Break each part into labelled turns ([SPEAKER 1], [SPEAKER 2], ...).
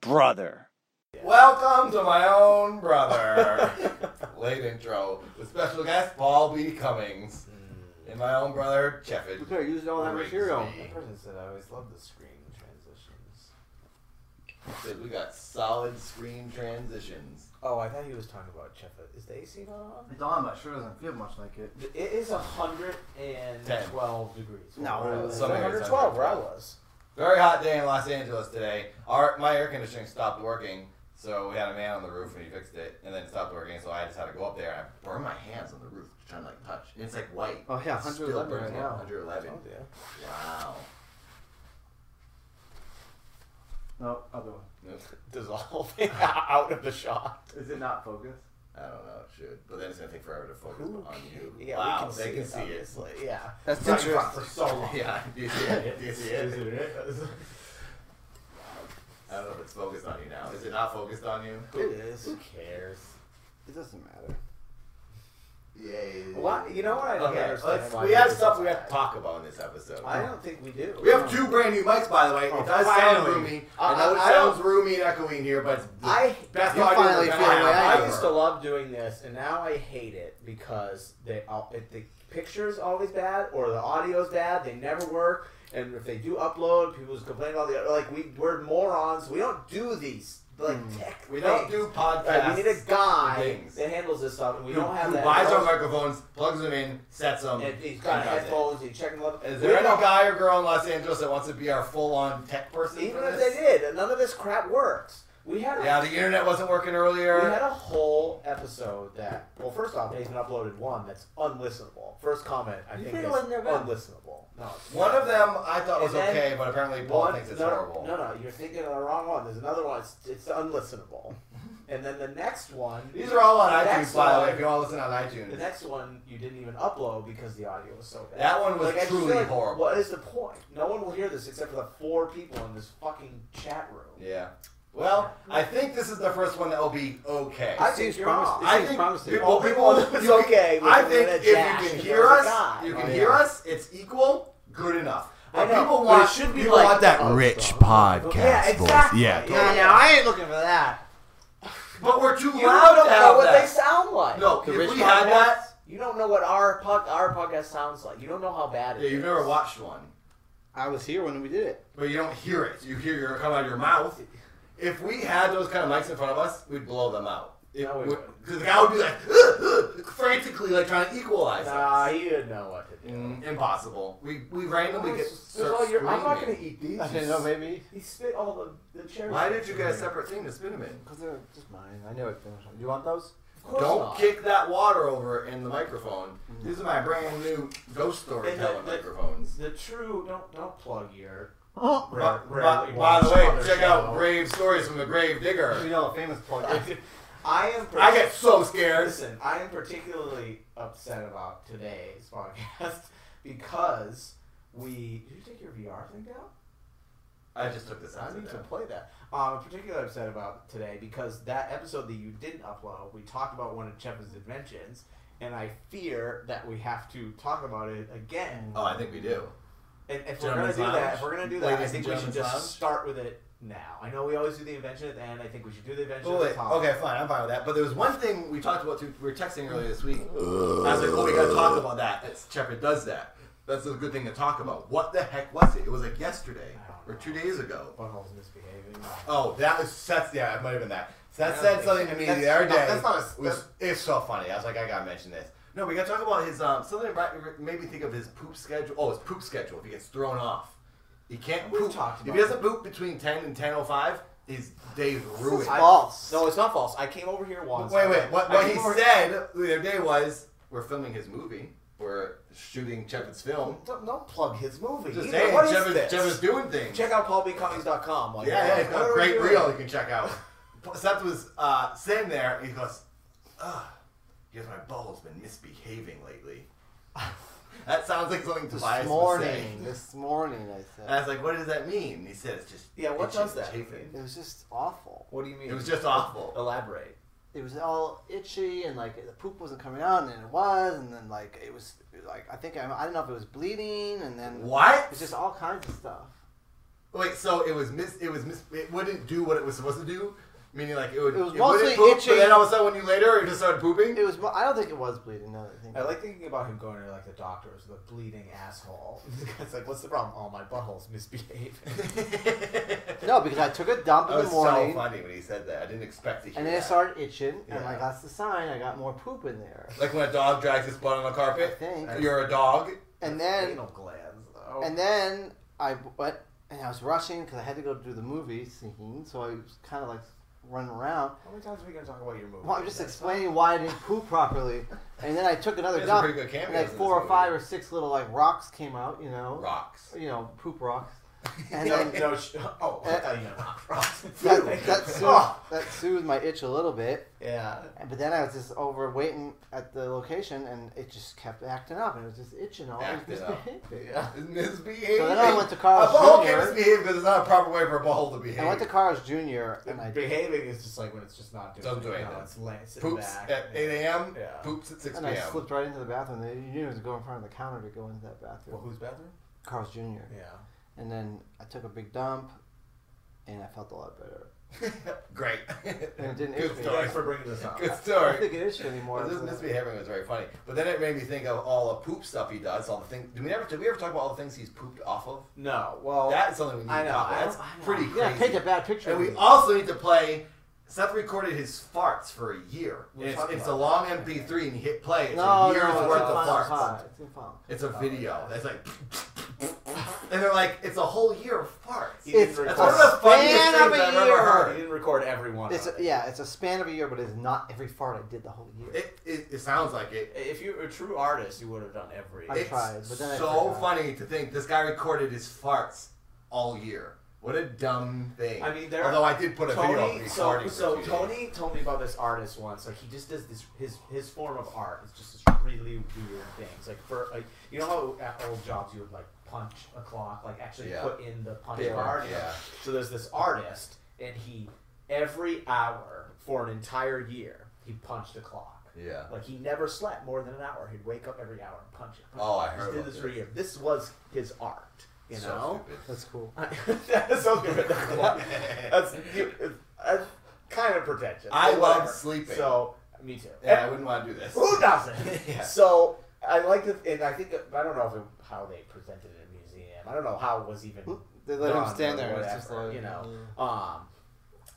[SPEAKER 1] brother.
[SPEAKER 2] Welcome to my own brother. Late intro with special guest Paul B. Cummings and my own brother
[SPEAKER 3] We
[SPEAKER 2] Cheffin.
[SPEAKER 3] could have used all that
[SPEAKER 2] Briggs
[SPEAKER 3] material.
[SPEAKER 2] Lee.
[SPEAKER 4] That person said I always love the screen transitions.
[SPEAKER 2] Said we got solid screen transitions.
[SPEAKER 4] Oh, I thought he was talking about Cheffa. Is the AC not on?
[SPEAKER 3] It's on, but it sure doesn't feel much like it.
[SPEAKER 5] It is 112 degrees.
[SPEAKER 3] No,
[SPEAKER 5] Where I
[SPEAKER 3] it
[SPEAKER 5] live.
[SPEAKER 4] It's
[SPEAKER 2] Some areas
[SPEAKER 4] 112 where I
[SPEAKER 2] under-
[SPEAKER 4] was.
[SPEAKER 2] Very hot day in Los Angeles today. Our my air conditioning stopped working, so we had a man on the roof and he fixed it, and then it stopped working. So I just had to go up there and I burned my hands on the roof trying to like touch. And it's like white.
[SPEAKER 3] Oh, yeah,
[SPEAKER 2] It still
[SPEAKER 3] 111
[SPEAKER 2] burns
[SPEAKER 3] right
[SPEAKER 2] me.
[SPEAKER 3] now.
[SPEAKER 2] 111.
[SPEAKER 4] Oh, yeah.
[SPEAKER 2] Wow.
[SPEAKER 3] No, other one.
[SPEAKER 2] Dissolving out of the shot.
[SPEAKER 3] Is it not focus?
[SPEAKER 2] I don't know, it should. But then it's gonna take forever to focus
[SPEAKER 4] Who
[SPEAKER 2] on you.
[SPEAKER 4] Yeah,
[SPEAKER 2] wow,
[SPEAKER 4] we can
[SPEAKER 2] they
[SPEAKER 4] see
[SPEAKER 2] can
[SPEAKER 4] it,
[SPEAKER 2] see it.
[SPEAKER 4] obviously. Yeah.
[SPEAKER 3] That's
[SPEAKER 2] Like,
[SPEAKER 3] interesting.
[SPEAKER 2] for so long. Yeah, do you see it? Do you see it? I don't know if it's focused on you now. Is it not focused on you?
[SPEAKER 4] It is.
[SPEAKER 5] Who cares?
[SPEAKER 3] It doesn't matter.
[SPEAKER 2] Yay.
[SPEAKER 4] What? You know what? I don't
[SPEAKER 2] Okay,
[SPEAKER 4] understand
[SPEAKER 2] let's,
[SPEAKER 4] why
[SPEAKER 2] we have
[SPEAKER 4] this
[SPEAKER 2] stuff
[SPEAKER 4] is
[SPEAKER 2] we have
[SPEAKER 4] bad.
[SPEAKER 2] to talk about in this episode.
[SPEAKER 4] I don't think we do.
[SPEAKER 2] We have two brand new mics, by the way.
[SPEAKER 3] Oh,
[SPEAKER 2] it does sound
[SPEAKER 3] finally.
[SPEAKER 2] roomy.
[SPEAKER 4] I-
[SPEAKER 2] I know it
[SPEAKER 4] I- I don't-
[SPEAKER 2] sounds roomy and echoing here, but it's the
[SPEAKER 4] I-
[SPEAKER 2] best
[SPEAKER 3] you
[SPEAKER 2] audio
[SPEAKER 3] finally
[SPEAKER 2] we've
[SPEAKER 3] feel the
[SPEAKER 2] had
[SPEAKER 3] way I
[SPEAKER 2] ever.
[SPEAKER 3] do.
[SPEAKER 4] I used to love doing this, and now I hate it because they all, if the picture's always bad or the audio's bad. They never work, and if they do upload, people just complain about the like we we're morons. We don't do these like tech.
[SPEAKER 2] Hmm. We don't
[SPEAKER 4] things.
[SPEAKER 2] do podcasts.
[SPEAKER 4] Like, we need a guy
[SPEAKER 2] things.
[SPEAKER 4] that handles this stuff, and we
[SPEAKER 2] who,
[SPEAKER 4] don't have
[SPEAKER 2] who
[SPEAKER 4] that.
[SPEAKER 2] buys our microphones, plugs them in, sets them.
[SPEAKER 4] and he's got
[SPEAKER 2] and does it.
[SPEAKER 4] headphones. He's checking them. up.
[SPEAKER 2] Is
[SPEAKER 4] We
[SPEAKER 2] there any
[SPEAKER 4] don't-
[SPEAKER 2] guy or girl in Los Angeles that wants to be our full-on tech person?
[SPEAKER 4] Even
[SPEAKER 2] for
[SPEAKER 4] if
[SPEAKER 2] this?
[SPEAKER 4] they did, none of this crap works. We had a
[SPEAKER 2] Yeah, the internet wasn't working earlier.
[SPEAKER 4] We had a whole episode that, well, first off, Nathan uploaded one that's unlistenable. First comment, I
[SPEAKER 5] You
[SPEAKER 4] think,
[SPEAKER 5] put
[SPEAKER 4] is
[SPEAKER 5] it on there, man.
[SPEAKER 4] unlistenable. No, it's
[SPEAKER 2] One
[SPEAKER 4] not.
[SPEAKER 2] of them I thought was
[SPEAKER 4] And then
[SPEAKER 2] okay, but apparently Paul
[SPEAKER 4] One-
[SPEAKER 2] thinks it's
[SPEAKER 4] no,
[SPEAKER 2] horrible.
[SPEAKER 4] No, no, you're thinking of the wrong one. There's another one. It's, it's unlistenable. and then the next one,
[SPEAKER 2] These are all on
[SPEAKER 4] The
[SPEAKER 2] iTunes,
[SPEAKER 4] next
[SPEAKER 2] by the
[SPEAKER 4] one-
[SPEAKER 2] way. If you all listen on
[SPEAKER 4] the
[SPEAKER 2] iTunes,
[SPEAKER 4] next one you didn't even upload because the audio was so bad.
[SPEAKER 2] that one was
[SPEAKER 4] Like, I just feel
[SPEAKER 2] truly
[SPEAKER 4] like,
[SPEAKER 2] horrible.
[SPEAKER 4] What is the point? No one will hear this except for the four people in this fucking chat room.
[SPEAKER 2] Yeah. Well, I think this is the first one that will be okay.
[SPEAKER 4] I
[SPEAKER 3] It
[SPEAKER 4] think
[SPEAKER 3] seems
[SPEAKER 4] you're
[SPEAKER 3] promising.
[SPEAKER 4] wrong.
[SPEAKER 3] It
[SPEAKER 2] I
[SPEAKER 3] seems
[SPEAKER 2] think
[SPEAKER 3] promising.
[SPEAKER 2] people, people,
[SPEAKER 4] Well, Oh, it's okay with
[SPEAKER 2] I
[SPEAKER 4] the
[SPEAKER 2] think
[SPEAKER 4] internet
[SPEAKER 2] if you
[SPEAKER 4] dash
[SPEAKER 2] can
[SPEAKER 4] and
[SPEAKER 2] hear
[SPEAKER 4] there's a
[SPEAKER 2] us,
[SPEAKER 4] guy.
[SPEAKER 2] you
[SPEAKER 4] Oh,
[SPEAKER 2] can
[SPEAKER 4] yeah.
[SPEAKER 2] hear us. It's equal, good enough.
[SPEAKER 4] I
[SPEAKER 2] But
[SPEAKER 4] know,
[SPEAKER 2] people
[SPEAKER 4] Oh, but
[SPEAKER 2] want
[SPEAKER 4] it should be
[SPEAKER 2] people
[SPEAKER 4] like
[SPEAKER 2] want that
[SPEAKER 4] us,
[SPEAKER 2] rich
[SPEAKER 4] though.
[SPEAKER 2] podcast
[SPEAKER 4] Yeah, exactly.
[SPEAKER 2] voice. Yeah.
[SPEAKER 4] yeah, yeah, I ain't looking for that.
[SPEAKER 2] But we're too
[SPEAKER 4] You
[SPEAKER 2] loud
[SPEAKER 4] don't
[SPEAKER 2] to
[SPEAKER 4] know
[SPEAKER 2] have
[SPEAKER 4] what
[SPEAKER 2] that.
[SPEAKER 4] they sound like.
[SPEAKER 2] No,
[SPEAKER 3] The
[SPEAKER 2] if
[SPEAKER 3] rich
[SPEAKER 2] we had that,
[SPEAKER 4] You don't know what our pod, our podcast sounds like. You don't know how bad it
[SPEAKER 2] yeah,
[SPEAKER 4] is.
[SPEAKER 2] you've never watched one,
[SPEAKER 3] I was here when we did it.
[SPEAKER 2] but you don't hear it. You hear your come out of your mouth. If we had those kind of mics in front of us, we'd blow them out. It
[SPEAKER 4] No, we
[SPEAKER 2] would-
[SPEAKER 4] wouldn't.
[SPEAKER 2] 'cause the guy would be like "Ugh, ugh," frantically, like trying to equalize.
[SPEAKER 4] Nah,
[SPEAKER 2] us.
[SPEAKER 4] he didn't know what to do.
[SPEAKER 2] Mm, impossible. We we randomly get.
[SPEAKER 4] It's all your- I'm not gonna
[SPEAKER 2] screaming.
[SPEAKER 4] eat these.
[SPEAKER 3] I didn't know, maybe.
[SPEAKER 4] He spit all the, the cherry.
[SPEAKER 2] Why did you
[SPEAKER 4] guys?
[SPEAKER 2] get a separate thing to spin them in?
[SPEAKER 3] Because they're just mine. I knew I'd finish them. You want those?
[SPEAKER 4] Of course
[SPEAKER 2] Don't
[SPEAKER 4] not.
[SPEAKER 2] kick that water over in the microphone. These are my brand new ghost storytelling
[SPEAKER 4] And the- the-
[SPEAKER 2] microphones.
[SPEAKER 4] The true don't don't plug your.
[SPEAKER 3] Oh.
[SPEAKER 2] By,
[SPEAKER 4] rare-
[SPEAKER 2] by,
[SPEAKER 4] rarely
[SPEAKER 2] by the
[SPEAKER 4] watched
[SPEAKER 2] way,
[SPEAKER 4] other
[SPEAKER 2] check
[SPEAKER 4] show.
[SPEAKER 2] out Brave Stories from the Grave
[SPEAKER 3] You
[SPEAKER 2] Digger.
[SPEAKER 3] know, a famous plug.
[SPEAKER 4] I am.
[SPEAKER 2] I get so scared.
[SPEAKER 4] Listen, I am particularly upset about today's podcast because we. Did you take your VR thing down?
[SPEAKER 2] I just took this out
[SPEAKER 4] I need
[SPEAKER 2] of
[SPEAKER 4] to
[SPEAKER 2] there.
[SPEAKER 4] play that. Um, I'm particularly upset about today because that episode that you didn't upload, we talked about one of Cheppa's inventions, and I fear that we have to talk about it again.
[SPEAKER 2] Oh, I think we do.
[SPEAKER 4] And if we're gonna
[SPEAKER 2] Gentlemen's
[SPEAKER 4] do that,
[SPEAKER 2] Lounge?
[SPEAKER 4] if we're gonna do that, I
[SPEAKER 2] Ladies and
[SPEAKER 4] think we should
[SPEAKER 2] gentlemen's
[SPEAKER 4] just
[SPEAKER 2] lounge?
[SPEAKER 4] start with it now. I know we always do the invention at the end. I think we should do the invention
[SPEAKER 2] But
[SPEAKER 4] at the
[SPEAKER 2] wait,
[SPEAKER 4] top.
[SPEAKER 2] okay, fine, I'm fine with that. But there was one thing we talked about. Too, we were texting earlier this week. I was like, "Oh, we gotta talk about that." It's Shepard does that. That's a good thing to talk about. What the heck was it? It was like yesterday
[SPEAKER 4] I don't
[SPEAKER 2] or
[SPEAKER 4] know.
[SPEAKER 2] two days ago.
[SPEAKER 4] Butthole's misbehaving.
[SPEAKER 2] Oh, that was that's yeah, it might have been that. That
[SPEAKER 4] Yeah,
[SPEAKER 2] said
[SPEAKER 4] that's-
[SPEAKER 2] something to me the
[SPEAKER 3] that's-
[SPEAKER 2] other day.
[SPEAKER 3] no, that's not a-
[SPEAKER 2] was, it's so funny. I was like, I gotta mention this. No, we gotta talk about his um something about- made me think of his poop schedule. Oh, his poop schedule. If he gets thrown off, he can't
[SPEAKER 4] We've
[SPEAKER 2] poop.
[SPEAKER 4] talked
[SPEAKER 2] if
[SPEAKER 4] about
[SPEAKER 2] he doesn't poop between ten and ten o five, his day's ruined.
[SPEAKER 4] I-
[SPEAKER 3] false.
[SPEAKER 4] No, it's not false. I came over here once.
[SPEAKER 2] wait, wait. What,
[SPEAKER 4] I
[SPEAKER 2] what
[SPEAKER 4] came
[SPEAKER 2] he
[SPEAKER 4] over-
[SPEAKER 2] said the other day was, we're filming his movie. We're shooting Chevin's film.
[SPEAKER 4] Don't, don't plug his movie.
[SPEAKER 2] Just
[SPEAKER 4] either.
[SPEAKER 2] saying,
[SPEAKER 4] What is
[SPEAKER 2] Chevin,
[SPEAKER 4] this?
[SPEAKER 2] Chevin's doing things.
[SPEAKER 4] Check out paulbcummings.com.
[SPEAKER 3] Oh,
[SPEAKER 4] Like,
[SPEAKER 2] Yeah, yeah, it's
[SPEAKER 4] what
[SPEAKER 2] got a
[SPEAKER 4] are we
[SPEAKER 2] great
[SPEAKER 4] doing?
[SPEAKER 2] reel you can check out. Seth was uh, sitting there and he goes, Ugh, because my butthole's been misbehaving lately. that sounds like something
[SPEAKER 3] This
[SPEAKER 2] Tobias would say.
[SPEAKER 3] morning. This morning, I
[SPEAKER 2] And I
[SPEAKER 3] said.
[SPEAKER 2] was like, what does that mean? And he said, it's just.
[SPEAKER 4] Yeah, what
[SPEAKER 2] itching
[SPEAKER 4] does
[SPEAKER 2] and
[SPEAKER 4] that
[SPEAKER 2] chafing."
[SPEAKER 3] It was just awful.
[SPEAKER 4] What do you mean?
[SPEAKER 2] It was just
[SPEAKER 3] Oh,
[SPEAKER 2] awful.
[SPEAKER 4] Elaborate.
[SPEAKER 3] It was all itchy and like the poop wasn't coming out, and then it was, and then like it was like I think I, I don't know if it was bleeding, and then
[SPEAKER 2] What?
[SPEAKER 3] it's just all kinds of stuff.
[SPEAKER 2] Wait, so it was mis. It was mis. It wouldn't do what it was supposed to do. Meaning, like it would.
[SPEAKER 3] It was
[SPEAKER 2] wouldn't
[SPEAKER 3] mostly
[SPEAKER 2] poop,
[SPEAKER 3] itching.
[SPEAKER 2] But then all of a sudden, when you later, it just started pooping.
[SPEAKER 3] It was. mo- I don't think it was bleeding. No, I think.
[SPEAKER 4] I like thinking about him going to like the doctors, the bleeding asshole. it's like, what's the problem? All my buttholes misbehave.
[SPEAKER 3] No, because I took a dump
[SPEAKER 2] That
[SPEAKER 3] in the
[SPEAKER 2] was
[SPEAKER 3] morning,
[SPEAKER 2] so funny when he said that. I didn't expect to hear
[SPEAKER 3] and then it
[SPEAKER 2] that.
[SPEAKER 3] started itching, and
[SPEAKER 2] Yeah.
[SPEAKER 3] like that's the sign. I got more poop in there,
[SPEAKER 2] Like when a dog drags its butt on the
[SPEAKER 3] I
[SPEAKER 2] carpet.
[SPEAKER 3] think.
[SPEAKER 2] You're a dog.
[SPEAKER 3] And then
[SPEAKER 4] anal glands. Oh.
[SPEAKER 3] And then I went and I was rushing because I had to go do the movie scene, so I was kind of like running around.
[SPEAKER 4] how many times are we gonna talk about your movie?
[SPEAKER 3] Well, I'm just
[SPEAKER 4] That's
[SPEAKER 3] explaining why I didn't poop properly, and then I took another
[SPEAKER 2] There's some
[SPEAKER 3] dump.
[SPEAKER 2] pretty good
[SPEAKER 3] And
[SPEAKER 2] cameos.
[SPEAKER 3] like
[SPEAKER 2] in
[SPEAKER 3] four
[SPEAKER 2] this
[SPEAKER 3] or five
[SPEAKER 2] movie.
[SPEAKER 3] or six little like rocks came out, you know,
[SPEAKER 2] rocks.
[SPEAKER 3] you know, poop rocks.
[SPEAKER 4] fine.
[SPEAKER 3] And
[SPEAKER 4] no,
[SPEAKER 3] then Uh,
[SPEAKER 4] no, sh- oh, I thought you meant rock frogs.
[SPEAKER 3] that, that, soothed,
[SPEAKER 4] Oh.
[SPEAKER 3] that soothed my itch a little bit.
[SPEAKER 4] Yeah.
[SPEAKER 3] and- But then I was just over waiting at the location, and it just kept acting up, and it was just itching all.
[SPEAKER 2] Acted
[SPEAKER 3] it was
[SPEAKER 2] up.
[SPEAKER 4] Yeah.
[SPEAKER 2] Misbehaving.
[SPEAKER 3] So then I went to
[SPEAKER 2] A
[SPEAKER 3] Carl's
[SPEAKER 2] butthole
[SPEAKER 3] Jr.
[SPEAKER 2] can't misbehave because it's not a proper way for a butthole to behave.
[SPEAKER 3] I went to Carl's Jr. and I
[SPEAKER 4] behaving is just like when it's just not doing.
[SPEAKER 2] Doesn't do
[SPEAKER 4] it.
[SPEAKER 2] anything.
[SPEAKER 4] No, it's laying, sitting
[SPEAKER 2] poops
[SPEAKER 4] back.
[SPEAKER 2] at 8 a.m.
[SPEAKER 4] Yeah.
[SPEAKER 2] Poops at 6
[SPEAKER 3] And
[SPEAKER 2] p.m.
[SPEAKER 3] I slipped right into the bathroom. They- You knew it was go in front of the counter to go into that bathroom.
[SPEAKER 4] Well, who's bathroom?
[SPEAKER 3] Carl's Jr.
[SPEAKER 4] Yeah.
[SPEAKER 3] And then I took a big dump, and I felt a lot better.
[SPEAKER 2] Great.
[SPEAKER 3] And it didn't
[SPEAKER 2] Good
[SPEAKER 3] itch me.
[SPEAKER 2] story.
[SPEAKER 4] Thanks for bringing this up.
[SPEAKER 2] Good
[SPEAKER 3] I don't
[SPEAKER 2] story.
[SPEAKER 3] think it itched anymore.
[SPEAKER 2] Well, this misbehaving was very funny, but then it made me think of all the poop stuff he does. All the things. Did we ever? Did we ever talk about all the things he's pooped off of?
[SPEAKER 4] No. Well.
[SPEAKER 2] That's something we need
[SPEAKER 4] I
[SPEAKER 2] to
[SPEAKER 4] know,
[SPEAKER 2] talk
[SPEAKER 4] I
[SPEAKER 2] about.
[SPEAKER 4] don't-
[SPEAKER 2] That's
[SPEAKER 4] I know.
[SPEAKER 2] pretty
[SPEAKER 3] yeah, Oh, I
[SPEAKER 2] crazy.
[SPEAKER 3] take a bad picture.
[SPEAKER 2] And
[SPEAKER 3] of
[SPEAKER 2] we
[SPEAKER 3] me.
[SPEAKER 2] also need to play. Seth recorded his farts for a year.
[SPEAKER 4] We'll
[SPEAKER 2] It's,
[SPEAKER 4] talk
[SPEAKER 2] it's a
[SPEAKER 4] about
[SPEAKER 2] long
[SPEAKER 4] that.
[SPEAKER 2] MP3, and you hit play. It's
[SPEAKER 3] no,
[SPEAKER 2] a year's
[SPEAKER 3] no,
[SPEAKER 2] worth of
[SPEAKER 3] it's in
[SPEAKER 2] farts.
[SPEAKER 3] file, file. It's in file.
[SPEAKER 2] It's a video. That's like, and they're like, it's a whole year of farts.
[SPEAKER 4] He didn't
[SPEAKER 3] It's
[SPEAKER 4] record-
[SPEAKER 2] That's one of the funniest
[SPEAKER 3] Span of
[SPEAKER 2] things
[SPEAKER 3] a
[SPEAKER 2] I've
[SPEAKER 3] year.
[SPEAKER 2] ever
[SPEAKER 4] He
[SPEAKER 2] heard.
[SPEAKER 4] didn't record every one.
[SPEAKER 3] It's
[SPEAKER 4] of
[SPEAKER 3] a,
[SPEAKER 4] it.
[SPEAKER 3] yeah, it's a span of a year, but it's not every fart I did the whole year.
[SPEAKER 2] It, it, it sounds like it.
[SPEAKER 4] If you were a true artist, you would have done every.
[SPEAKER 3] I
[SPEAKER 2] it's
[SPEAKER 3] tried, but then I
[SPEAKER 2] so
[SPEAKER 3] forgot.
[SPEAKER 2] funny to think this guy recorded his farts all year. What a dumb thing.
[SPEAKER 4] I mean, there-
[SPEAKER 2] although I did put a video of
[SPEAKER 4] Tony,
[SPEAKER 2] me
[SPEAKER 4] so,
[SPEAKER 2] farting.
[SPEAKER 4] so
[SPEAKER 2] for two days.
[SPEAKER 4] Tony told me about this artist once. Like he just does this his his form of art is just this really weird things. Like for like you know how at old jobs you would like punch a clock, like actually
[SPEAKER 2] Yeah.
[SPEAKER 4] put in the punch
[SPEAKER 2] Yeah.
[SPEAKER 4] card.
[SPEAKER 2] Yeah.
[SPEAKER 4] So there's this artist, and he every hour for an entire year he punched a clock.
[SPEAKER 2] Yeah.
[SPEAKER 4] Like he never slept more than an hour. He'd wake up every hour and punch it. punch
[SPEAKER 2] Oh,
[SPEAKER 4] it.
[SPEAKER 2] I
[SPEAKER 4] He
[SPEAKER 2] heard
[SPEAKER 4] did
[SPEAKER 2] about
[SPEAKER 4] this
[SPEAKER 2] this.
[SPEAKER 4] for a year. This was his art. You
[SPEAKER 2] so
[SPEAKER 4] know.
[SPEAKER 2] Stupid.
[SPEAKER 3] That's cool.
[SPEAKER 4] that's so stupid. That's, you- that's kind of pretentious.
[SPEAKER 2] I
[SPEAKER 4] but
[SPEAKER 2] love
[SPEAKER 4] whatever.
[SPEAKER 2] sleeping.
[SPEAKER 4] So me too.
[SPEAKER 2] Yeah, I wouldn't want to do this.
[SPEAKER 4] Who doesn't?
[SPEAKER 2] Yeah.
[SPEAKER 4] So I like to, and I think I don't know if it, how they presented it in a museum. I don't know how it was even.
[SPEAKER 3] They let him
[SPEAKER 4] done
[SPEAKER 3] stand
[SPEAKER 4] or
[SPEAKER 3] there. It's just
[SPEAKER 4] whatever,
[SPEAKER 3] like,
[SPEAKER 4] you know. Um,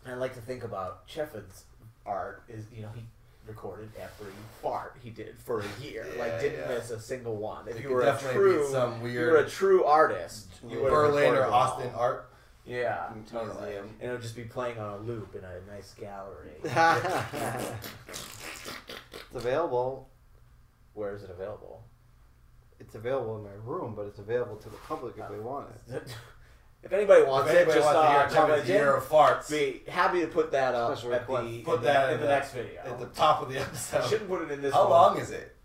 [SPEAKER 4] I like to think about Chefford's art is you know he recorded every fart he did for a year,
[SPEAKER 2] Yeah,
[SPEAKER 4] like didn't
[SPEAKER 2] yeah.
[SPEAKER 4] miss a single one. If
[SPEAKER 2] It
[SPEAKER 4] you
[SPEAKER 2] could
[SPEAKER 4] were a
[SPEAKER 2] definitely be
[SPEAKER 4] true,
[SPEAKER 2] some
[SPEAKER 4] if you were a
[SPEAKER 2] weird
[SPEAKER 4] true artist. You would've
[SPEAKER 2] Berlin
[SPEAKER 4] recorded
[SPEAKER 2] or
[SPEAKER 4] them
[SPEAKER 2] Austin
[SPEAKER 4] all.
[SPEAKER 2] art
[SPEAKER 4] Yeah,
[SPEAKER 2] totally.
[SPEAKER 4] and it would just be playing on a loop in a nice gallery.
[SPEAKER 3] yeah. it's available.
[SPEAKER 4] Where is it available?
[SPEAKER 3] It's available in my room, but it's available to the public if they want it.
[SPEAKER 4] if anybody wants
[SPEAKER 2] If
[SPEAKER 4] it,
[SPEAKER 2] anybody
[SPEAKER 4] just
[SPEAKER 2] wants
[SPEAKER 4] uh,
[SPEAKER 2] to hear
[SPEAKER 4] comment
[SPEAKER 2] Kevin's year
[SPEAKER 4] in.
[SPEAKER 2] of farts,
[SPEAKER 4] Be happy to put that up
[SPEAKER 3] Special
[SPEAKER 4] at the,
[SPEAKER 3] request.
[SPEAKER 4] in
[SPEAKER 2] Put
[SPEAKER 4] the-
[SPEAKER 2] that
[SPEAKER 4] in
[SPEAKER 2] in
[SPEAKER 4] the
[SPEAKER 2] the-
[SPEAKER 4] next video.
[SPEAKER 2] at the top of the
[SPEAKER 4] I
[SPEAKER 2] episode.
[SPEAKER 4] shouldn't put it in this.
[SPEAKER 2] How
[SPEAKER 4] one.
[SPEAKER 2] long is it?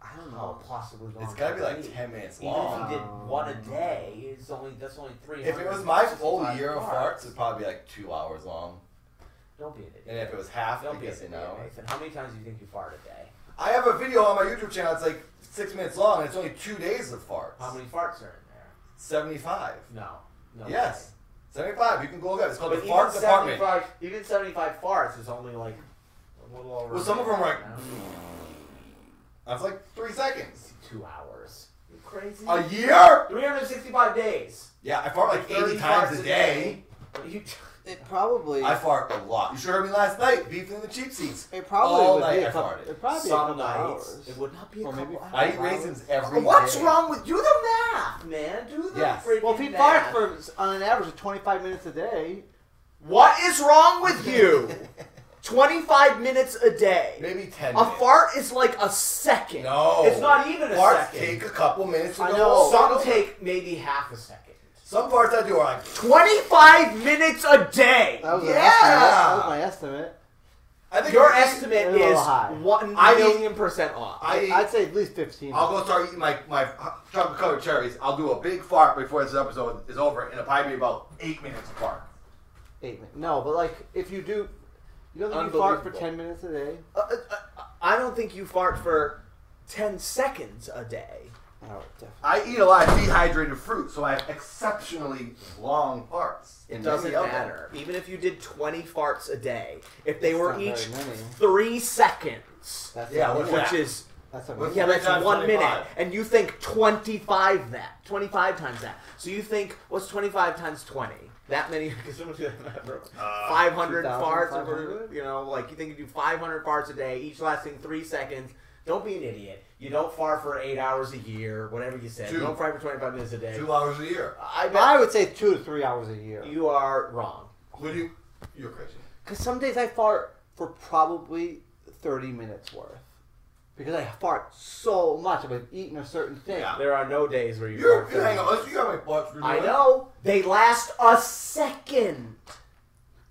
[SPEAKER 3] I don't
[SPEAKER 4] Oh,
[SPEAKER 3] know.
[SPEAKER 4] possibly long.
[SPEAKER 2] It's gotta be
[SPEAKER 4] Maybe.
[SPEAKER 2] like ten minutes
[SPEAKER 4] Even if
[SPEAKER 2] long.
[SPEAKER 4] you did one a day, it's only that's only three.
[SPEAKER 2] If it was my whole year of farts, it'd probably be like two hours long.
[SPEAKER 4] don't be an
[SPEAKER 2] And
[SPEAKER 4] idiot.
[SPEAKER 2] if it was half, I
[SPEAKER 4] Don't be an
[SPEAKER 2] guess you
[SPEAKER 4] idiot,
[SPEAKER 2] know.
[SPEAKER 4] Nathan. How many times do you think you fart a day?
[SPEAKER 2] I have a video on my YouTube channel. It's like six minutes long, and it's only two days of farts.
[SPEAKER 4] How many farts are in
[SPEAKER 2] Seventy-five.
[SPEAKER 4] there? No. No. way.
[SPEAKER 2] Yes, seventy-five. You can go look at it. It's called
[SPEAKER 4] But
[SPEAKER 2] the
[SPEAKER 4] even
[SPEAKER 2] Fart Department.
[SPEAKER 4] 75 Even 75 farts is only like a little over.
[SPEAKER 2] Well, some of them are like-
[SPEAKER 4] Yeah.
[SPEAKER 2] That's like three seconds.
[SPEAKER 4] two hours. You crazy?
[SPEAKER 2] A year?
[SPEAKER 4] 365 days.
[SPEAKER 2] Yeah, I fart like
[SPEAKER 4] 30
[SPEAKER 2] eighty times
[SPEAKER 4] farts
[SPEAKER 2] a day.
[SPEAKER 4] day. You-
[SPEAKER 3] It probably.
[SPEAKER 2] I fart a lot. You should heard me last night, beefing in the cheap seats.
[SPEAKER 3] it probably
[SPEAKER 2] all
[SPEAKER 3] would
[SPEAKER 2] night
[SPEAKER 3] be
[SPEAKER 2] I
[SPEAKER 3] a couple.
[SPEAKER 2] farted.
[SPEAKER 3] It probably be a
[SPEAKER 4] some
[SPEAKER 3] couple
[SPEAKER 4] nights
[SPEAKER 3] hours.
[SPEAKER 4] it would not be a
[SPEAKER 3] Or maybe
[SPEAKER 4] couple
[SPEAKER 2] I
[SPEAKER 4] hours.
[SPEAKER 2] eat raisins every
[SPEAKER 4] What's
[SPEAKER 2] day.
[SPEAKER 4] wrong with you? Do the math, man. Do the
[SPEAKER 2] Yes.
[SPEAKER 4] freaking
[SPEAKER 3] Well, if he
[SPEAKER 4] math.
[SPEAKER 3] farts for on an average of 25 minutes a day,
[SPEAKER 4] What is wrong with you? 25 minutes a day.
[SPEAKER 2] Maybe ten.
[SPEAKER 4] A
[SPEAKER 2] minutes.
[SPEAKER 4] fart is like a second.
[SPEAKER 2] No.
[SPEAKER 4] It's not even a
[SPEAKER 2] Farts
[SPEAKER 4] second.
[SPEAKER 2] take a couple minutes to
[SPEAKER 3] I
[SPEAKER 2] go.
[SPEAKER 3] know.
[SPEAKER 4] Some take maybe half a second.
[SPEAKER 2] Some farts I do are like
[SPEAKER 4] 25 minutes a day.
[SPEAKER 3] that was an
[SPEAKER 2] Yeah!
[SPEAKER 3] estimate. That was my estimate.
[SPEAKER 2] I think
[SPEAKER 4] Your
[SPEAKER 2] I eat-
[SPEAKER 4] estimate
[SPEAKER 3] a little
[SPEAKER 4] is
[SPEAKER 3] high.
[SPEAKER 4] one
[SPEAKER 2] I eat-
[SPEAKER 4] million percent off.
[SPEAKER 2] I eat-
[SPEAKER 3] I'd say at least 15.
[SPEAKER 2] I'll go start eating my, my chocolate covered cherries. I'll do a big fart before this episode is over, and it'll probably be about eight minutes of fart.
[SPEAKER 3] Eight minutes. No, but like if you do, you don't think you fart for
[SPEAKER 4] Unbelievable.
[SPEAKER 3] 10 minutes a day?
[SPEAKER 4] Uh, uh, uh, I don't think you fart for ten seconds a day.
[SPEAKER 3] Oh, definitely.
[SPEAKER 2] I eat a lot of dehydrated fruit, so I have exceptionally long parts.
[SPEAKER 4] It
[SPEAKER 2] And
[SPEAKER 4] doesn't
[SPEAKER 2] many of them.
[SPEAKER 4] matter. Even if you did 20 farts a day, if they
[SPEAKER 3] That's
[SPEAKER 4] were
[SPEAKER 3] not
[SPEAKER 4] each
[SPEAKER 3] very many.
[SPEAKER 4] three seconds,
[SPEAKER 3] That's
[SPEAKER 2] Yeah,
[SPEAKER 3] a
[SPEAKER 2] what's
[SPEAKER 3] minute.
[SPEAKER 4] which is
[SPEAKER 3] That's a
[SPEAKER 2] what's
[SPEAKER 3] minute.
[SPEAKER 4] yeah, that's
[SPEAKER 2] times
[SPEAKER 4] one
[SPEAKER 2] 25?
[SPEAKER 4] minute, and you think 25 that 25 times that. So you think what's 25 times 20? That many? Because someone do that math, bro.
[SPEAKER 2] Uh,
[SPEAKER 4] 500 farts,
[SPEAKER 3] 2,500?
[SPEAKER 4] or you know, like you think you do 500 farts a day, each lasting three seconds. Don't be an idiot. You don't fart for eight hours a year, whatever you said. You
[SPEAKER 2] Two.
[SPEAKER 4] don't fart for 25 minutes a day.
[SPEAKER 2] Two hours a year.
[SPEAKER 4] I
[SPEAKER 3] But I
[SPEAKER 4] bet
[SPEAKER 3] would say two to three hours a year.
[SPEAKER 4] you are wrong.
[SPEAKER 2] Would you? You're crazy.
[SPEAKER 3] Because some days I fart for probably 30 minutes worth. Because I fart so much. I've eaten a certain thing.
[SPEAKER 2] Yeah.
[SPEAKER 4] There are no days where you
[SPEAKER 2] You're
[SPEAKER 4] fart.
[SPEAKER 2] hang on. You got my parts. for
[SPEAKER 4] I
[SPEAKER 2] doing-
[SPEAKER 4] know they last a second.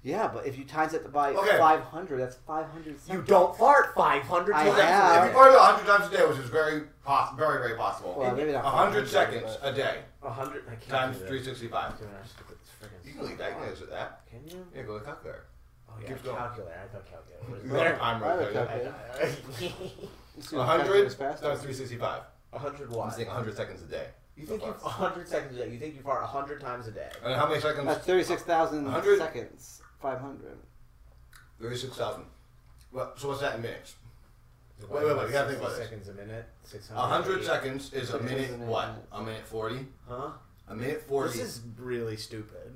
[SPEAKER 3] Yeah, but if you times it by
[SPEAKER 2] Okay.
[SPEAKER 3] 500, that's 500
[SPEAKER 4] You
[SPEAKER 3] seconds.
[SPEAKER 4] don't fart 500
[SPEAKER 3] I
[SPEAKER 2] Okay,
[SPEAKER 4] times.
[SPEAKER 2] so
[SPEAKER 3] have.
[SPEAKER 2] If you fart a hundred times a day, which is very, poss- very, very possible.
[SPEAKER 3] Well, maybe
[SPEAKER 2] a
[SPEAKER 3] not
[SPEAKER 2] hundred
[SPEAKER 3] 500,
[SPEAKER 2] seconds
[SPEAKER 3] but-
[SPEAKER 2] a day
[SPEAKER 4] 100 I can't
[SPEAKER 2] times
[SPEAKER 4] do that.
[SPEAKER 2] three sixty-five.
[SPEAKER 4] Dude, I just- it's freaking-
[SPEAKER 2] You can leave that. You can answer that.
[SPEAKER 4] Can you?
[SPEAKER 2] Yeah, go to the calculator.
[SPEAKER 4] Oh, yeah,
[SPEAKER 2] Keep going.
[SPEAKER 4] calculator. I thought calculator. What is
[SPEAKER 2] No,
[SPEAKER 4] there?
[SPEAKER 2] I'm
[SPEAKER 3] I
[SPEAKER 2] really
[SPEAKER 3] would
[SPEAKER 2] good.
[SPEAKER 3] calculate. You see
[SPEAKER 2] A
[SPEAKER 3] what
[SPEAKER 2] hundred
[SPEAKER 3] calculator's
[SPEAKER 2] times
[SPEAKER 3] faster?
[SPEAKER 2] three sixty-five.
[SPEAKER 4] 100
[SPEAKER 2] I'm
[SPEAKER 4] what?
[SPEAKER 2] saying a hundred seconds a day.
[SPEAKER 4] You think you
[SPEAKER 2] Of farts.
[SPEAKER 4] 100 seconds a day. You think you fart 100 times a day.
[SPEAKER 2] And how many seconds?
[SPEAKER 3] That's 36,000
[SPEAKER 2] 100.
[SPEAKER 3] seconds. 500.
[SPEAKER 2] Thirty-six thousand. Well, so what's that in minutes? Wait, wait, wait, you gotta think about
[SPEAKER 4] 60
[SPEAKER 2] this.
[SPEAKER 4] seconds a minute. 600.
[SPEAKER 2] A hundred seconds is a
[SPEAKER 3] Seconds
[SPEAKER 2] minute.
[SPEAKER 3] in a minute.
[SPEAKER 2] What? A minute forty.
[SPEAKER 4] Huh?
[SPEAKER 2] A minute forty.
[SPEAKER 4] This is really stupid.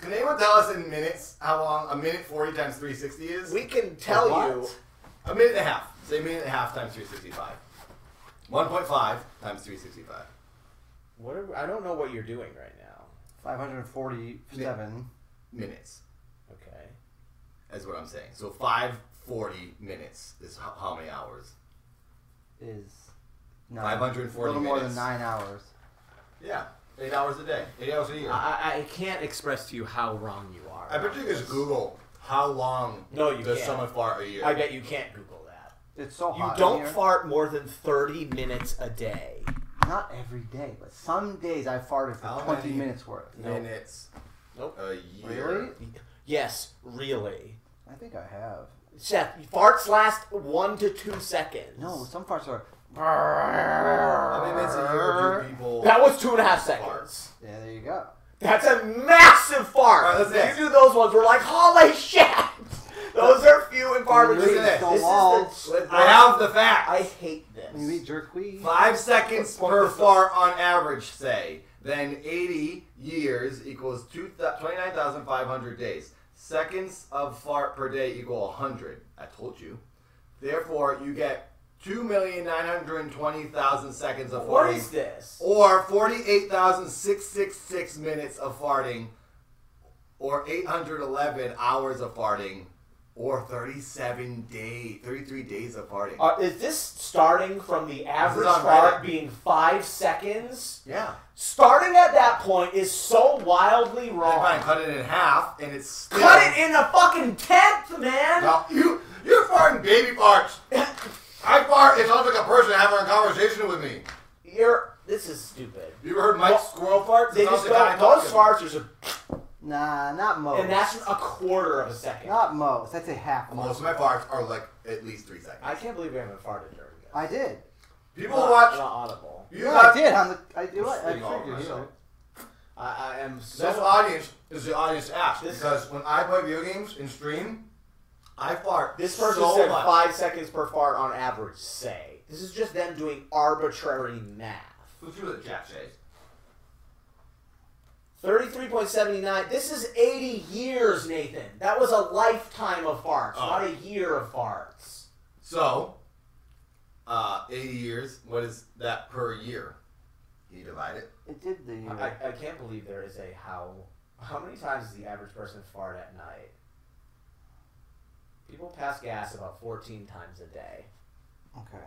[SPEAKER 2] Can anyone tell us in minutes how long a minute forty times three sixty is?
[SPEAKER 4] We can tell you.
[SPEAKER 3] What?
[SPEAKER 2] A minute and a half. Say a minute and a half times 365. 1.5 times 365.
[SPEAKER 4] What are, I don't know what you're doing right now.
[SPEAKER 3] 547.
[SPEAKER 2] Minutes
[SPEAKER 4] Okay.
[SPEAKER 2] is what I'm saying. So 540 minutes is how, how many hours?
[SPEAKER 3] is nine,
[SPEAKER 2] 540
[SPEAKER 3] a little more
[SPEAKER 2] minutes.
[SPEAKER 3] than nine hours.
[SPEAKER 2] Yeah. Eight hours a day. Eight hours a year. I,
[SPEAKER 5] I, I can't express to you how wrong you are.
[SPEAKER 2] bet you could just Google how long
[SPEAKER 4] No, you
[SPEAKER 2] does
[SPEAKER 4] can't.
[SPEAKER 2] someone fart a year.
[SPEAKER 4] I bet you can't Google that.
[SPEAKER 3] It's so
[SPEAKER 4] You
[SPEAKER 3] hot. in
[SPEAKER 4] don't
[SPEAKER 3] here.
[SPEAKER 4] fart more than 30 minutes a day.
[SPEAKER 3] Not every day, but some days I farted for
[SPEAKER 2] How
[SPEAKER 3] 20
[SPEAKER 2] many-
[SPEAKER 3] minutes worth.
[SPEAKER 2] minutes
[SPEAKER 4] Nope.
[SPEAKER 2] a year.
[SPEAKER 3] Really?
[SPEAKER 4] Yes, really.
[SPEAKER 3] I think I have.
[SPEAKER 4] Seth, farts last one to two seconds.
[SPEAKER 3] No, some farts are.
[SPEAKER 2] How many minutes a year do people
[SPEAKER 4] That was two and a half seconds.
[SPEAKER 3] Yeah, there you go.
[SPEAKER 4] That's a massive fart.
[SPEAKER 2] All right, listen to this.
[SPEAKER 4] you do those ones, we're like, holy shit! Those are few and far
[SPEAKER 2] Listen
[SPEAKER 4] between.
[SPEAKER 2] to this.
[SPEAKER 3] Don't wall.
[SPEAKER 4] is the,
[SPEAKER 2] I have the facts.
[SPEAKER 4] I hate this.
[SPEAKER 3] You eat jerkweed.
[SPEAKER 2] Five seconds per fart on average, say. Then 80 years equals two thou- 29,500 days. Seconds of fart per day equal 100. I told you. Therefore, you get 2,920,000 seconds of
[SPEAKER 4] What
[SPEAKER 2] farting.
[SPEAKER 4] is this?
[SPEAKER 2] Or 48,666 minutes of farting. Or 811 hours of farting. Or 37 days, 33 days of farting.
[SPEAKER 4] Uh, is this starting from the average
[SPEAKER 2] on
[SPEAKER 4] fart
[SPEAKER 2] Reddit.
[SPEAKER 4] being five seconds?
[SPEAKER 2] yeah.
[SPEAKER 4] Starting at that point is so wildly
[SPEAKER 2] Then
[SPEAKER 4] wrong.
[SPEAKER 2] fine, cut it in half, and it's still.
[SPEAKER 4] Cut it in a fucking tenth, man.
[SPEAKER 2] No, you you're farting baby farts. I fart. It sounds like a person having a conversation with me.
[SPEAKER 4] You're. This is stupid.
[SPEAKER 2] You ever heard Mike's
[SPEAKER 4] Well,
[SPEAKER 2] squirrel farts?
[SPEAKER 4] They
[SPEAKER 2] It sounds
[SPEAKER 4] just
[SPEAKER 2] like
[SPEAKER 4] go.
[SPEAKER 2] I
[SPEAKER 4] Those
[SPEAKER 2] talk
[SPEAKER 4] farts are just,
[SPEAKER 3] Nah, not most.
[SPEAKER 4] and that's a quarter of a second.
[SPEAKER 3] not most. I'd say half.
[SPEAKER 2] to him. Most of my farts are like at least three seconds.
[SPEAKER 4] I can't believe we haven't farted during this.
[SPEAKER 3] I did.
[SPEAKER 2] People
[SPEAKER 4] Not-
[SPEAKER 2] watch.
[SPEAKER 4] Not audible.
[SPEAKER 2] You
[SPEAKER 3] Yeah, I
[SPEAKER 2] watch-
[SPEAKER 3] did. On the, I do. I, I
[SPEAKER 2] Speaking all
[SPEAKER 3] figured.
[SPEAKER 2] myself.
[SPEAKER 3] yeah.
[SPEAKER 4] I, I am
[SPEAKER 2] This
[SPEAKER 4] so.
[SPEAKER 2] audience is the audience asked
[SPEAKER 4] This-
[SPEAKER 2] because when I play video games and stream, I fart.
[SPEAKER 4] This person
[SPEAKER 2] so
[SPEAKER 4] said
[SPEAKER 2] much.
[SPEAKER 4] five seconds per fart on average. Say this is just them doing arbitrary math.
[SPEAKER 2] Let's do the Jack Shays.
[SPEAKER 4] 33.79. This is 80 years, Nathan. That was a lifetime of farts,
[SPEAKER 2] Oh.
[SPEAKER 4] not a year of farts.
[SPEAKER 2] So, uh, 80 years. What is that per year? You divide it.
[SPEAKER 3] It did the.
[SPEAKER 4] I, I can't believe there is a how. How many times does the average person fart at night? People pass gas about 14 times a day.
[SPEAKER 3] uh, okay.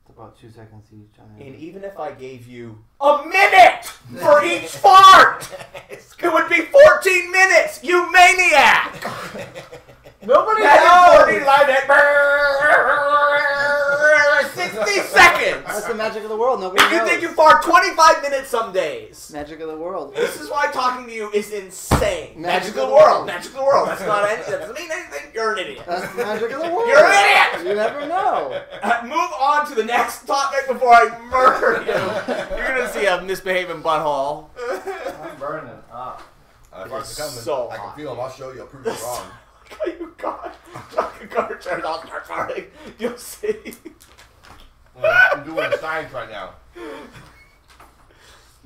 [SPEAKER 3] It's about two seconds each. I mean,
[SPEAKER 4] And even if I gave you a minute for each fart, it would be 14 minutes, you maniac! Nobody
[SPEAKER 3] knows.
[SPEAKER 4] like that. 60 seconds!
[SPEAKER 3] That's the magic of the world. Nobody
[SPEAKER 4] If you
[SPEAKER 3] knows.
[SPEAKER 4] think you fart 25 minutes some days,
[SPEAKER 3] magic of the world.
[SPEAKER 4] this is why talking to you is insane.
[SPEAKER 3] Magic
[SPEAKER 4] Magic of
[SPEAKER 3] of
[SPEAKER 4] the
[SPEAKER 3] the
[SPEAKER 4] world.
[SPEAKER 3] world. Uh,
[SPEAKER 4] Magic of the world. That's not any, that doesn't mean anything. You're an idiot.
[SPEAKER 3] That's the magic of the world.
[SPEAKER 4] You're an idiot!
[SPEAKER 3] You never know.
[SPEAKER 4] Uh, move on to the next topic before I murder you. You're gonna see a misbehaving butthole.
[SPEAKER 6] I'm burning up.
[SPEAKER 2] I can,
[SPEAKER 4] It's so
[SPEAKER 2] I can
[SPEAKER 4] hot.
[SPEAKER 2] feel him. I'll show you. I'll prove you wrong.
[SPEAKER 4] Oh, you got fucking car turned off, start farting. You'll see.
[SPEAKER 2] I'm doing the science right now.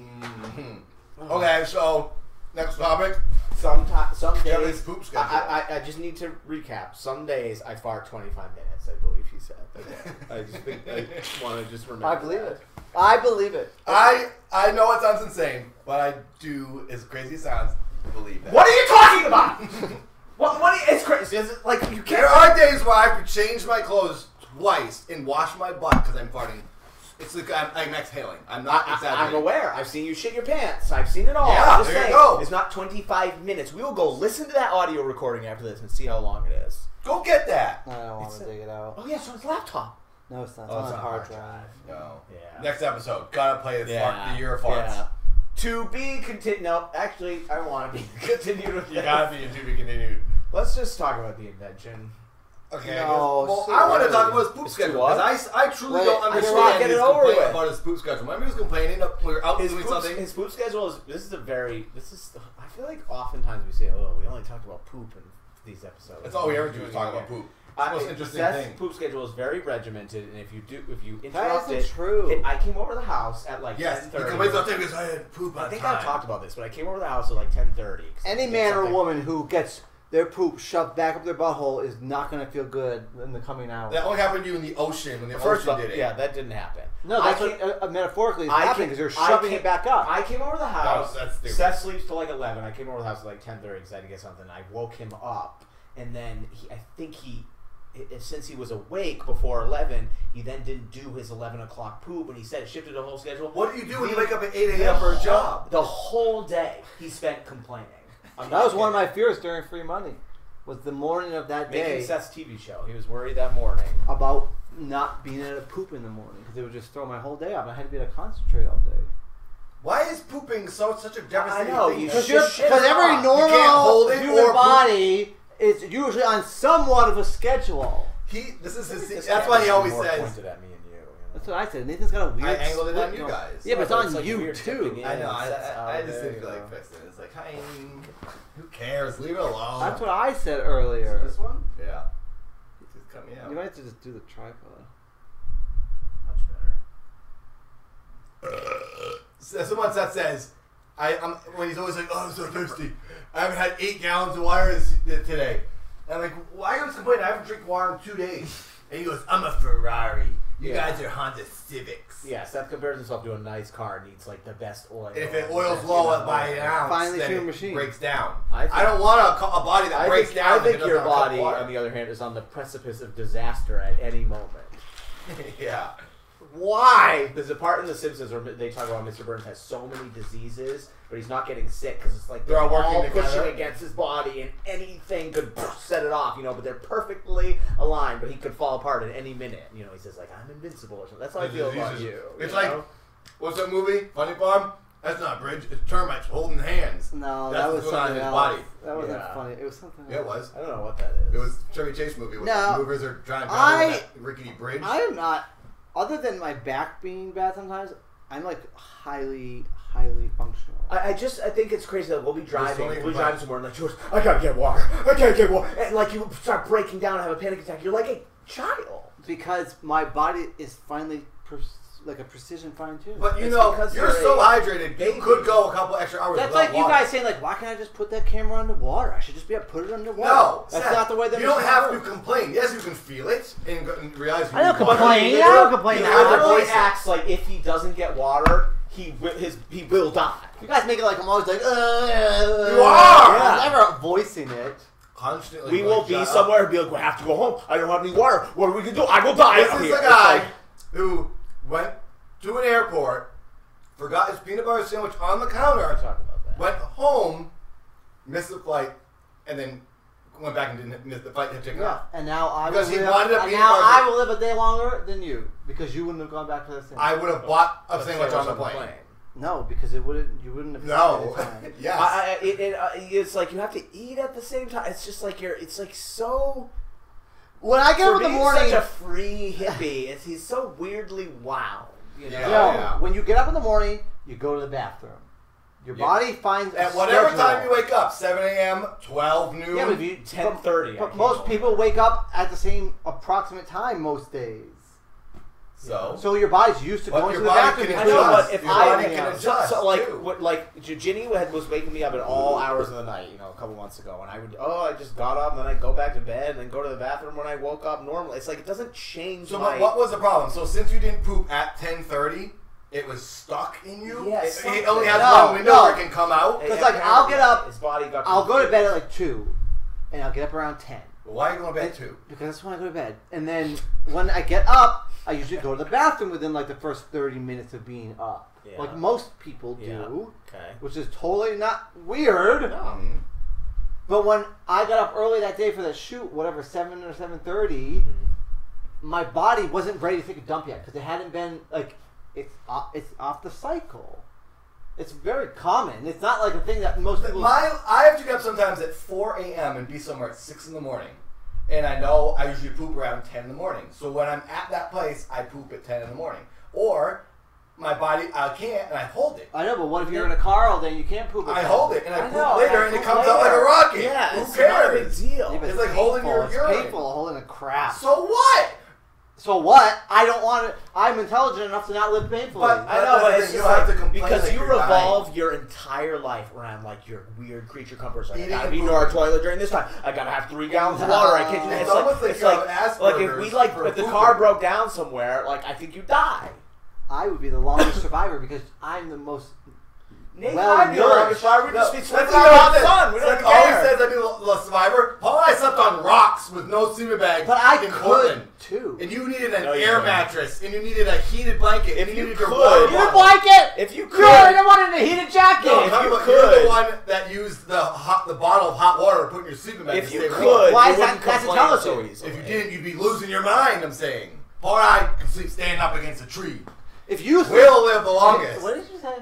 [SPEAKER 2] Mhm. Okay, so next topic.
[SPEAKER 4] Sometimes, some
[SPEAKER 2] Kevin's
[SPEAKER 4] days,
[SPEAKER 2] poop schedule.
[SPEAKER 4] I, I, I just need to recap. Some days I fart 25 minutes. I believe he said. But I just think I want to just remember.
[SPEAKER 3] I believe
[SPEAKER 4] that.
[SPEAKER 3] it. I believe it.
[SPEAKER 2] I I know it sounds insane, but I do, as crazy as it sounds, believe that.
[SPEAKER 4] What are you talking about? what? What? Is, it's crazy. Is it, like you
[SPEAKER 2] There
[SPEAKER 4] can't.
[SPEAKER 2] are days where I have to change my clothes twice and wash my butt because I'm farting. It's like I'm, I'm exhaling. I'm not
[SPEAKER 4] I, am
[SPEAKER 2] exaggerating.
[SPEAKER 4] aware. I've seen you shit your pants. I've seen it all.
[SPEAKER 2] Yeah,
[SPEAKER 4] I'm just
[SPEAKER 2] there you
[SPEAKER 4] saying,
[SPEAKER 2] go.
[SPEAKER 4] It's not 25 minutes. We will go listen to that audio recording after this and see how long it is.
[SPEAKER 2] Go get that.
[SPEAKER 3] I don't want
[SPEAKER 4] It's a-
[SPEAKER 3] to dig it out.
[SPEAKER 4] Oh yeah, so it's laptop.
[SPEAKER 3] No, it's not. It's
[SPEAKER 2] Oh,
[SPEAKER 3] on
[SPEAKER 2] it's
[SPEAKER 3] a
[SPEAKER 2] on
[SPEAKER 3] hard
[SPEAKER 2] hard
[SPEAKER 3] drive.
[SPEAKER 2] No.
[SPEAKER 4] Yeah.
[SPEAKER 2] Next episode, gotta play the fart, the year of farts.
[SPEAKER 4] yeah. To be continued. No, actually, I don't want to be continued with
[SPEAKER 2] You
[SPEAKER 4] this.
[SPEAKER 2] gotta be a to be continued.
[SPEAKER 4] Let's just talk about the invention.
[SPEAKER 2] Okay.
[SPEAKER 3] No,
[SPEAKER 2] I guess- well,
[SPEAKER 3] seriously.
[SPEAKER 2] I want to talk about his poop
[SPEAKER 4] It's too
[SPEAKER 6] schedule.
[SPEAKER 4] what?
[SPEAKER 6] Because I, I truly
[SPEAKER 3] Wait,
[SPEAKER 6] don't
[SPEAKER 4] just
[SPEAKER 3] I
[SPEAKER 6] understand
[SPEAKER 4] wanna get it
[SPEAKER 6] his
[SPEAKER 4] over
[SPEAKER 6] complaint
[SPEAKER 4] with.
[SPEAKER 6] about his poop schedule. Remember he was complaining that we were out
[SPEAKER 4] His
[SPEAKER 6] doing
[SPEAKER 4] poop,
[SPEAKER 6] something?
[SPEAKER 4] his poop schedule is. This is a very. This is. I feel like oftentimes we say, "Oh, we only talked about poop in these episodes."
[SPEAKER 2] That's all we ever do is talk about poop. It's the
[SPEAKER 4] I-
[SPEAKER 2] most interesting
[SPEAKER 4] Seth's
[SPEAKER 2] thing.
[SPEAKER 4] poop schedule is very regimented, and if you do, if you
[SPEAKER 3] That
[SPEAKER 4] interrupt
[SPEAKER 3] isn't
[SPEAKER 4] it,
[SPEAKER 3] true.
[SPEAKER 4] it- I came over to the house at like
[SPEAKER 2] Yes, he
[SPEAKER 4] 10:30.
[SPEAKER 2] complains about things because I had poop on
[SPEAKER 4] I think
[SPEAKER 2] time.
[SPEAKER 4] I've talked about this, but I came over to the house at like ten thirty.
[SPEAKER 3] Any man or woman who gets their poop shoved back up their butthole is not going to feel good in the coming hours.
[SPEAKER 2] That only happened to you in the ocean when the
[SPEAKER 4] First
[SPEAKER 2] ocean
[SPEAKER 4] of all,
[SPEAKER 2] did it.
[SPEAKER 4] yeah, that didn't happen.
[SPEAKER 3] no,
[SPEAKER 4] I
[SPEAKER 3] that's
[SPEAKER 4] came-
[SPEAKER 3] what uh, uh, metaphorically is
[SPEAKER 4] I
[SPEAKER 3] happening
[SPEAKER 4] came-
[SPEAKER 3] because you're
[SPEAKER 4] I
[SPEAKER 3] shoving
[SPEAKER 4] came-
[SPEAKER 3] it back up.
[SPEAKER 4] I came over to the house.
[SPEAKER 2] that's stupid.
[SPEAKER 4] Seth sleeps till like eleven. I came over to the house at like ten thirty because I had to get something. I woke him up, and then he, I think he, i- i- since he was awake before eleven, he then didn't do his eleven o'clock poop, and he said it shifted the whole schedule.
[SPEAKER 6] What do you do when you
[SPEAKER 4] The-
[SPEAKER 6] wake up at 8
[SPEAKER 4] the
[SPEAKER 6] a.m. for a
[SPEAKER 4] whole-
[SPEAKER 6] job?
[SPEAKER 4] The whole day he spent complaining. I'm
[SPEAKER 3] that was
[SPEAKER 4] not
[SPEAKER 3] one of
[SPEAKER 4] kidding.
[SPEAKER 3] my fears during free money. Was the morning of that
[SPEAKER 4] making
[SPEAKER 3] day
[SPEAKER 4] Seth's TV show. He was worried that morning.
[SPEAKER 3] about not being able to poop in the morning because it would just throw my whole day off. I had to be able to concentrate all day.
[SPEAKER 2] Why is pooping so such a devastating
[SPEAKER 4] I know,
[SPEAKER 2] thing?
[SPEAKER 4] you
[SPEAKER 3] Because
[SPEAKER 4] should-
[SPEAKER 3] you're-
[SPEAKER 4] shit
[SPEAKER 3] because every
[SPEAKER 4] off. You
[SPEAKER 3] normal
[SPEAKER 2] can't hold it or
[SPEAKER 3] human
[SPEAKER 2] poop.
[SPEAKER 3] body is usually on somewhat of a schedule.
[SPEAKER 2] he, this is his.
[SPEAKER 4] This
[SPEAKER 2] that's
[SPEAKER 4] guy
[SPEAKER 2] why he
[SPEAKER 4] was
[SPEAKER 2] always
[SPEAKER 4] more
[SPEAKER 2] says.
[SPEAKER 4] pointed at me and you. you know?
[SPEAKER 3] That's what I said. Nathan's got a weird.
[SPEAKER 6] I angled it
[SPEAKER 3] split
[SPEAKER 6] on you
[SPEAKER 3] going.
[SPEAKER 6] guys.
[SPEAKER 3] Yeah, but it's
[SPEAKER 4] No, but
[SPEAKER 3] on
[SPEAKER 4] it's like
[SPEAKER 3] you
[SPEAKER 4] weird tipping
[SPEAKER 3] too.
[SPEAKER 4] in.
[SPEAKER 6] I know.
[SPEAKER 4] Yeah,
[SPEAKER 6] I,
[SPEAKER 4] that's
[SPEAKER 6] I, I
[SPEAKER 4] out
[SPEAKER 6] just
[SPEAKER 4] there,
[SPEAKER 6] didn't feel
[SPEAKER 4] you
[SPEAKER 6] like
[SPEAKER 4] know.
[SPEAKER 6] fixing it. It's like, hi, who cares? Leave it alone.
[SPEAKER 3] That's what I said
[SPEAKER 6] Is it
[SPEAKER 3] earlier.
[SPEAKER 6] This one? Yeah. Just cut me out.
[SPEAKER 3] You might have to just do the tripod.
[SPEAKER 6] Much better.
[SPEAKER 2] So someone that says, I, I'm, when he's always like, oh, I'm so thirsty. I haven't had eight gallons of water this, th- today. And I'm like, why are you complaining? I haven't drank water in two days. And he goes, I'm a Ferrari. You
[SPEAKER 4] Yeah.
[SPEAKER 2] guys are Honda Civics.
[SPEAKER 4] Yeah, Seth compares himself to a nice car and needs like the best oil.
[SPEAKER 2] And if it oils low at by an ounce,
[SPEAKER 3] Finally
[SPEAKER 2] then
[SPEAKER 3] to your
[SPEAKER 2] it
[SPEAKER 3] machine.
[SPEAKER 2] breaks down.
[SPEAKER 4] I
[SPEAKER 2] I,
[SPEAKER 4] think-
[SPEAKER 2] don't want a, co- a body that
[SPEAKER 4] I
[SPEAKER 2] breaks
[SPEAKER 4] think,
[SPEAKER 2] down.
[SPEAKER 4] I
[SPEAKER 2] if it
[SPEAKER 4] think
[SPEAKER 2] doesn't
[SPEAKER 4] your
[SPEAKER 2] have enough
[SPEAKER 4] body,
[SPEAKER 2] water.
[SPEAKER 4] on the other hand, is on the precipice of disaster at any moment.
[SPEAKER 2] yeah.
[SPEAKER 4] Why? There's a part in The Simpsons where they talk about Mr. Burns has so many diseases, but he's not getting sick because it's like
[SPEAKER 2] They're
[SPEAKER 4] they're,
[SPEAKER 2] all working
[SPEAKER 4] all
[SPEAKER 2] together.
[SPEAKER 4] pushing against his body, and anything could set it off, you know. But they're perfectly aligned, but he could fall apart at any minute. You know, he says like, "I'm invincible" or something. That's how I
[SPEAKER 2] The
[SPEAKER 4] feel about
[SPEAKER 2] diseases.
[SPEAKER 4] you.
[SPEAKER 2] It's
[SPEAKER 4] you
[SPEAKER 2] like-
[SPEAKER 4] know?
[SPEAKER 2] What's that movie? Funny Farm? That's not a bridge. It's termites holding hands.
[SPEAKER 3] No,
[SPEAKER 2] That's
[SPEAKER 3] that was
[SPEAKER 2] what's going on in
[SPEAKER 3] something
[SPEAKER 2] his
[SPEAKER 3] else.
[SPEAKER 2] body.
[SPEAKER 3] That wasn't
[SPEAKER 4] Yeah.
[SPEAKER 3] funny. It was something.
[SPEAKER 2] Yeah, it
[SPEAKER 3] else.
[SPEAKER 2] was.
[SPEAKER 4] I don't know what that is.
[SPEAKER 2] It was Chevy Chase movie with
[SPEAKER 3] No.
[SPEAKER 2] the movers are driving
[SPEAKER 3] I-
[SPEAKER 2] down that rickety bridge.
[SPEAKER 3] I am not. Other than my back being bad sometimes, I'm like highly, highly functional.
[SPEAKER 4] I, I just I think it's crazy that we'll be driving,
[SPEAKER 2] only
[SPEAKER 4] we'll be
[SPEAKER 2] one.
[SPEAKER 4] driving somewhere, and like George, I gotta get water, I gotta get water, and like you start breaking down and have a panic attack. You're like a child.
[SPEAKER 3] because my body is finally pre- like a precision fine tune.
[SPEAKER 2] but you
[SPEAKER 4] It's
[SPEAKER 2] know,
[SPEAKER 4] because
[SPEAKER 2] you're
[SPEAKER 4] you're
[SPEAKER 2] so
[SPEAKER 4] a
[SPEAKER 2] hydrated,
[SPEAKER 4] baby.
[SPEAKER 2] you could go a couple extra hours.
[SPEAKER 3] That's
[SPEAKER 2] without
[SPEAKER 3] like you
[SPEAKER 2] water.
[SPEAKER 3] guys saying, like, why can't I just put that camera underwater? I should just be able to put it underwater.
[SPEAKER 2] No,
[SPEAKER 3] that's
[SPEAKER 2] Seth,
[SPEAKER 3] not the way that
[SPEAKER 2] you don't
[SPEAKER 3] machine
[SPEAKER 2] have
[SPEAKER 3] works.
[SPEAKER 2] to complain. Yes, you can feel it and, go- and realize. You
[SPEAKER 3] I don't
[SPEAKER 2] need water.
[SPEAKER 3] complain.
[SPEAKER 2] You
[SPEAKER 3] I don't
[SPEAKER 2] know,
[SPEAKER 3] complain.
[SPEAKER 2] you
[SPEAKER 3] I
[SPEAKER 2] know,
[SPEAKER 3] don't
[SPEAKER 2] your
[SPEAKER 4] Literally
[SPEAKER 2] voice-
[SPEAKER 4] acts like if he doesn't get water, he will, his he will die.
[SPEAKER 3] You guys make it like I'm always like, uh,
[SPEAKER 2] You are!
[SPEAKER 3] I'm never voicing it.
[SPEAKER 2] constantly.
[SPEAKER 4] We
[SPEAKER 2] going,
[SPEAKER 4] will be
[SPEAKER 2] "Shut up."
[SPEAKER 4] somewhere and be like, we have to go home. I don't have any water. What are we gonna do? I will die.
[SPEAKER 2] This
[SPEAKER 4] out
[SPEAKER 2] is
[SPEAKER 4] here."
[SPEAKER 2] the
[SPEAKER 4] It's
[SPEAKER 2] guy
[SPEAKER 4] like-
[SPEAKER 2] who went to an airport, forgot his peanut butter sandwich on the counter,
[SPEAKER 4] Talk about that.
[SPEAKER 2] went home, missed the flight, and then went back and didn't miss the fight. Hit chicken
[SPEAKER 3] Yeah,
[SPEAKER 2] off.
[SPEAKER 3] and now I
[SPEAKER 2] Because
[SPEAKER 3] will
[SPEAKER 2] he
[SPEAKER 3] live,
[SPEAKER 2] wanted to
[SPEAKER 3] and
[SPEAKER 2] be
[SPEAKER 3] now
[SPEAKER 2] part of
[SPEAKER 3] I
[SPEAKER 2] it.
[SPEAKER 3] will live a day longer than you because you wouldn't have gone back to the same.
[SPEAKER 2] I would have bought a sandwich on the plane.
[SPEAKER 3] no, because it wouldn't. You wouldn't have.
[SPEAKER 2] No.
[SPEAKER 3] spent any time.
[SPEAKER 2] yes.
[SPEAKER 4] I, I, it, it, uh, it's like you have to eat at the same time. It's just like you're. It's like so.
[SPEAKER 3] When I get
[SPEAKER 4] for
[SPEAKER 3] up in the
[SPEAKER 4] being
[SPEAKER 3] morning,
[SPEAKER 4] such a free hippie. It's, he's so weirdly wow. You know.
[SPEAKER 2] Yeah.
[SPEAKER 3] no.
[SPEAKER 2] Oh, Yeah.
[SPEAKER 3] When you get up in the morning, you go to the bathroom. Your
[SPEAKER 5] Yeah.
[SPEAKER 3] body finds a
[SPEAKER 2] At whatever
[SPEAKER 3] schedule.
[SPEAKER 2] time you wake up, 7 a.m., 12 noon.
[SPEAKER 3] Yeah, but if you
[SPEAKER 4] Ten
[SPEAKER 3] but-
[SPEAKER 4] thirty.
[SPEAKER 3] But most people wake up at the same approximate time most days.
[SPEAKER 2] so,
[SPEAKER 3] So your body's used to
[SPEAKER 2] Oh. But
[SPEAKER 3] going
[SPEAKER 2] your
[SPEAKER 3] to the
[SPEAKER 2] body
[SPEAKER 3] bathroom.
[SPEAKER 2] can
[SPEAKER 4] I
[SPEAKER 3] between
[SPEAKER 4] know, but
[SPEAKER 3] us.
[SPEAKER 4] if
[SPEAKER 2] Your
[SPEAKER 4] I
[SPEAKER 2] body can
[SPEAKER 4] so,
[SPEAKER 2] adjust,
[SPEAKER 4] so like
[SPEAKER 2] too.
[SPEAKER 4] what like Ginny had was waking me up at all hours of the night, you know, a couple months ago, and I would oh I just got up and then I go back to bed and then go to the bathroom when I woke up normally. It's like it doesn't change
[SPEAKER 2] so
[SPEAKER 4] my
[SPEAKER 2] what, what was the problem? So since you didn't poop at 10.30, it was stuck in you?
[SPEAKER 4] Yeah,
[SPEAKER 2] it, it
[SPEAKER 4] something.
[SPEAKER 2] only has
[SPEAKER 3] No,
[SPEAKER 2] one window
[SPEAKER 3] no.
[SPEAKER 2] where it can come out?
[SPEAKER 3] It's like, I'll get up,
[SPEAKER 4] His body got.
[SPEAKER 3] I'll go to bed at like two, and I'll get up around ten
[SPEAKER 2] Why are you going to bed too?
[SPEAKER 3] because that's when I go to bed. And then when I get up, I usually go to the bathroom within like the first thirty minutes of being up,
[SPEAKER 4] Yeah.
[SPEAKER 3] like most people do,
[SPEAKER 4] Okay.
[SPEAKER 3] which is totally not weird.
[SPEAKER 2] Um,
[SPEAKER 3] But when I got up early that day for that shoot, whatever seven or seven my body wasn't ready to take a dump yet because it hadn't been like it's off, it's off the cycle. It's very common. It's not like a thing that most people.
[SPEAKER 2] My, I have to get up sometimes at 4 a.m. and be somewhere at 6 in the morning. And I know I usually poop around 10 in the morning. So when I'm at that place, I poop at 10 in the morning. Or my body, I can't, and I hold it.
[SPEAKER 3] I know, but what if you're in a car all day and you can't poop?
[SPEAKER 2] I hold it, and I,
[SPEAKER 4] I
[SPEAKER 2] poop
[SPEAKER 4] know,
[SPEAKER 2] later,
[SPEAKER 4] I
[SPEAKER 2] and it
[SPEAKER 4] poop
[SPEAKER 2] comes out like a
[SPEAKER 4] later.
[SPEAKER 2] rocket.
[SPEAKER 4] Yeah.
[SPEAKER 2] Who
[SPEAKER 4] it's Not a big
[SPEAKER 2] cares?
[SPEAKER 4] deal.
[SPEAKER 3] Yeah, but
[SPEAKER 2] It's like holding
[SPEAKER 3] painful.
[SPEAKER 2] your
[SPEAKER 3] it's
[SPEAKER 2] urine.
[SPEAKER 3] painful holding a crap. So,
[SPEAKER 2] So what?
[SPEAKER 3] what? I don't want it. I'm intelligent enough to not live painfully.
[SPEAKER 2] But
[SPEAKER 4] I know, but it's
[SPEAKER 2] You
[SPEAKER 4] just
[SPEAKER 2] don't have
[SPEAKER 4] like,
[SPEAKER 2] to complain
[SPEAKER 4] because
[SPEAKER 2] like
[SPEAKER 4] you
[SPEAKER 2] you're dying.
[SPEAKER 4] revolve your entire life around like your weird creature comforts. Like, I
[SPEAKER 2] Eating
[SPEAKER 4] gotta
[SPEAKER 2] and
[SPEAKER 4] be near our
[SPEAKER 2] pooping.
[SPEAKER 4] toilet during this time. I gotta have three gallons of water. I can't do
[SPEAKER 3] It's
[SPEAKER 4] that. It's,
[SPEAKER 2] almost like
[SPEAKER 4] like, it's
[SPEAKER 2] you have
[SPEAKER 4] like, like if we
[SPEAKER 2] Asperger's
[SPEAKER 4] like
[SPEAKER 2] for
[SPEAKER 4] if the
[SPEAKER 2] pooping.
[SPEAKER 4] car broke down somewhere, like I think you die.
[SPEAKER 3] I would be the longest survivor because I'm the most.
[SPEAKER 4] Nate,
[SPEAKER 3] Well,
[SPEAKER 4] why do you
[SPEAKER 3] nourished.
[SPEAKER 4] want to survive? We
[SPEAKER 2] No,
[SPEAKER 4] just be
[SPEAKER 2] that's
[SPEAKER 4] swimming
[SPEAKER 2] what
[SPEAKER 4] around
[SPEAKER 2] I said.
[SPEAKER 4] fun. We
[SPEAKER 2] It's
[SPEAKER 4] don't
[SPEAKER 2] like
[SPEAKER 4] even
[SPEAKER 2] always
[SPEAKER 4] care.
[SPEAKER 2] says I'd be a a survivor. Paul and I slept on rocks with no sleeping bag.
[SPEAKER 3] But I
[SPEAKER 2] in
[SPEAKER 3] could
[SPEAKER 2] Portland.
[SPEAKER 3] too.
[SPEAKER 2] And you needed an
[SPEAKER 4] No, you
[SPEAKER 2] air
[SPEAKER 4] couldn't.
[SPEAKER 2] mattress, and you needed a heated blanket,
[SPEAKER 4] If
[SPEAKER 2] and
[SPEAKER 4] you
[SPEAKER 2] needed
[SPEAKER 4] could-
[SPEAKER 2] your water
[SPEAKER 4] You
[SPEAKER 2] bottle.
[SPEAKER 4] didn't
[SPEAKER 3] blanket.
[SPEAKER 4] If you could,
[SPEAKER 3] no, I don't want it in a heated jacket.
[SPEAKER 2] No,
[SPEAKER 4] if
[SPEAKER 2] I'm talking
[SPEAKER 4] you
[SPEAKER 2] about you're
[SPEAKER 4] could-
[SPEAKER 2] the one that used the hot, the bottle of hot water to put in your sleeping bag.
[SPEAKER 4] if
[SPEAKER 2] to
[SPEAKER 4] you
[SPEAKER 2] stay
[SPEAKER 4] could,
[SPEAKER 2] warm.
[SPEAKER 3] Why
[SPEAKER 4] you
[SPEAKER 3] is that-
[SPEAKER 4] wouldn't
[SPEAKER 3] that's
[SPEAKER 4] complain
[SPEAKER 3] intelligent.
[SPEAKER 4] So
[SPEAKER 2] If you
[SPEAKER 4] easily.
[SPEAKER 2] didn't, you'd be losing your mind. I'm saying. Paul and I can sleep standing up against a tree.
[SPEAKER 3] If you
[SPEAKER 2] We'll live the longest.
[SPEAKER 3] What did you say?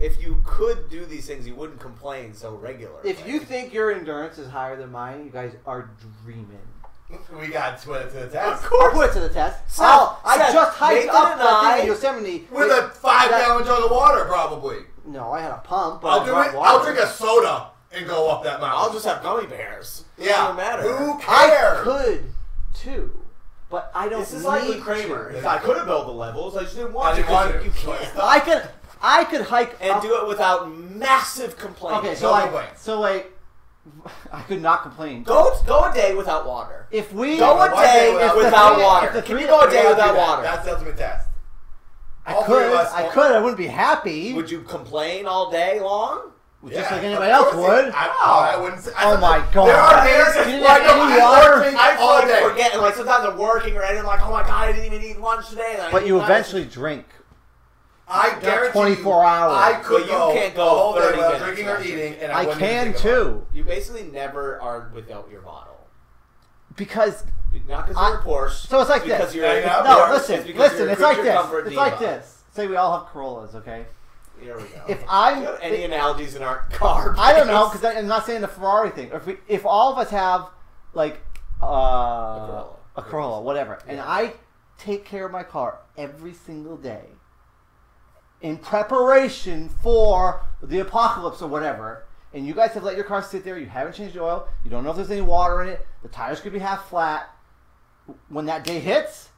[SPEAKER 4] if you could do these things, you wouldn't complain so regularly.
[SPEAKER 3] If you think your endurance is higher than mine, you guys are dreaming.
[SPEAKER 2] We got to it to the test.
[SPEAKER 3] I'll put it to the test.
[SPEAKER 4] So,
[SPEAKER 3] I'll- I
[SPEAKER 4] Seth,
[SPEAKER 3] just hiked
[SPEAKER 4] Nathan
[SPEAKER 3] up
[SPEAKER 4] and
[SPEAKER 3] the thing
[SPEAKER 4] I-
[SPEAKER 3] in Yosemite.
[SPEAKER 2] With a five gallon jug of water, probably.
[SPEAKER 3] no, I had a pump. But
[SPEAKER 2] I'll
[SPEAKER 3] I
[SPEAKER 2] do
[SPEAKER 3] brought
[SPEAKER 2] it.
[SPEAKER 3] Water.
[SPEAKER 2] I'll drink a soda and go up that mountain.
[SPEAKER 4] I'll just have gummy bears. It
[SPEAKER 2] yeah.
[SPEAKER 4] doesn't matter.
[SPEAKER 2] Who
[SPEAKER 3] I
[SPEAKER 2] cares?
[SPEAKER 3] could too, but I don't.
[SPEAKER 4] This is
[SPEAKER 3] need
[SPEAKER 4] like with Kramer.
[SPEAKER 3] to.
[SPEAKER 4] If I could have built the levels, I just didn't want
[SPEAKER 2] I
[SPEAKER 4] to.
[SPEAKER 2] didn't want
[SPEAKER 4] 'cause
[SPEAKER 2] to.
[SPEAKER 4] You can't.
[SPEAKER 3] I could. I could hike
[SPEAKER 4] And
[SPEAKER 3] up-
[SPEAKER 4] do it without massive complaining.
[SPEAKER 3] Okay, so
[SPEAKER 2] No
[SPEAKER 3] I.
[SPEAKER 2] complaints.
[SPEAKER 3] So like, I could not complain.
[SPEAKER 4] go go a day without water.
[SPEAKER 3] If we
[SPEAKER 4] Go a
[SPEAKER 2] One
[SPEAKER 4] day
[SPEAKER 2] day
[SPEAKER 4] without
[SPEAKER 2] without
[SPEAKER 3] water.
[SPEAKER 4] water.
[SPEAKER 3] If the
[SPEAKER 4] Can you
[SPEAKER 3] commu-
[SPEAKER 4] go a
[SPEAKER 2] We gotta
[SPEAKER 4] day
[SPEAKER 2] do
[SPEAKER 4] without
[SPEAKER 2] that.
[SPEAKER 4] water?
[SPEAKER 2] That's the ultimate test.
[SPEAKER 3] I
[SPEAKER 2] all three of
[SPEAKER 3] could,
[SPEAKER 2] us-
[SPEAKER 3] I could. I wouldn't be happy.
[SPEAKER 4] Would you complain all day long?
[SPEAKER 3] Just
[SPEAKER 2] Yeah,
[SPEAKER 3] like
[SPEAKER 2] of
[SPEAKER 3] anybody else
[SPEAKER 2] course
[SPEAKER 3] would.
[SPEAKER 2] it- I, I wouldn't say. I
[SPEAKER 3] Oh
[SPEAKER 2] said
[SPEAKER 3] my
[SPEAKER 2] that-
[SPEAKER 3] God.
[SPEAKER 2] There are
[SPEAKER 3] You
[SPEAKER 2] days
[SPEAKER 3] didn't
[SPEAKER 2] like
[SPEAKER 3] have any water?
[SPEAKER 2] I drink
[SPEAKER 4] I
[SPEAKER 2] all
[SPEAKER 4] fucking
[SPEAKER 2] day.
[SPEAKER 4] forget. Like sometimes I'm working or anything. I'm like, oh my god, I didn't even eat lunch today. and I
[SPEAKER 3] but
[SPEAKER 4] ate
[SPEAKER 3] you
[SPEAKER 4] lunch.
[SPEAKER 3] eventually drink.
[SPEAKER 2] I guarantee
[SPEAKER 3] 24
[SPEAKER 2] you,
[SPEAKER 3] hours.
[SPEAKER 2] I could
[SPEAKER 4] But you
[SPEAKER 2] go.
[SPEAKER 4] can't go
[SPEAKER 2] all day
[SPEAKER 4] 30
[SPEAKER 2] without
[SPEAKER 4] minutes
[SPEAKER 2] drinking or
[SPEAKER 4] without
[SPEAKER 2] eating, and I,
[SPEAKER 3] I
[SPEAKER 2] wouldn't
[SPEAKER 3] can
[SPEAKER 2] even think about it.
[SPEAKER 3] too,
[SPEAKER 4] You basically never are without your bottle.
[SPEAKER 3] because
[SPEAKER 4] Not because
[SPEAKER 3] I-
[SPEAKER 4] you're poor.
[SPEAKER 3] so it's like
[SPEAKER 4] because
[SPEAKER 3] this.
[SPEAKER 4] You're,
[SPEAKER 2] Yeah, I know.
[SPEAKER 3] No,
[SPEAKER 4] you're-
[SPEAKER 3] listen,
[SPEAKER 4] it's because
[SPEAKER 3] listen.
[SPEAKER 4] you're a
[SPEAKER 3] It's like
[SPEAKER 4] creature
[SPEAKER 3] this.
[SPEAKER 4] comfort
[SPEAKER 3] It's like
[SPEAKER 4] diva.
[SPEAKER 3] this. Say we all have Corollas, okay?
[SPEAKER 4] Here we go.
[SPEAKER 3] If I'm,
[SPEAKER 4] Do any analogies in our car,
[SPEAKER 3] I don't know
[SPEAKER 4] please?
[SPEAKER 3] because I'm not saying the Ferrari thing. If we, if all of us have like uh, a
[SPEAKER 4] Corolla.
[SPEAKER 3] Corolla, whatever, and I take care of my car every single day in preparation for the apocalypse or whatever, and you guys have let your car sit there, you haven't changed the oil, you don't know if there's any water in it, the tires could be half flat. When that day hits,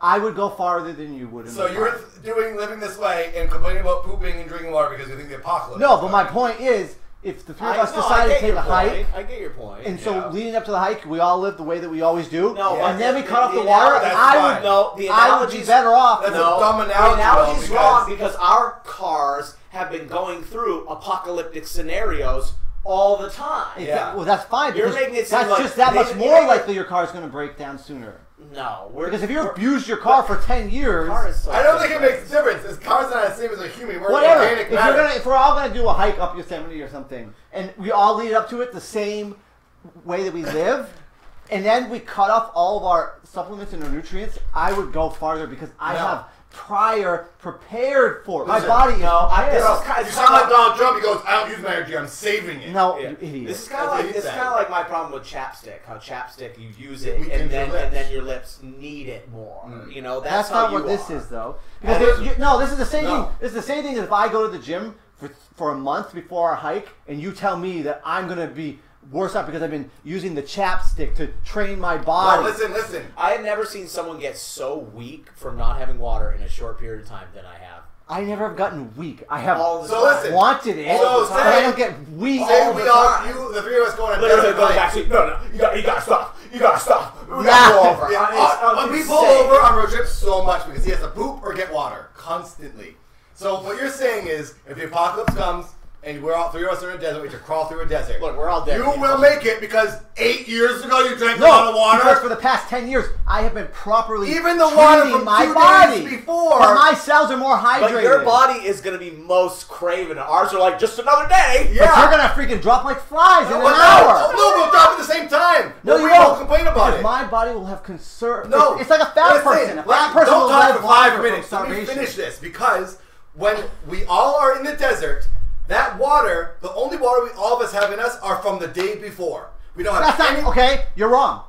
[SPEAKER 3] I would go farther than you would. In
[SPEAKER 2] So
[SPEAKER 3] the
[SPEAKER 2] you're
[SPEAKER 3] car.
[SPEAKER 2] th- doing living this way and complaining about pooping and drinking water because you think the apocalypse.
[SPEAKER 3] no, but my point is, if the three of
[SPEAKER 4] I-
[SPEAKER 3] us
[SPEAKER 4] no, I
[SPEAKER 3] decided
[SPEAKER 4] get
[SPEAKER 3] to take
[SPEAKER 4] your
[SPEAKER 3] a hike.
[SPEAKER 4] point. I get your point.
[SPEAKER 3] And so
[SPEAKER 2] Yeah.
[SPEAKER 3] leading up to the hike, we all lived the way that we always do.
[SPEAKER 4] No,
[SPEAKER 2] Yeah.
[SPEAKER 3] and then we
[SPEAKER 4] the-
[SPEAKER 3] cut off the
[SPEAKER 4] the
[SPEAKER 3] water.
[SPEAKER 2] analogy-
[SPEAKER 3] and I
[SPEAKER 2] that's
[SPEAKER 3] would,
[SPEAKER 2] fine.
[SPEAKER 4] no, the
[SPEAKER 3] I would be
[SPEAKER 4] analogy's
[SPEAKER 3] better off.
[SPEAKER 2] That's
[SPEAKER 4] no,
[SPEAKER 2] a dumb
[SPEAKER 4] The
[SPEAKER 2] analogy,
[SPEAKER 4] analogy's
[SPEAKER 2] though,
[SPEAKER 4] wrong
[SPEAKER 2] because-
[SPEAKER 4] because our cars have been going through apocalyptic scenarios all the time.
[SPEAKER 2] Yeah.
[SPEAKER 3] Well, that's fine.
[SPEAKER 4] You're
[SPEAKER 3] because
[SPEAKER 4] making it seem
[SPEAKER 3] that's
[SPEAKER 4] like
[SPEAKER 3] just that
[SPEAKER 4] they-
[SPEAKER 3] much
[SPEAKER 4] you
[SPEAKER 3] more
[SPEAKER 4] know what-
[SPEAKER 3] likely your car's going to break down sooner.
[SPEAKER 4] No, we're,
[SPEAKER 3] Because if you
[SPEAKER 4] we're-
[SPEAKER 3] abused your car for ten years,
[SPEAKER 4] car is so
[SPEAKER 2] I don't think it
[SPEAKER 4] different.
[SPEAKER 2] makes a difference. This car's not the same as a human. We're
[SPEAKER 3] whatever.
[SPEAKER 2] organic
[SPEAKER 3] If, you're
[SPEAKER 2] matter.
[SPEAKER 3] gonna, if we're all going to do a hike up Yosemite or something, and we all lead up to it the same way that we live, and then we cut off all of our supplements and our nutrients, I would go farther because I
[SPEAKER 7] No.
[SPEAKER 3] have prior prepared for it. My
[SPEAKER 7] Listen,
[SPEAKER 3] body is
[SPEAKER 4] no, I-
[SPEAKER 3] prepared.
[SPEAKER 4] this is
[SPEAKER 2] You sound like Donald Trump. He goes, "I don't use my energy. I'm saving it."
[SPEAKER 3] no,
[SPEAKER 4] Yeah.
[SPEAKER 3] you idiot.
[SPEAKER 4] This is kind
[SPEAKER 2] That's
[SPEAKER 4] of
[SPEAKER 2] what
[SPEAKER 4] like
[SPEAKER 2] he
[SPEAKER 4] it's
[SPEAKER 2] said.
[SPEAKER 4] kind of like my problem with chapstick. How chapstick you use it,
[SPEAKER 2] It weakens
[SPEAKER 4] and then
[SPEAKER 2] your
[SPEAKER 4] and
[SPEAKER 2] lips. Mm.
[SPEAKER 4] then your lips need it more. You know that's,
[SPEAKER 3] That's
[SPEAKER 4] how
[SPEAKER 3] not
[SPEAKER 4] you
[SPEAKER 3] what this
[SPEAKER 4] are.
[SPEAKER 3] is, though.
[SPEAKER 4] That
[SPEAKER 3] Because there-
[SPEAKER 4] is-
[SPEAKER 3] you- no, this is the same
[SPEAKER 7] No.
[SPEAKER 3] thing. This is the same thing as if I go to the gym for for a month before our hike, and you tell me that I'm gonna be worse off because I've been using the chapstick to train my
[SPEAKER 2] No,
[SPEAKER 3] body.
[SPEAKER 2] Oh, listen, listen.
[SPEAKER 4] I have never seen someone get so weak from not having water in a short period of time than I have.
[SPEAKER 3] I never have gotten weak. I have
[SPEAKER 4] All the
[SPEAKER 2] So
[SPEAKER 4] time.
[SPEAKER 2] listen,
[SPEAKER 3] wanted it,
[SPEAKER 2] all the
[SPEAKER 3] but I
[SPEAKER 2] time.
[SPEAKER 3] don't get weak.
[SPEAKER 2] Say
[SPEAKER 3] all
[SPEAKER 2] we
[SPEAKER 3] the
[SPEAKER 2] are
[SPEAKER 3] time.
[SPEAKER 2] you, the three of us, going on a
[SPEAKER 4] Literally
[SPEAKER 2] desert
[SPEAKER 4] going back
[SPEAKER 2] bike.
[SPEAKER 4] to no, no, you got, you got to stop, you got to stop. We
[SPEAKER 3] Nah.
[SPEAKER 4] got to go over.
[SPEAKER 2] Yeah,
[SPEAKER 4] It's
[SPEAKER 2] uh, uh, we pull
[SPEAKER 4] insane.
[SPEAKER 2] over on road trips so much because he has to poop or get water constantly. So what you're saying is, if the apocalypse comes and we're all three of us are in a desert, we have to crawl through a desert.
[SPEAKER 4] Look, we're all dead.
[SPEAKER 2] you will make it because eight years ago you drank a
[SPEAKER 3] No,
[SPEAKER 2] lot of
[SPEAKER 3] because for
[SPEAKER 2] water.
[SPEAKER 3] the past ten years, I have been properly
[SPEAKER 2] Even the water
[SPEAKER 3] treating
[SPEAKER 2] from
[SPEAKER 3] my
[SPEAKER 2] two
[SPEAKER 3] body
[SPEAKER 2] days before-
[SPEAKER 3] But my cells are more hydrated.
[SPEAKER 4] But your body is gonna be most craven. Ours are like just another day.
[SPEAKER 2] Yeah.
[SPEAKER 3] But you're gonna freaking drop like flies in
[SPEAKER 2] No,
[SPEAKER 3] an
[SPEAKER 2] but no,
[SPEAKER 3] hour.
[SPEAKER 2] no, we'll drop at the same time.
[SPEAKER 3] No,
[SPEAKER 2] But
[SPEAKER 3] you
[SPEAKER 2] we
[SPEAKER 3] don't.
[SPEAKER 2] won't complain
[SPEAKER 3] because
[SPEAKER 2] about it.
[SPEAKER 3] My body will have concern.
[SPEAKER 2] No,
[SPEAKER 3] it's, it's like a fat
[SPEAKER 2] listen,
[SPEAKER 3] person. A fat
[SPEAKER 2] let-
[SPEAKER 3] person
[SPEAKER 2] don't
[SPEAKER 3] will
[SPEAKER 2] talk
[SPEAKER 3] live
[SPEAKER 2] for five
[SPEAKER 3] longer
[SPEAKER 2] minutes.
[SPEAKER 3] from
[SPEAKER 2] Let me
[SPEAKER 3] starvation.
[SPEAKER 2] finish this because when we all are in the desert, that water, the only water we all of us have in us, are from the day before. We don't have
[SPEAKER 3] That's
[SPEAKER 2] any.
[SPEAKER 3] not okay. You're wrong.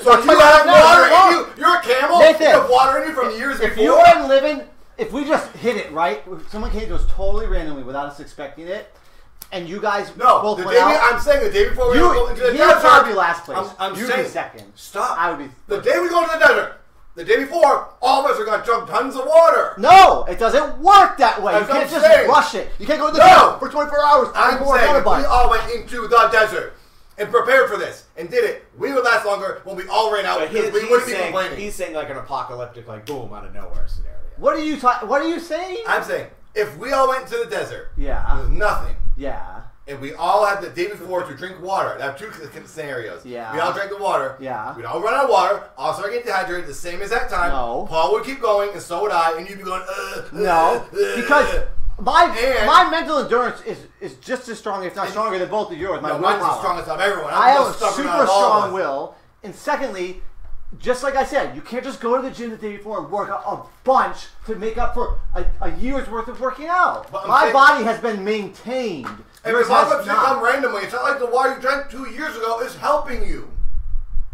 [SPEAKER 2] So
[SPEAKER 3] That's
[SPEAKER 2] you
[SPEAKER 3] not-
[SPEAKER 2] have
[SPEAKER 3] no,
[SPEAKER 2] water
[SPEAKER 3] you're wrong.
[SPEAKER 2] in you. You're a camel.
[SPEAKER 3] Nathan,
[SPEAKER 2] you have water in you from years
[SPEAKER 3] If
[SPEAKER 2] before.
[SPEAKER 3] you weren't living, if we just hit it right, if someone came to us totally randomly without us expecting it, and you guys
[SPEAKER 2] no,
[SPEAKER 3] both
[SPEAKER 2] the day
[SPEAKER 3] went
[SPEAKER 2] we,
[SPEAKER 3] out.
[SPEAKER 2] I'm saying the day before we
[SPEAKER 3] You-
[SPEAKER 2] go into the
[SPEAKER 3] he would
[SPEAKER 2] desert.
[SPEAKER 3] probably be last place.
[SPEAKER 2] I'm, I'm
[SPEAKER 3] You'd be
[SPEAKER 2] saying
[SPEAKER 3] second.
[SPEAKER 2] Stop.
[SPEAKER 3] I would be
[SPEAKER 2] The
[SPEAKER 3] third.
[SPEAKER 2] day we go to the desert. The day before, all of us are going to drink tons of water.
[SPEAKER 3] no, it doesn't work that way.
[SPEAKER 2] That's
[SPEAKER 3] you
[SPEAKER 2] what
[SPEAKER 3] can't
[SPEAKER 2] I'm
[SPEAKER 3] just
[SPEAKER 2] saying.
[SPEAKER 3] rush it. You can't go to the
[SPEAKER 2] No.
[SPEAKER 3] gym for 24 hours.
[SPEAKER 2] I'm
[SPEAKER 3] before
[SPEAKER 2] saying
[SPEAKER 3] another
[SPEAKER 2] if
[SPEAKER 3] bunch.
[SPEAKER 2] we all went into the desert and prepared for this and did it, we would last longer when we all ran out
[SPEAKER 4] But he,
[SPEAKER 2] because we
[SPEAKER 4] he's
[SPEAKER 2] wouldn't be
[SPEAKER 4] saying-
[SPEAKER 2] complaining.
[SPEAKER 4] He's saying like an apocalyptic, like boom out of nowhere scenario.
[SPEAKER 3] What are you talking? What are you saying?
[SPEAKER 2] I'm saying if we all went to the desert,
[SPEAKER 3] Yeah.
[SPEAKER 2] with nothing,
[SPEAKER 3] yeah.
[SPEAKER 2] and we all had the day before to drink water. I have two c- scenarios.
[SPEAKER 3] Yeah.
[SPEAKER 2] We all drank the water.
[SPEAKER 3] Yeah.
[SPEAKER 2] We'd all run out of water. All start getting dehydrated the same as that time.
[SPEAKER 3] No.
[SPEAKER 2] Paul would keep going, and so would I, and you'd be going. Uh,
[SPEAKER 3] No,
[SPEAKER 2] uh,
[SPEAKER 3] because my
[SPEAKER 2] And-
[SPEAKER 3] my mental endurance is is just as strong, if not stronger, than both of yours. My
[SPEAKER 2] no, mine's the
[SPEAKER 3] willpower.
[SPEAKER 2] strongest of everyone. I'm
[SPEAKER 3] I
[SPEAKER 2] the
[SPEAKER 3] have a
[SPEAKER 2] most stubborn out
[SPEAKER 3] super
[SPEAKER 2] of all of
[SPEAKER 3] strong
[SPEAKER 2] us.
[SPEAKER 3] will. And secondly, just like I said, you can't just go to the gym the day before and work out a bunch to make up for a, a year's worth of working out.
[SPEAKER 2] But I'm
[SPEAKER 3] my
[SPEAKER 2] saying-
[SPEAKER 3] body has been maintained.
[SPEAKER 2] And
[SPEAKER 3] Yours
[SPEAKER 2] if
[SPEAKER 3] has
[SPEAKER 2] apocalypse did
[SPEAKER 3] not.
[SPEAKER 2] come randomly, it's not like the water you drank two years ago is helping you.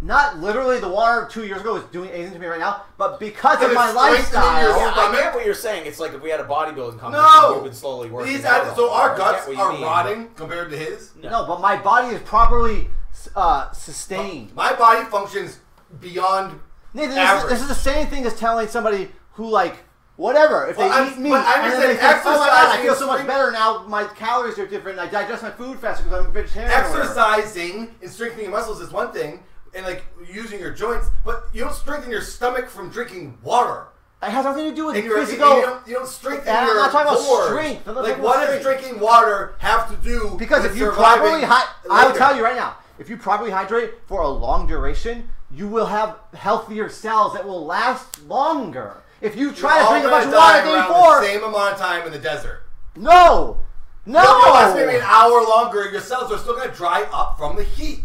[SPEAKER 3] Not literally the water two years ago is doing anything to me right now, but because
[SPEAKER 2] But
[SPEAKER 3] of
[SPEAKER 2] it's
[SPEAKER 3] my
[SPEAKER 2] strengthening
[SPEAKER 3] lifestyle.
[SPEAKER 2] your
[SPEAKER 4] Yeah, I
[SPEAKER 2] stomach?
[SPEAKER 4] get what you're saying. It's like if we had a bodybuilding competition,
[SPEAKER 2] No.
[SPEAKER 4] we've been slowly working.
[SPEAKER 2] These
[SPEAKER 4] out
[SPEAKER 2] ad-
[SPEAKER 4] on
[SPEAKER 2] so
[SPEAKER 4] it. I
[SPEAKER 2] our
[SPEAKER 4] get
[SPEAKER 2] guts
[SPEAKER 4] what you
[SPEAKER 2] are
[SPEAKER 4] mean.
[SPEAKER 2] rotting compared to his.
[SPEAKER 3] No, but my body is properly uh, sustained.
[SPEAKER 2] My body functions beyond.
[SPEAKER 3] Nathan, this is,
[SPEAKER 2] average.
[SPEAKER 3] this is the same thing as telling somebody who like whatever if
[SPEAKER 2] Well,
[SPEAKER 3] they
[SPEAKER 2] I'm-
[SPEAKER 3] eat meat
[SPEAKER 2] but I'm
[SPEAKER 3] and
[SPEAKER 2] just
[SPEAKER 3] then they
[SPEAKER 2] saying
[SPEAKER 3] think, oh my god, I
[SPEAKER 2] exercising
[SPEAKER 3] feel
[SPEAKER 2] is
[SPEAKER 3] so much
[SPEAKER 2] strength-
[SPEAKER 3] better now. My calories are different. I digest my food faster because I'm a vegetarian. or whatever."
[SPEAKER 2] Exercising and strengthening your muscles is one thing, and like using your joints, but you don't strengthen your stomach from drinking water.
[SPEAKER 3] It has nothing to do with
[SPEAKER 2] And you're,
[SPEAKER 3] physical.
[SPEAKER 2] and you, don't, you don't strengthen
[SPEAKER 3] And I'm
[SPEAKER 2] your
[SPEAKER 3] not talking about
[SPEAKER 2] pores.
[SPEAKER 3] strength. I'm not
[SPEAKER 2] Like,
[SPEAKER 3] talking
[SPEAKER 2] what
[SPEAKER 3] about
[SPEAKER 2] does
[SPEAKER 3] strength.
[SPEAKER 2] drinking water have to do?
[SPEAKER 3] Because
[SPEAKER 2] with
[SPEAKER 3] if you
[SPEAKER 2] surviving
[SPEAKER 3] properly hy- I will
[SPEAKER 2] later?
[SPEAKER 3] tell you right now, if you properly hydrate for a long duration, you will have healthier cells that will last longer. If you
[SPEAKER 2] You're
[SPEAKER 3] try to
[SPEAKER 2] all
[SPEAKER 3] drink a bunch of
[SPEAKER 2] gonna
[SPEAKER 3] water
[SPEAKER 2] die
[SPEAKER 3] the day
[SPEAKER 2] around
[SPEAKER 3] before,
[SPEAKER 2] the same amount of time in the desert.
[SPEAKER 3] no, no,
[SPEAKER 2] It'll last maybe an hour longer. Your cells are still going to dry up from the heat.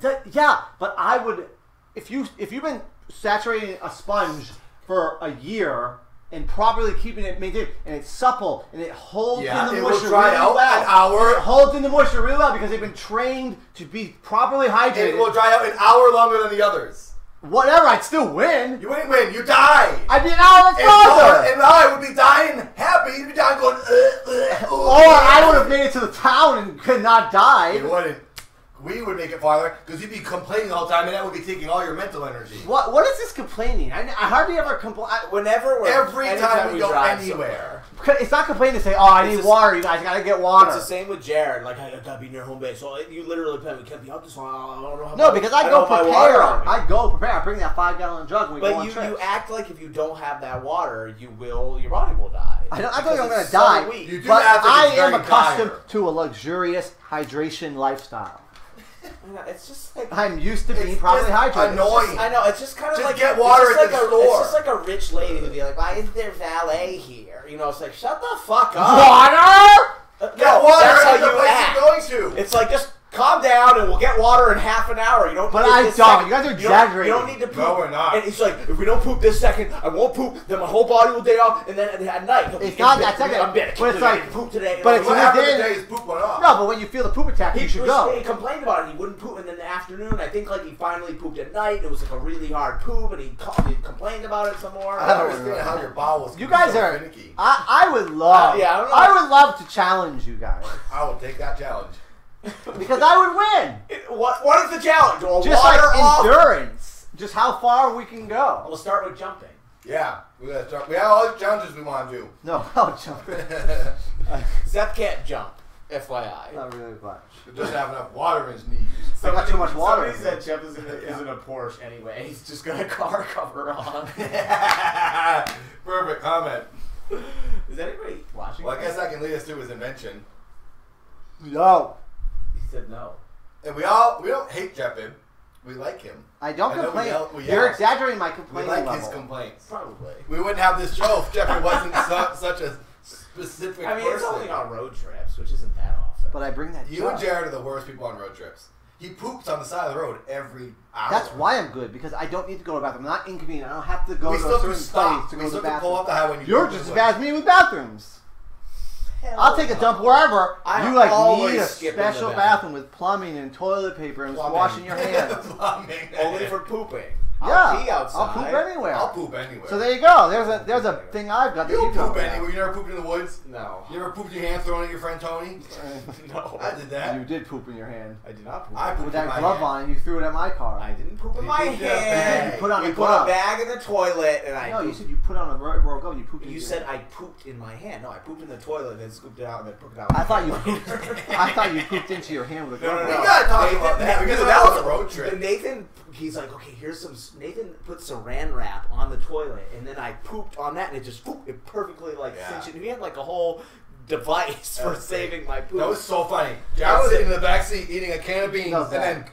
[SPEAKER 3] That, yeah, but I would if you if you've been saturating a sponge for a year and properly keeping it maintained and it's supple and it holds
[SPEAKER 2] Yeah,
[SPEAKER 3] in the
[SPEAKER 2] it will
[SPEAKER 3] moisture
[SPEAKER 2] dry
[SPEAKER 3] really
[SPEAKER 2] out
[SPEAKER 3] well.
[SPEAKER 2] an hour.
[SPEAKER 3] It holds in the moisture really well because they've been trained to be properly hydrated.
[SPEAKER 2] It will dry out an hour longer than the others.
[SPEAKER 3] Whatever, I'd still win.
[SPEAKER 2] You wouldn't win. You die.
[SPEAKER 3] I'd be an hour
[SPEAKER 2] and, Paul-
[SPEAKER 3] farther.
[SPEAKER 2] and I would be dying happy. You'd be dying going. Uh, uh,
[SPEAKER 3] Or Oh, I would have made it to the town and could not die.
[SPEAKER 2] You wouldn't. We would make it farther because you'd be complaining all the time, and that would be taking all your mental energy.
[SPEAKER 3] What what is this complaining? I, I hardly ever complain.
[SPEAKER 4] Whenever we're
[SPEAKER 2] Every
[SPEAKER 4] anytime
[SPEAKER 2] time we, go
[SPEAKER 4] drive
[SPEAKER 2] anywhere.
[SPEAKER 3] It's not complaining to say, "Oh, I
[SPEAKER 4] It's
[SPEAKER 3] need
[SPEAKER 4] just-
[SPEAKER 3] water." You guys gotta get water.
[SPEAKER 4] It's the same with Jared. Like I gotta be near home base. So like, you literally play. We can't be up this long. I don't know how
[SPEAKER 3] No,
[SPEAKER 4] my-
[SPEAKER 3] because I
[SPEAKER 4] don't
[SPEAKER 3] go
[SPEAKER 4] have my water
[SPEAKER 3] prepare.
[SPEAKER 4] on me.
[SPEAKER 3] I go prepare. I bring that five gallon jug. And we go
[SPEAKER 4] but
[SPEAKER 3] on
[SPEAKER 4] you,
[SPEAKER 3] trips.
[SPEAKER 4] you act like if you don't have that water, you will. Your body will die.
[SPEAKER 3] I don't. I
[SPEAKER 4] Because
[SPEAKER 3] think I'm
[SPEAKER 4] it's
[SPEAKER 3] gonna
[SPEAKER 4] so
[SPEAKER 3] die.
[SPEAKER 4] weak.
[SPEAKER 2] You do
[SPEAKER 3] but
[SPEAKER 2] act like
[SPEAKER 3] I
[SPEAKER 2] it's
[SPEAKER 3] am
[SPEAKER 2] very
[SPEAKER 3] accustomed
[SPEAKER 2] dire.
[SPEAKER 3] to a luxurious hydration lifestyle.
[SPEAKER 4] It's just like
[SPEAKER 3] I'm used to
[SPEAKER 2] It's
[SPEAKER 3] being properly
[SPEAKER 2] just
[SPEAKER 3] hydrated.
[SPEAKER 2] annoying.
[SPEAKER 4] I know it's just kind of
[SPEAKER 2] Just
[SPEAKER 4] like
[SPEAKER 2] get water
[SPEAKER 4] it's
[SPEAKER 2] at
[SPEAKER 4] just
[SPEAKER 2] the
[SPEAKER 4] like a,
[SPEAKER 2] store.
[SPEAKER 4] It's just like a rich lady who'd be like, "Why is there valet here?" You know, it's like, "Shut the fuck up."
[SPEAKER 3] Water.
[SPEAKER 4] Uh,
[SPEAKER 2] Get water
[SPEAKER 4] that's how
[SPEAKER 2] at the
[SPEAKER 4] you
[SPEAKER 2] place
[SPEAKER 4] act.
[SPEAKER 2] you're going to.
[SPEAKER 4] It's like just calm down and we'll get water in half an hour. You don't.
[SPEAKER 3] But
[SPEAKER 4] poop
[SPEAKER 3] I
[SPEAKER 4] this
[SPEAKER 3] don't.
[SPEAKER 4] second.
[SPEAKER 3] You guys are
[SPEAKER 4] don't-
[SPEAKER 3] exaggerating.
[SPEAKER 4] You don't, need to poop.
[SPEAKER 2] No, we're not.
[SPEAKER 4] And he's like, if we don't poop this second, I won't poop. Then my whole body will day off, and then at- at night, he'll be
[SPEAKER 3] It's not
[SPEAKER 4] in
[SPEAKER 3] that
[SPEAKER 4] bed.
[SPEAKER 3] second,
[SPEAKER 4] I'm dead.
[SPEAKER 3] but it's
[SPEAKER 4] I
[SPEAKER 3] like-
[SPEAKER 4] didn't poop today.
[SPEAKER 3] but
[SPEAKER 4] And
[SPEAKER 3] it's
[SPEAKER 4] I'm
[SPEAKER 2] What
[SPEAKER 4] like,
[SPEAKER 3] within-
[SPEAKER 2] happened today is poop went off.
[SPEAKER 3] No, but when you feel the poop attack,
[SPEAKER 4] he,
[SPEAKER 3] you should
[SPEAKER 4] was-
[SPEAKER 3] go.
[SPEAKER 4] He complained about it. He wouldn't poop, and then after noon, I think like he finally pooped at night. It was like a really hard poop, and he, ca- he complained about it some more.
[SPEAKER 2] I don't understand how your bowels. can
[SPEAKER 3] You
[SPEAKER 2] be
[SPEAKER 3] guys
[SPEAKER 2] so
[SPEAKER 3] are.
[SPEAKER 2] finicky.
[SPEAKER 3] I, I would love.
[SPEAKER 4] Uh, yeah, I don't know.
[SPEAKER 3] would love to challenge you guys
[SPEAKER 2] I will take that challenge.
[SPEAKER 3] because I would win.
[SPEAKER 4] It- What what is the challenge? Or
[SPEAKER 3] Just
[SPEAKER 4] water
[SPEAKER 3] like
[SPEAKER 4] off?
[SPEAKER 3] endurance, just how far we can go.
[SPEAKER 4] We'll start with jumping.
[SPEAKER 2] Yeah, we gotta start. We have all the challenges we want to do.
[SPEAKER 3] No, I'll jump. in.
[SPEAKER 4] Zeph can't jump. FYI.
[SPEAKER 3] Not really much.
[SPEAKER 2] He doesn't have enough water in his knees.
[SPEAKER 3] I got too much water.
[SPEAKER 4] Somebody said Jeff isn't a, isn't a Porsche anyway. He's just got a car cover on.
[SPEAKER 2] Perfect comment.
[SPEAKER 4] Is anybody watching?
[SPEAKER 2] Well, I guess that can lead us to his invention.
[SPEAKER 3] No,
[SPEAKER 4] He said no.
[SPEAKER 2] And we all we don't hate Jeppin. We like him.
[SPEAKER 3] I don't
[SPEAKER 2] I know we
[SPEAKER 3] complain.
[SPEAKER 2] yell- we
[SPEAKER 3] You're
[SPEAKER 2] yell.
[SPEAKER 3] exaggerating my
[SPEAKER 2] We
[SPEAKER 3] complaining
[SPEAKER 2] like
[SPEAKER 3] level.
[SPEAKER 2] his complaints.
[SPEAKER 4] Probably.
[SPEAKER 2] We wouldn't have this show if Jeppin wasn't su- such a specific
[SPEAKER 4] I mean,
[SPEAKER 2] person.
[SPEAKER 4] it's only on road trips, which isn't that often.
[SPEAKER 3] but I bring that.
[SPEAKER 2] you and
[SPEAKER 3] up.
[SPEAKER 2] Jared are the worst people on road trips. He poops on the side of the road every hour.
[SPEAKER 3] That's why I'm good because I don't need to go to the bathroom. I'm not inconvenient. I don't have to go
[SPEAKER 2] we
[SPEAKER 3] to
[SPEAKER 2] still
[SPEAKER 3] a
[SPEAKER 2] have to
[SPEAKER 3] certain place
[SPEAKER 2] stop.
[SPEAKER 3] to
[SPEAKER 2] We
[SPEAKER 3] go to
[SPEAKER 2] still
[SPEAKER 3] the
[SPEAKER 2] have to pull
[SPEAKER 3] bathroom.
[SPEAKER 2] up the highway. When you
[SPEAKER 3] You're
[SPEAKER 2] poop
[SPEAKER 3] just as
[SPEAKER 2] anyway.
[SPEAKER 3] bad as me with bathrooms.
[SPEAKER 4] Hell
[SPEAKER 3] I'll take a
[SPEAKER 4] no.
[SPEAKER 3] dump wherever.
[SPEAKER 4] I
[SPEAKER 3] you like
[SPEAKER 4] always
[SPEAKER 3] need a
[SPEAKER 4] skip in the
[SPEAKER 3] special
[SPEAKER 4] bathroom.
[SPEAKER 3] bathroom with plumbing and toilet paper and
[SPEAKER 4] Plumbing.
[SPEAKER 3] washing your hands.
[SPEAKER 2] Plumbing.
[SPEAKER 4] Only for pooping.
[SPEAKER 3] yeah,
[SPEAKER 4] I'll pee outside.
[SPEAKER 3] I'll poop anywhere.
[SPEAKER 2] I'll poop anywhere.
[SPEAKER 3] So there you go. There's a there's a thing I've got. that
[SPEAKER 2] you
[SPEAKER 3] you don't
[SPEAKER 2] poop
[SPEAKER 3] have.
[SPEAKER 2] anywhere. You never pooped in the woods.
[SPEAKER 4] No.
[SPEAKER 2] You ever pooped your hand thrown at your friend Tony?
[SPEAKER 4] no.
[SPEAKER 2] I did that.
[SPEAKER 3] You did poop in your hand.
[SPEAKER 4] I did not poop.
[SPEAKER 2] I pooped
[SPEAKER 3] With
[SPEAKER 2] in
[SPEAKER 3] that
[SPEAKER 2] my
[SPEAKER 3] glove
[SPEAKER 2] hand.
[SPEAKER 3] on, you threw it at my car.
[SPEAKER 4] I didn't poop in
[SPEAKER 2] You
[SPEAKER 4] my
[SPEAKER 2] did that.
[SPEAKER 4] hand.
[SPEAKER 3] You put on
[SPEAKER 4] we
[SPEAKER 3] a
[SPEAKER 4] put
[SPEAKER 3] glove.
[SPEAKER 4] a bag in the toilet, and I
[SPEAKER 3] no, you
[SPEAKER 4] pooped.
[SPEAKER 3] said you put on a ro- royal glove and you pooped in
[SPEAKER 4] You
[SPEAKER 3] your
[SPEAKER 4] said
[SPEAKER 3] hand.
[SPEAKER 4] I pooped in my hand. No, I pooped in the toilet and then scooped it out and then pooped it out.
[SPEAKER 3] I thought you pooped. I thought you pooped into your hand with a
[SPEAKER 4] No,
[SPEAKER 3] glove.
[SPEAKER 4] no,
[SPEAKER 3] on.
[SPEAKER 2] We
[SPEAKER 4] no.
[SPEAKER 2] gotta talk about that because that was a road
[SPEAKER 4] And
[SPEAKER 2] trip.
[SPEAKER 4] Nathan, he's like, okay, here's some. Nathan put Saran wrap on the toilet, and then I pooped on that, and it just poop, it perfectly like
[SPEAKER 2] Yeah.
[SPEAKER 4] cinched. it. We had like a whole device for
[SPEAKER 2] was great.
[SPEAKER 4] saving my poop.
[SPEAKER 2] That was so funny.
[SPEAKER 4] That
[SPEAKER 2] Jared was
[SPEAKER 4] was
[SPEAKER 2] sitting
[SPEAKER 4] it.
[SPEAKER 2] in the back seat eating a can of beans,
[SPEAKER 3] No,
[SPEAKER 2] and
[SPEAKER 3] that-
[SPEAKER 2] then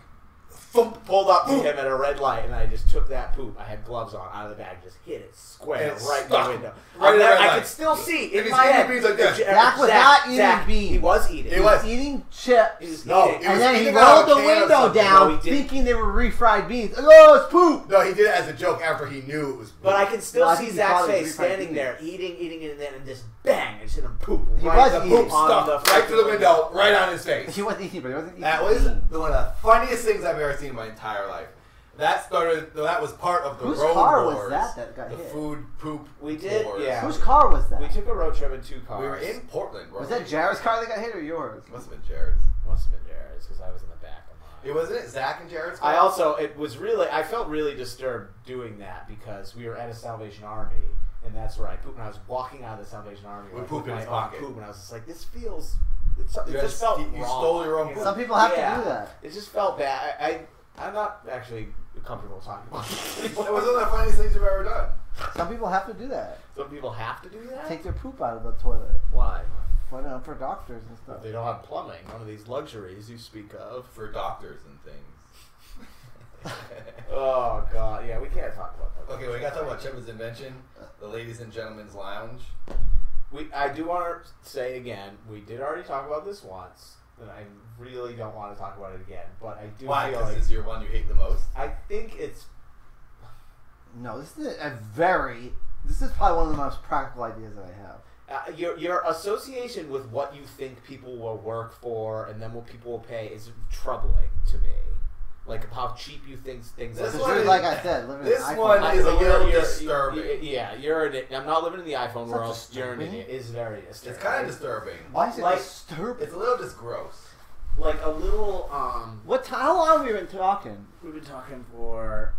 [SPEAKER 2] thump,
[SPEAKER 4] pulled up to him at a red light, and I just took that poop. I had gloves on out of the bag, just hit it square
[SPEAKER 2] And it
[SPEAKER 4] right in
[SPEAKER 2] stuck
[SPEAKER 4] the window.
[SPEAKER 2] right
[SPEAKER 4] I'm
[SPEAKER 2] at the
[SPEAKER 4] there-
[SPEAKER 2] red
[SPEAKER 4] I
[SPEAKER 2] light.
[SPEAKER 4] could still see in
[SPEAKER 2] And he's
[SPEAKER 4] my
[SPEAKER 2] eating
[SPEAKER 4] head.
[SPEAKER 2] beans like this.
[SPEAKER 3] Zach was not eating
[SPEAKER 4] Zach,
[SPEAKER 3] beans.
[SPEAKER 4] He was eating.
[SPEAKER 2] He
[SPEAKER 3] He
[SPEAKER 2] was.
[SPEAKER 3] was eating
[SPEAKER 4] He
[SPEAKER 3] chips.
[SPEAKER 4] was
[SPEAKER 2] No,
[SPEAKER 4] eating.
[SPEAKER 2] it was
[SPEAKER 3] and then he
[SPEAKER 2] eating out
[SPEAKER 3] rolled
[SPEAKER 2] of
[SPEAKER 3] the
[SPEAKER 2] a can or
[SPEAKER 3] window
[SPEAKER 2] something.
[SPEAKER 4] No,
[SPEAKER 3] down,
[SPEAKER 4] he didn't.
[SPEAKER 3] thinking they were refried beans. Oh, it's poop.
[SPEAKER 2] No, he did it as a joke after he knew it was.
[SPEAKER 4] But I can still
[SPEAKER 3] No, I
[SPEAKER 4] see
[SPEAKER 3] think he
[SPEAKER 4] Zach's
[SPEAKER 3] probably
[SPEAKER 4] face
[SPEAKER 3] was refried
[SPEAKER 4] standing
[SPEAKER 3] beans.
[SPEAKER 4] there, eating, eating, and then and just bang, and just hit him poop.
[SPEAKER 3] He
[SPEAKER 4] right
[SPEAKER 3] was
[SPEAKER 4] the
[SPEAKER 2] the
[SPEAKER 3] eating
[SPEAKER 2] poop
[SPEAKER 4] on
[SPEAKER 2] stuck
[SPEAKER 4] the
[SPEAKER 2] right through the
[SPEAKER 4] freaking
[SPEAKER 2] window, right on his face.
[SPEAKER 3] He wasn't eating, but he wasn't eating.
[SPEAKER 2] That was
[SPEAKER 3] beans.
[SPEAKER 2] the- one of the funniest things I've ever seen in my entire life. That started. That was part of the
[SPEAKER 3] Whose
[SPEAKER 2] road
[SPEAKER 3] car was
[SPEAKER 2] wars,
[SPEAKER 3] that that got
[SPEAKER 2] the
[SPEAKER 3] hit?
[SPEAKER 2] food poop.
[SPEAKER 4] We did,
[SPEAKER 2] wars.
[SPEAKER 4] yeah.
[SPEAKER 3] Whose car was that?
[SPEAKER 4] We took a road trip in two cars.
[SPEAKER 2] We were in Portland.
[SPEAKER 3] was
[SPEAKER 2] weren't
[SPEAKER 3] that
[SPEAKER 2] we?
[SPEAKER 3] Jared's car that got hit or yours?
[SPEAKER 2] Must have been Jared's.
[SPEAKER 4] Must have been Jared's because I was in the back of mine.
[SPEAKER 2] It wasn't it Zach and Jared's.
[SPEAKER 4] I
[SPEAKER 2] car?
[SPEAKER 4] also it was really I felt really disturbed doing that because we were at a Salvation Army and that's where I pooped and I was walking out of the Salvation Army
[SPEAKER 2] With
[SPEAKER 4] I
[SPEAKER 2] poop
[SPEAKER 4] pooped
[SPEAKER 2] in
[SPEAKER 4] my
[SPEAKER 2] his
[SPEAKER 4] own
[SPEAKER 2] pocket.
[SPEAKER 4] poop and I was just like this feels it's, it
[SPEAKER 2] You
[SPEAKER 4] just
[SPEAKER 2] had-
[SPEAKER 4] felt
[SPEAKER 2] you- you
[SPEAKER 4] wrong.
[SPEAKER 2] stole your own poop.
[SPEAKER 3] Some people have
[SPEAKER 4] Yeah.
[SPEAKER 3] to do that.
[SPEAKER 4] It just felt bad. I, I I'm not actually comfortable talking about this.
[SPEAKER 2] That was one of the funniest things I've ever done.
[SPEAKER 3] Some people have to do that.
[SPEAKER 4] Some people have to do that.
[SPEAKER 3] Take their poop out of the toilet.
[SPEAKER 4] Why?
[SPEAKER 3] Why not for doctors and stuff?
[SPEAKER 4] They don't have plumbing. One of these luxuries you speak of.
[SPEAKER 2] For doctors and things.
[SPEAKER 4] Oh god, yeah, we can't talk about that.
[SPEAKER 2] okay, we got to talk about Chipman's invention, the ladies and gentlemen's lounge.
[SPEAKER 4] We, I do want to say again, we did already talk about this once, and I really don't want to talk about it again. But I do
[SPEAKER 2] Why?
[SPEAKER 4] feel
[SPEAKER 2] Because
[SPEAKER 4] like
[SPEAKER 2] it's your one you hate the most.
[SPEAKER 4] I think it's
[SPEAKER 3] No, this is a very. This is probably one of the most practical ideas that I have.
[SPEAKER 4] uh, your your association with what you think people will work for and then what people will pay is troubling to me. Like how cheap you think things.
[SPEAKER 2] This
[SPEAKER 4] are.
[SPEAKER 3] Because
[SPEAKER 2] one
[SPEAKER 3] you're,
[SPEAKER 2] is-
[SPEAKER 3] like I said, living
[SPEAKER 2] this
[SPEAKER 3] in an iPhone
[SPEAKER 2] one
[SPEAKER 3] house.
[SPEAKER 2] is a
[SPEAKER 4] you're-
[SPEAKER 2] little
[SPEAKER 4] you're-
[SPEAKER 2] disturbing.
[SPEAKER 4] y- y- yeah, you're an. I'm not living in the iPhone
[SPEAKER 3] It's not
[SPEAKER 4] world. You're an
[SPEAKER 3] disturbing.
[SPEAKER 4] idiot. It's very disturbing.
[SPEAKER 2] It's kind of disturbing.
[SPEAKER 3] Why is it
[SPEAKER 4] like-
[SPEAKER 3] disturbing?
[SPEAKER 2] It's a little just gross.
[SPEAKER 4] like a little. Um,
[SPEAKER 3] What? T- how long have we been talking?
[SPEAKER 4] we've been talking for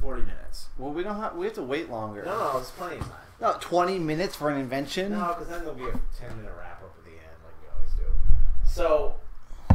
[SPEAKER 4] forty minutes.
[SPEAKER 3] Well, we don't have. We have to wait longer.
[SPEAKER 4] No, no, it's plenty of time.
[SPEAKER 3] No, twenty minutes for an invention.
[SPEAKER 4] No, because then there'll be a 10 minute wrap up at the end, like we always do. So,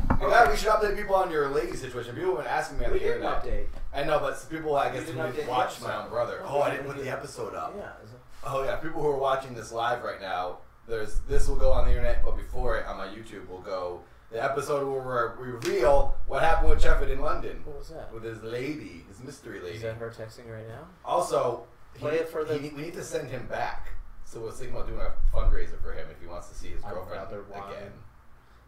[SPEAKER 2] I'm glad we should update people on your lady situation. People have been asking me on
[SPEAKER 4] we
[SPEAKER 2] the
[SPEAKER 4] did an
[SPEAKER 2] internet.
[SPEAKER 4] update.
[SPEAKER 2] I know, but people I
[SPEAKER 4] We
[SPEAKER 2] guess
[SPEAKER 4] did
[SPEAKER 2] who
[SPEAKER 4] an update
[SPEAKER 2] watched
[SPEAKER 4] the
[SPEAKER 2] my own
[SPEAKER 4] episode.
[SPEAKER 2] brother.
[SPEAKER 4] Oh,
[SPEAKER 2] Oh, I
[SPEAKER 4] we
[SPEAKER 2] didn't
[SPEAKER 4] did.
[SPEAKER 2] put the episode
[SPEAKER 4] Yeah.
[SPEAKER 2] up.
[SPEAKER 4] it was a-
[SPEAKER 2] Oh yeah, people who are watching this live right now, there's this will go on the internet, but before it on my YouTube will go the episode where we reveal what happened with Shepard in London
[SPEAKER 4] What was that?
[SPEAKER 2] with his lady, his mystery
[SPEAKER 4] Is
[SPEAKER 2] lady.
[SPEAKER 4] that her texting right now?
[SPEAKER 2] Also,
[SPEAKER 4] Play it for the-
[SPEAKER 2] he- we need to send him back. So we're thinking about doing a fundraiser for him if he wants to see his
[SPEAKER 4] I'd
[SPEAKER 2] girlfriend
[SPEAKER 4] rather
[SPEAKER 2] again.
[SPEAKER 4] wine.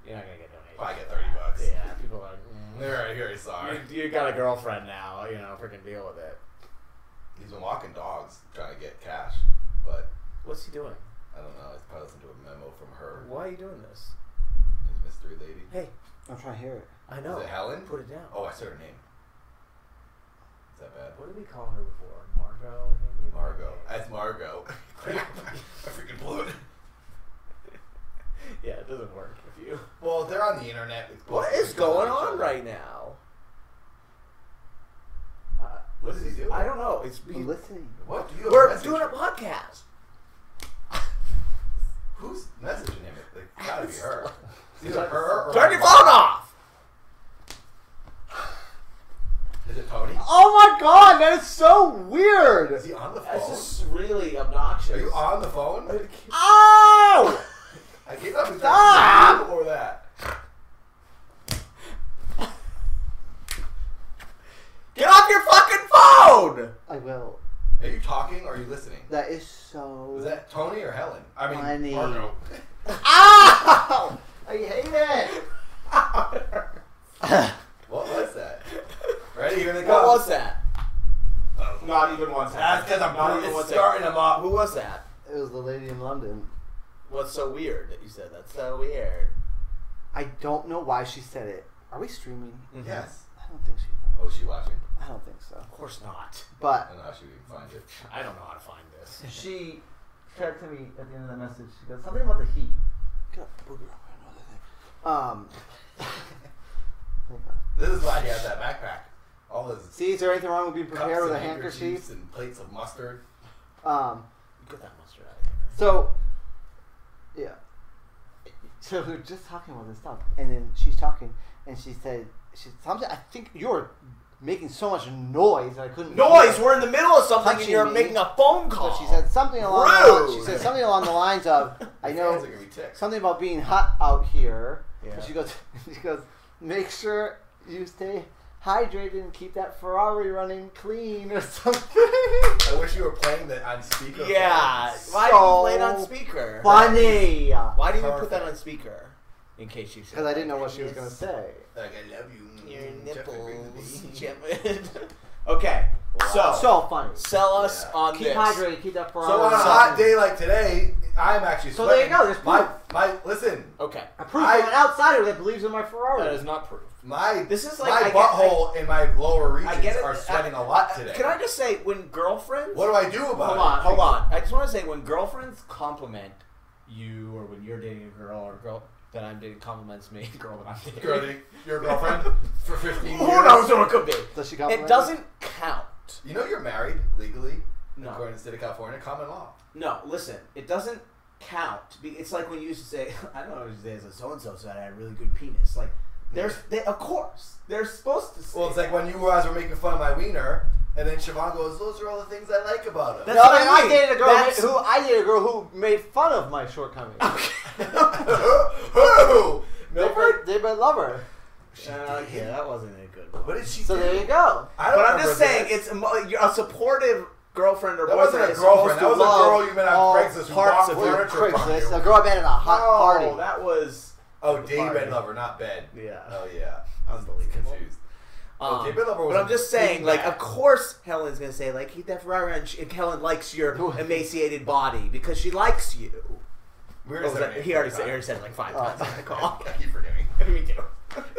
[SPEAKER 4] You're not gonna get donated.
[SPEAKER 2] Probably get 30 bucks.
[SPEAKER 4] Yeah, people are. mm.
[SPEAKER 2] All right, here he's sorry.
[SPEAKER 4] You, you got a girlfriend now, you know. Freaking deal with it.
[SPEAKER 2] He's been walking dogs trying to get cash, but
[SPEAKER 4] What's he doing?
[SPEAKER 2] I don't know. He's probably listened to a memo from her,
[SPEAKER 4] Why are you doing this?
[SPEAKER 2] his mystery lady.
[SPEAKER 4] Hey,
[SPEAKER 3] I'm trying to hear it.
[SPEAKER 4] I know.
[SPEAKER 2] Is it Helen?
[SPEAKER 4] Put it down.
[SPEAKER 2] Oh, I said her name. Is that bad?
[SPEAKER 4] What did we call her before? Margot. I think we-
[SPEAKER 2] Margot. That's Margot. I freaking blew it.
[SPEAKER 4] Yeah, it doesn't work if you.
[SPEAKER 2] Well, they're on the internet. It's
[SPEAKER 4] What
[SPEAKER 2] possible
[SPEAKER 4] is
[SPEAKER 2] they call
[SPEAKER 4] going
[SPEAKER 2] each
[SPEAKER 4] on
[SPEAKER 2] other.
[SPEAKER 4] right now? Uh,
[SPEAKER 2] What is he doing?
[SPEAKER 4] I don't know. It's we,
[SPEAKER 3] I'm listening.
[SPEAKER 2] What do you? have a
[SPEAKER 4] we're
[SPEAKER 2] message?
[SPEAKER 4] doing a podcast.
[SPEAKER 2] Who's messaging him? It's gotta be her. It's either her or
[SPEAKER 4] Turn your phone off.
[SPEAKER 2] Is it Tony?
[SPEAKER 3] Oh my god, that is so weird.
[SPEAKER 2] Is he on the phone?
[SPEAKER 4] That's just really obnoxious.
[SPEAKER 2] Are you on the phone?
[SPEAKER 3] Oh!
[SPEAKER 2] I gave up.
[SPEAKER 3] Stop!
[SPEAKER 2] You or that?
[SPEAKER 4] Get off your fucking phone.
[SPEAKER 3] I will.
[SPEAKER 2] Are you talking or are you listening?
[SPEAKER 3] That is so.
[SPEAKER 2] Was that Tony or Helen? I mean,
[SPEAKER 3] Funny.
[SPEAKER 2] Margot.
[SPEAKER 3] Ow! I hate it.
[SPEAKER 2] What was that? Ready? Here they
[SPEAKER 4] What
[SPEAKER 2] come.
[SPEAKER 4] was that?
[SPEAKER 2] Oh.
[SPEAKER 4] Not even one second.
[SPEAKER 2] That's because I'm
[SPEAKER 4] not even one
[SPEAKER 2] it's
[SPEAKER 4] second.
[SPEAKER 2] starting them up.
[SPEAKER 4] Who was that?
[SPEAKER 3] It was the lady in London.
[SPEAKER 4] What's so weird that you said that's so weird?
[SPEAKER 3] I don't know why she said it. Are we streaming?
[SPEAKER 2] Yes.
[SPEAKER 3] I don't think she.
[SPEAKER 2] Oh, she watching.
[SPEAKER 3] I don't think so.
[SPEAKER 4] Of course not.
[SPEAKER 2] I
[SPEAKER 3] But
[SPEAKER 2] don't know how she would even find it.
[SPEAKER 4] I don't know how to find this.
[SPEAKER 3] she said to me at the end of the message, she goes something about the heat. Get a booger on another thing. Um. Hang on.
[SPEAKER 2] This is why he has that backpack. All his
[SPEAKER 3] See, is there anything wrong with being
[SPEAKER 2] cups
[SPEAKER 3] prepared with
[SPEAKER 2] and
[SPEAKER 3] a handkerchief?
[SPEAKER 2] handkerchiefs and plates of mustard.
[SPEAKER 3] Um.
[SPEAKER 4] Get that mustard out of here.
[SPEAKER 3] So, yeah. So we were just talking about this stuff, and then she's talking, and she said, "She something. I think you're making so much noise that I couldn't
[SPEAKER 4] Noise!
[SPEAKER 3] Hear.
[SPEAKER 4] We're in the middle of something and
[SPEAKER 3] Touching
[SPEAKER 4] you're
[SPEAKER 3] me.
[SPEAKER 4] making a phone call.
[SPEAKER 3] But she said something along. The
[SPEAKER 4] Rude.
[SPEAKER 3] lines, she said something along the lines of, "I
[SPEAKER 2] His
[SPEAKER 3] know
[SPEAKER 2] hands are gonna be ticked.
[SPEAKER 3] something about being hot out here."
[SPEAKER 4] Yeah.
[SPEAKER 3] And she goes, she goes, make sure you stay hydrated and keep that Ferrari running clean or something.
[SPEAKER 2] I wish you were playing that on speaker.
[SPEAKER 4] Yeah. Why
[SPEAKER 3] So
[SPEAKER 4] do you play it on speaker?
[SPEAKER 3] Funny, because
[SPEAKER 4] Why do you put that on speaker? In case you said
[SPEAKER 3] I didn't know what she was gonna
[SPEAKER 4] Yes.
[SPEAKER 3] say.
[SPEAKER 2] Like I love you.
[SPEAKER 4] Your
[SPEAKER 2] Mm,
[SPEAKER 4] nipples.
[SPEAKER 2] Jeffrey
[SPEAKER 4] Jim- okay.
[SPEAKER 2] Wow.
[SPEAKER 4] So,
[SPEAKER 3] So funny.
[SPEAKER 4] sell us
[SPEAKER 2] Yeah.
[SPEAKER 4] on
[SPEAKER 3] Keep
[SPEAKER 4] this.
[SPEAKER 3] hydrated. Keep that Ferrari.
[SPEAKER 2] So on a
[SPEAKER 3] running.
[SPEAKER 2] hot day like today, I'm actually
[SPEAKER 3] So
[SPEAKER 2] sweating.
[SPEAKER 3] there you go, there's
[SPEAKER 2] my
[SPEAKER 3] proof.
[SPEAKER 2] my listen.
[SPEAKER 4] Okay.
[SPEAKER 3] I proved
[SPEAKER 2] I-
[SPEAKER 3] I'm an outsider that believes in my Ferrari.
[SPEAKER 4] That is not proof.
[SPEAKER 2] My
[SPEAKER 4] This is like-
[SPEAKER 2] my
[SPEAKER 4] I get-
[SPEAKER 2] butthole and my lower regions
[SPEAKER 4] I get it.
[SPEAKER 2] are sweating
[SPEAKER 4] a
[SPEAKER 2] a lot today.
[SPEAKER 4] Can I just say, when girlfriends.
[SPEAKER 2] What do I do about
[SPEAKER 4] Hold
[SPEAKER 2] it?
[SPEAKER 4] on, hold on. I just want to say, when girlfriends compliment you, or when you're dating a girl, or a girl that I'm dating compliments me, girl that I'm dating.
[SPEAKER 2] Girl, they- your girlfriend for 15 years.
[SPEAKER 4] Who knows who it could be?
[SPEAKER 3] Does she
[SPEAKER 4] It
[SPEAKER 3] compliment
[SPEAKER 4] doesn't count.
[SPEAKER 2] You know you're married legally,
[SPEAKER 4] No.
[SPEAKER 2] according to the state of California common law.
[SPEAKER 4] No, listen, it doesn't count. Be- It's like when you used to say, I don't know, what you say, it's a so and so said I had a really good penis. Like, there's, they, of course, they're supposed to say.
[SPEAKER 2] Well, it's like when you guys were making fun of my wiener, and then Siobhan goes, "Those are all the things I like about him."
[SPEAKER 3] No,
[SPEAKER 4] That's what I
[SPEAKER 3] I,
[SPEAKER 4] mean.
[SPEAKER 3] dated a girl
[SPEAKER 4] That's-
[SPEAKER 3] who I dated a girl who made fun of my shortcomings.
[SPEAKER 2] Who?
[SPEAKER 3] They
[SPEAKER 2] Milford?
[SPEAKER 3] but, they but love her.
[SPEAKER 4] Uh, yeah, that wasn't a good one.
[SPEAKER 2] What did she
[SPEAKER 3] So
[SPEAKER 2] do?
[SPEAKER 3] there you go.
[SPEAKER 2] I don't
[SPEAKER 4] But I'm just
[SPEAKER 2] remember
[SPEAKER 4] saying,
[SPEAKER 2] this.
[SPEAKER 4] it's emo- you're a supportive girlfriend or
[SPEAKER 2] That
[SPEAKER 4] boyfriend.
[SPEAKER 2] wasn't a
[SPEAKER 4] is supposed
[SPEAKER 2] girlfriend,
[SPEAKER 4] to
[SPEAKER 2] that was a
[SPEAKER 4] love
[SPEAKER 2] girl you met on
[SPEAKER 4] all
[SPEAKER 2] Craigslist who
[SPEAKER 4] Parts
[SPEAKER 2] bought
[SPEAKER 4] of
[SPEAKER 2] for
[SPEAKER 4] your
[SPEAKER 2] you. Furniture from
[SPEAKER 3] Craigslist.
[SPEAKER 2] you.
[SPEAKER 3] A girl I met at a hot
[SPEAKER 4] no,
[SPEAKER 3] party.
[SPEAKER 4] that was
[SPEAKER 2] Oh, Daybed
[SPEAKER 4] party.
[SPEAKER 2] Lover, not bed.
[SPEAKER 4] Yeah.
[SPEAKER 2] Oh yeah. I was
[SPEAKER 4] Unbelievable.
[SPEAKER 2] confused.
[SPEAKER 4] Um,
[SPEAKER 2] Okay, Bill Lover was
[SPEAKER 4] but
[SPEAKER 2] a
[SPEAKER 4] I'm just saying,
[SPEAKER 2] big
[SPEAKER 4] like,
[SPEAKER 2] man.
[SPEAKER 4] of course Helen's gonna say, like, keep that Ferrari on. She- Helen likes your emaciated body because she likes you.
[SPEAKER 2] We were
[SPEAKER 4] What Oh, was
[SPEAKER 2] just
[SPEAKER 4] that?
[SPEAKER 2] having
[SPEAKER 4] He
[SPEAKER 2] a
[SPEAKER 4] already
[SPEAKER 2] good
[SPEAKER 4] said, he
[SPEAKER 2] time.
[SPEAKER 4] already said it like five
[SPEAKER 3] Oh.
[SPEAKER 4] times on the call.
[SPEAKER 2] I keep forgetting.
[SPEAKER 4] Me too.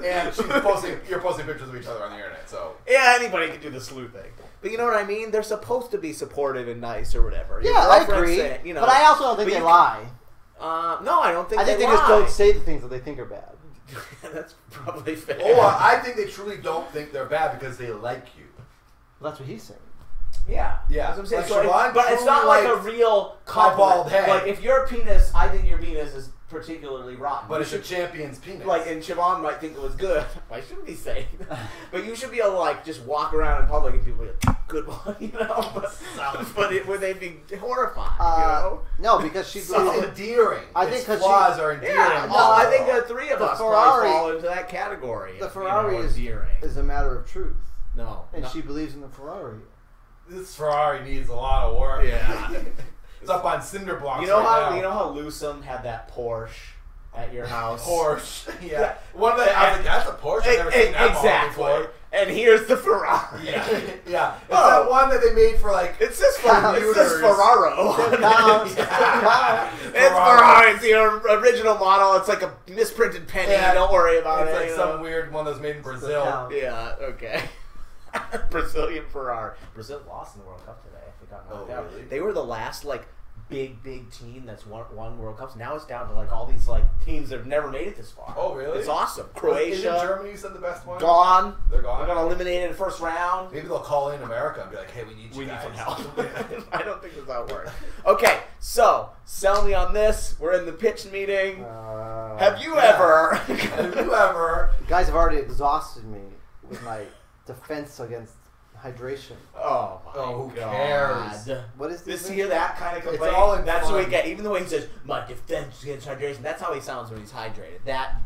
[SPEAKER 2] And she's posting, you're posting pictures of each other on the internet, so
[SPEAKER 4] Yeah, anybody could do the slew thing. But you know what I mean? They're supposed to be supportive and nice or whatever. Your
[SPEAKER 3] yeah, I
[SPEAKER 4] girlfriend's
[SPEAKER 3] agree.
[SPEAKER 4] saying, you know,
[SPEAKER 3] but I also don't think
[SPEAKER 4] but
[SPEAKER 3] they
[SPEAKER 4] you-
[SPEAKER 3] lie.
[SPEAKER 4] uh, no, I don't think
[SPEAKER 3] I think they,
[SPEAKER 4] they,
[SPEAKER 3] just
[SPEAKER 4] lie.
[SPEAKER 3] don't say the things that they think are bad.
[SPEAKER 4] That's probably fair.
[SPEAKER 2] Or I think they truly don't think they're bad because they like you.
[SPEAKER 3] Well, that's what he's saying.
[SPEAKER 4] yeah,
[SPEAKER 2] Yeah.
[SPEAKER 4] That's what I'm saying.
[SPEAKER 2] Like
[SPEAKER 4] So it-
[SPEAKER 2] Siobhan
[SPEAKER 4] but it's not
[SPEAKER 2] truly
[SPEAKER 4] like a
[SPEAKER 2] liked
[SPEAKER 4] real compliment.
[SPEAKER 2] bald head.
[SPEAKER 4] Like if your penis, I think your penis is particularly rotten.
[SPEAKER 2] But
[SPEAKER 4] You
[SPEAKER 2] it's a
[SPEAKER 4] should
[SPEAKER 2] champion's penis.
[SPEAKER 4] like and Siobhan might think it was good. I shouldn't be saying that. But you should be able to like just walk around in public and people be like, good one, you know. But, but it, would they be horrified?
[SPEAKER 3] Uh,
[SPEAKER 4] you know.
[SPEAKER 3] No, because she.
[SPEAKER 2] it's endearing.
[SPEAKER 3] I
[SPEAKER 2] Its
[SPEAKER 3] think 'cause
[SPEAKER 2] flaws
[SPEAKER 3] she-
[SPEAKER 2] are endearing. Oh.
[SPEAKER 4] Yeah, no,
[SPEAKER 2] also.
[SPEAKER 4] I think the three of
[SPEAKER 3] The
[SPEAKER 4] us
[SPEAKER 3] Ferrari-
[SPEAKER 4] probably fall into that category.
[SPEAKER 3] the
[SPEAKER 4] of, you know,
[SPEAKER 3] Ferrari is,
[SPEAKER 4] endearing.
[SPEAKER 3] is a matter of truth,
[SPEAKER 4] no,
[SPEAKER 3] and
[SPEAKER 4] no.
[SPEAKER 3] she believes in the Ferrari.
[SPEAKER 2] this Ferrari needs a lot of work.
[SPEAKER 4] Yeah.
[SPEAKER 2] it's up on cinder blocks.
[SPEAKER 4] You know
[SPEAKER 2] right
[SPEAKER 4] how
[SPEAKER 2] now.
[SPEAKER 4] you know how Lusum had that Porsche. at your house.
[SPEAKER 2] Porsche. Yeah. One of the, I was like, that's a Porsche. I've never
[SPEAKER 4] E- e-
[SPEAKER 2] seen that model
[SPEAKER 4] exactly.
[SPEAKER 2] before.
[SPEAKER 4] And here's the Ferrari.
[SPEAKER 2] Yeah. yeah. It's
[SPEAKER 4] Oh.
[SPEAKER 2] that one that they made for like.
[SPEAKER 4] It's just
[SPEAKER 3] Cow-
[SPEAKER 4] Ferrari. It's just
[SPEAKER 2] Cows.
[SPEAKER 4] Ferraro.
[SPEAKER 3] Cows.
[SPEAKER 2] Yeah.
[SPEAKER 4] It's Ferrari. It's the original model. It's like a misprinted penny.
[SPEAKER 2] Yeah.
[SPEAKER 4] Don't worry about
[SPEAKER 2] It's
[SPEAKER 4] it.
[SPEAKER 2] like
[SPEAKER 4] you
[SPEAKER 2] some
[SPEAKER 4] know?
[SPEAKER 2] weird one that's made in
[SPEAKER 3] cow.
[SPEAKER 2] Brazil.
[SPEAKER 4] Yeah. Okay. Brazilian Ferrari. Brazil lost in the World Cup today. They got knocked
[SPEAKER 2] Oh,
[SPEAKER 4] out.
[SPEAKER 2] really?
[SPEAKER 4] They were the last like big big team that's won, won World Cups. Now it's down to like all these like teams that have never made it this far.
[SPEAKER 2] Oh, really?
[SPEAKER 4] It's awesome.
[SPEAKER 2] Isn't
[SPEAKER 4] Croatia
[SPEAKER 2] Germany said the best one?
[SPEAKER 4] gone.
[SPEAKER 2] They're
[SPEAKER 4] They
[SPEAKER 2] gone.
[SPEAKER 4] got eliminated in the first round.
[SPEAKER 2] Maybe they'll call in America and be like, hey, we need you
[SPEAKER 4] We need
[SPEAKER 2] guys.
[SPEAKER 4] some help. I don't think that's how it works. Okay, so sell me on this. We're in the pitch meeting.
[SPEAKER 3] Uh,
[SPEAKER 4] Have you
[SPEAKER 2] yeah.
[SPEAKER 4] ever? Oh
[SPEAKER 2] Have you ever?
[SPEAKER 3] you guys have already exhausted me with my defense against hydration.
[SPEAKER 4] oh my
[SPEAKER 2] Oh, who
[SPEAKER 4] god!
[SPEAKER 2] cares?
[SPEAKER 3] What is
[SPEAKER 4] This
[SPEAKER 3] this?
[SPEAKER 4] hear that kind of complaint.
[SPEAKER 2] all in
[SPEAKER 4] that's what
[SPEAKER 2] fun.
[SPEAKER 4] we get. Even the way he says "my defense against hydration," that's how he sounds when he's hydrated. That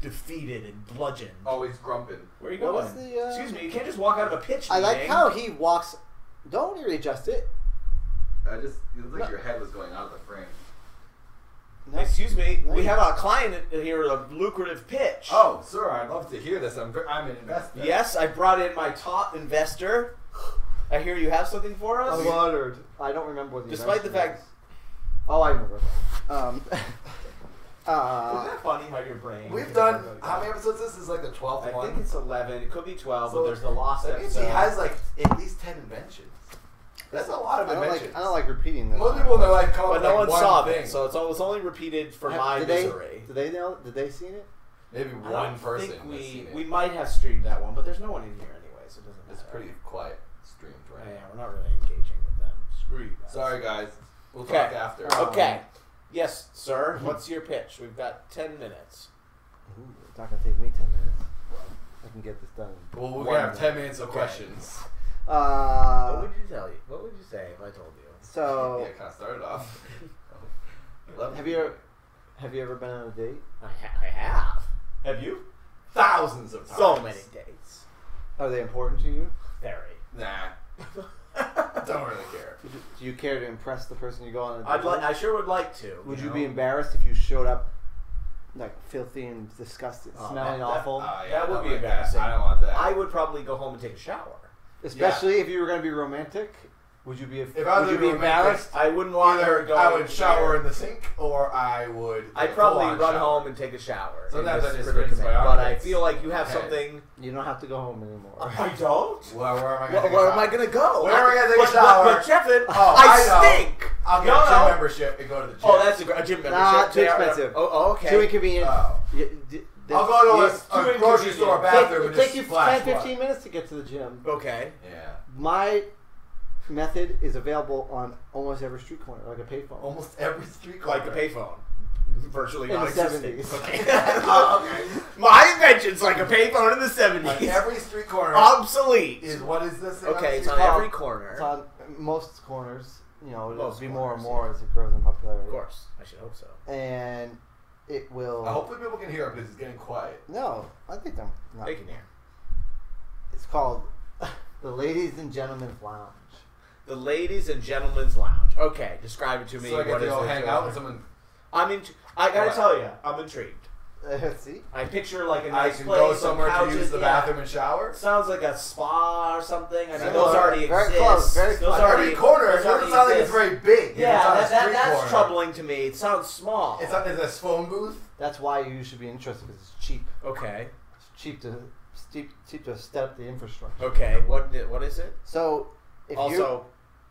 [SPEAKER 4] defeated and bludgeoned.
[SPEAKER 2] Oh,
[SPEAKER 8] Always grumping.
[SPEAKER 4] Where are you
[SPEAKER 3] What
[SPEAKER 4] going?
[SPEAKER 3] was the, uh,
[SPEAKER 4] Excuse me, you can't just walk out of a pitch
[SPEAKER 3] I
[SPEAKER 4] meeting.
[SPEAKER 3] like how he walks. Don't readjust it.
[SPEAKER 8] I just it looked like your head was going out of the frame.
[SPEAKER 3] No.
[SPEAKER 4] Excuse me,
[SPEAKER 3] No,
[SPEAKER 4] we
[SPEAKER 3] you-
[SPEAKER 4] have a client here with a lucrative pitch.
[SPEAKER 2] Oh, sir, I'd love to hear this. I'm, gr- I'm an investor.
[SPEAKER 4] Yes, I brought in my top investor. I hear you have something for us.
[SPEAKER 3] I'm honored. Oh, I don't remember what the
[SPEAKER 4] Despite the
[SPEAKER 3] invention
[SPEAKER 4] fact-
[SPEAKER 3] is. Oh, I remember. Um,
[SPEAKER 4] Isn't
[SPEAKER 3] uh,
[SPEAKER 4] that funny how your brain?
[SPEAKER 2] We've done, how many episodes this? This is like the 12th
[SPEAKER 4] I
[SPEAKER 2] one.
[SPEAKER 4] think it's eleven. It could be twelve,
[SPEAKER 2] So,
[SPEAKER 4] but there's the lost
[SPEAKER 2] That means he
[SPEAKER 4] episode.
[SPEAKER 2] has like at least 10 inventions. That's a lot of
[SPEAKER 3] I don't
[SPEAKER 2] inventions.
[SPEAKER 3] like. I don't like repeating this.
[SPEAKER 2] Most people in their life come up
[SPEAKER 4] but
[SPEAKER 2] with
[SPEAKER 4] no
[SPEAKER 2] like
[SPEAKER 4] one
[SPEAKER 2] one
[SPEAKER 4] saw
[SPEAKER 2] thing.
[SPEAKER 4] it, so it's, all, it's only repeated for
[SPEAKER 3] Have-
[SPEAKER 4] my
[SPEAKER 3] did
[SPEAKER 4] misery.
[SPEAKER 3] They, did they know? Did they see it?
[SPEAKER 2] Maybe
[SPEAKER 4] I don't
[SPEAKER 2] one person
[SPEAKER 4] Think
[SPEAKER 2] has seen
[SPEAKER 4] we
[SPEAKER 2] it.
[SPEAKER 4] we might have streamed that one, but there's no one in here anyway, so it doesn't matter. Oh,
[SPEAKER 2] it's pretty quiet streamed
[SPEAKER 4] Yeah,
[SPEAKER 2] right
[SPEAKER 4] we're not really engaging with them. Screw you. Guys.
[SPEAKER 2] Sorry, guys. We'll
[SPEAKER 4] Okay.
[SPEAKER 2] talk
[SPEAKER 4] Oh.
[SPEAKER 2] after.
[SPEAKER 4] Okay. Yes, sir. What's your pitch? We've got ten minutes.
[SPEAKER 3] Ooh, it's not gonna take me ten minutes. I can get this done. in
[SPEAKER 2] Well, we're
[SPEAKER 3] one
[SPEAKER 2] gonna have
[SPEAKER 3] minute.
[SPEAKER 2] ten minutes of
[SPEAKER 4] Okay.
[SPEAKER 2] questions.
[SPEAKER 3] Uh,
[SPEAKER 4] you tell you? What would you say if I told you?
[SPEAKER 2] Yeah,
[SPEAKER 3] so
[SPEAKER 2] kind of started off. Love
[SPEAKER 3] have you ever, have you ever been on a date?
[SPEAKER 4] I, ha- I have. Have you?
[SPEAKER 2] thousands of times?
[SPEAKER 4] So many dates.
[SPEAKER 3] Are they important to you?
[SPEAKER 4] Very.
[SPEAKER 2] Nah, don't really care.
[SPEAKER 3] Would you- Do you care to impress the person you go on a date?
[SPEAKER 4] I'd like.
[SPEAKER 3] with?
[SPEAKER 4] I sure would like to.
[SPEAKER 3] Would you
[SPEAKER 4] know?
[SPEAKER 3] be embarrassed if you showed up like filthy and disgusting,
[SPEAKER 4] Oh,
[SPEAKER 3] smelling
[SPEAKER 4] that- that-
[SPEAKER 3] awful?
[SPEAKER 2] Uh, yeah,
[SPEAKER 4] That would
[SPEAKER 2] I don't
[SPEAKER 4] be
[SPEAKER 2] like
[SPEAKER 4] embarrassing.
[SPEAKER 2] I don't want that.
[SPEAKER 4] I would probably go home and take a shower.
[SPEAKER 3] Especially if you were going to be romantic, would you be if
[SPEAKER 2] If I was
[SPEAKER 3] would you
[SPEAKER 2] gonna
[SPEAKER 3] be
[SPEAKER 2] be romantic,
[SPEAKER 3] embarrassed?
[SPEAKER 4] I wouldn't want her
[SPEAKER 2] Either
[SPEAKER 4] going.
[SPEAKER 2] I would shower in the sink, or I would.
[SPEAKER 4] I'd
[SPEAKER 2] take a
[SPEAKER 4] probably
[SPEAKER 2] full-on
[SPEAKER 4] run
[SPEAKER 2] shower.
[SPEAKER 4] home and take a shower. in
[SPEAKER 2] Sometimes
[SPEAKER 4] this
[SPEAKER 2] I just rinse
[SPEAKER 4] predicament,
[SPEAKER 2] my
[SPEAKER 4] But I
[SPEAKER 2] armpits.
[SPEAKER 4] feel like you have
[SPEAKER 2] Okay.
[SPEAKER 4] something.
[SPEAKER 3] You don't have to go home anymore.
[SPEAKER 4] don't.
[SPEAKER 2] Where, where am I gonna?
[SPEAKER 4] Where,
[SPEAKER 2] take a
[SPEAKER 4] where am
[SPEAKER 2] shower?
[SPEAKER 4] I gonna go?
[SPEAKER 2] Where am I gonna take a
[SPEAKER 4] but,
[SPEAKER 2] shower?
[SPEAKER 4] But, but Jeffin,
[SPEAKER 2] Oh,
[SPEAKER 4] I,
[SPEAKER 2] I know.
[SPEAKER 4] stink.
[SPEAKER 2] I'll get
[SPEAKER 4] No,
[SPEAKER 2] a gym
[SPEAKER 4] no.
[SPEAKER 2] membership and go to the gym.
[SPEAKER 4] Oh, that's a, gr- a gym membership.
[SPEAKER 3] Nah, too
[SPEAKER 4] They are-
[SPEAKER 3] expensive.
[SPEAKER 4] Oh, oh, okay.
[SPEAKER 3] Too inconvenient.
[SPEAKER 2] Oh.
[SPEAKER 3] You- d- they-
[SPEAKER 2] I'll go
[SPEAKER 3] you-
[SPEAKER 2] to a, a
[SPEAKER 4] too
[SPEAKER 2] grocery store
[SPEAKER 4] inconvenient.
[SPEAKER 2] bathroom
[SPEAKER 3] Take,
[SPEAKER 2] and
[SPEAKER 3] take
[SPEAKER 2] just
[SPEAKER 3] you
[SPEAKER 2] splash
[SPEAKER 3] 10, 15
[SPEAKER 2] water.
[SPEAKER 3] minutes to get to the gym.
[SPEAKER 4] okay.
[SPEAKER 2] Yeah,
[SPEAKER 3] My method is available on almost every street corner, like a payphone.
[SPEAKER 2] almost every street corner.
[SPEAKER 4] Like a payphone. Virtually
[SPEAKER 3] In the
[SPEAKER 4] non-existent.
[SPEAKER 3] 70s.
[SPEAKER 4] Okay.
[SPEAKER 2] Oh, okay.
[SPEAKER 4] My invention's like a payphone in the
[SPEAKER 2] Like
[SPEAKER 4] seventies.
[SPEAKER 2] every street corner
[SPEAKER 4] Obsolete.
[SPEAKER 2] is what is this? thing
[SPEAKER 4] Okay, it's
[SPEAKER 2] street
[SPEAKER 4] on
[SPEAKER 2] corner?
[SPEAKER 4] every
[SPEAKER 3] It's
[SPEAKER 4] corner.
[SPEAKER 3] on um, most corners. You know, it'll
[SPEAKER 4] Most
[SPEAKER 3] be more and
[SPEAKER 4] corners,
[SPEAKER 3] more as it grows in popularity.
[SPEAKER 4] Of course, I should hope so.
[SPEAKER 3] And it will.
[SPEAKER 2] Uh, hopefully people can hear it because it's getting quiet.
[SPEAKER 3] No, I think I'm not.
[SPEAKER 4] They can hear.
[SPEAKER 3] It's called the Ladies and Gentlemen's Lounge.
[SPEAKER 4] The ladies and gentlemen's lounge. Okay, describe it to me.
[SPEAKER 2] so I
[SPEAKER 4] What
[SPEAKER 2] get to
[SPEAKER 4] is
[SPEAKER 2] go
[SPEAKER 4] it?
[SPEAKER 2] hang out with someone.
[SPEAKER 4] I'm in. I gotta
[SPEAKER 2] What?
[SPEAKER 4] tell you, I'm intrigued.
[SPEAKER 3] See,
[SPEAKER 4] I picture like a
[SPEAKER 2] I
[SPEAKER 4] nice
[SPEAKER 2] can
[SPEAKER 4] place,
[SPEAKER 2] go
[SPEAKER 4] some
[SPEAKER 2] somewhere to
[SPEAKER 4] couches,
[SPEAKER 2] use the
[SPEAKER 4] yeah.
[SPEAKER 2] bathroom and shower.
[SPEAKER 4] Sounds like a spa or something. I mean,
[SPEAKER 2] Similar.
[SPEAKER 4] those already
[SPEAKER 3] Very
[SPEAKER 4] exist.
[SPEAKER 3] close, very
[SPEAKER 4] Those
[SPEAKER 3] close.
[SPEAKER 4] already
[SPEAKER 2] every corner. It
[SPEAKER 4] those already
[SPEAKER 2] doesn't sound like it's
[SPEAKER 4] exist.
[SPEAKER 2] very big. if
[SPEAKER 4] Yeah,
[SPEAKER 2] it's on a
[SPEAKER 4] that, that,
[SPEAKER 2] street
[SPEAKER 4] that's
[SPEAKER 2] corner.
[SPEAKER 4] troubling to me. It sounds small.
[SPEAKER 2] It's on, is this phone booth?
[SPEAKER 3] that's why you should be interested because it's cheap.
[SPEAKER 4] okay.
[SPEAKER 3] It's cheap to it's cheap, cheap to set up the infrastructure.
[SPEAKER 4] Okay. What? di- What is it?
[SPEAKER 3] So if you
[SPEAKER 4] also,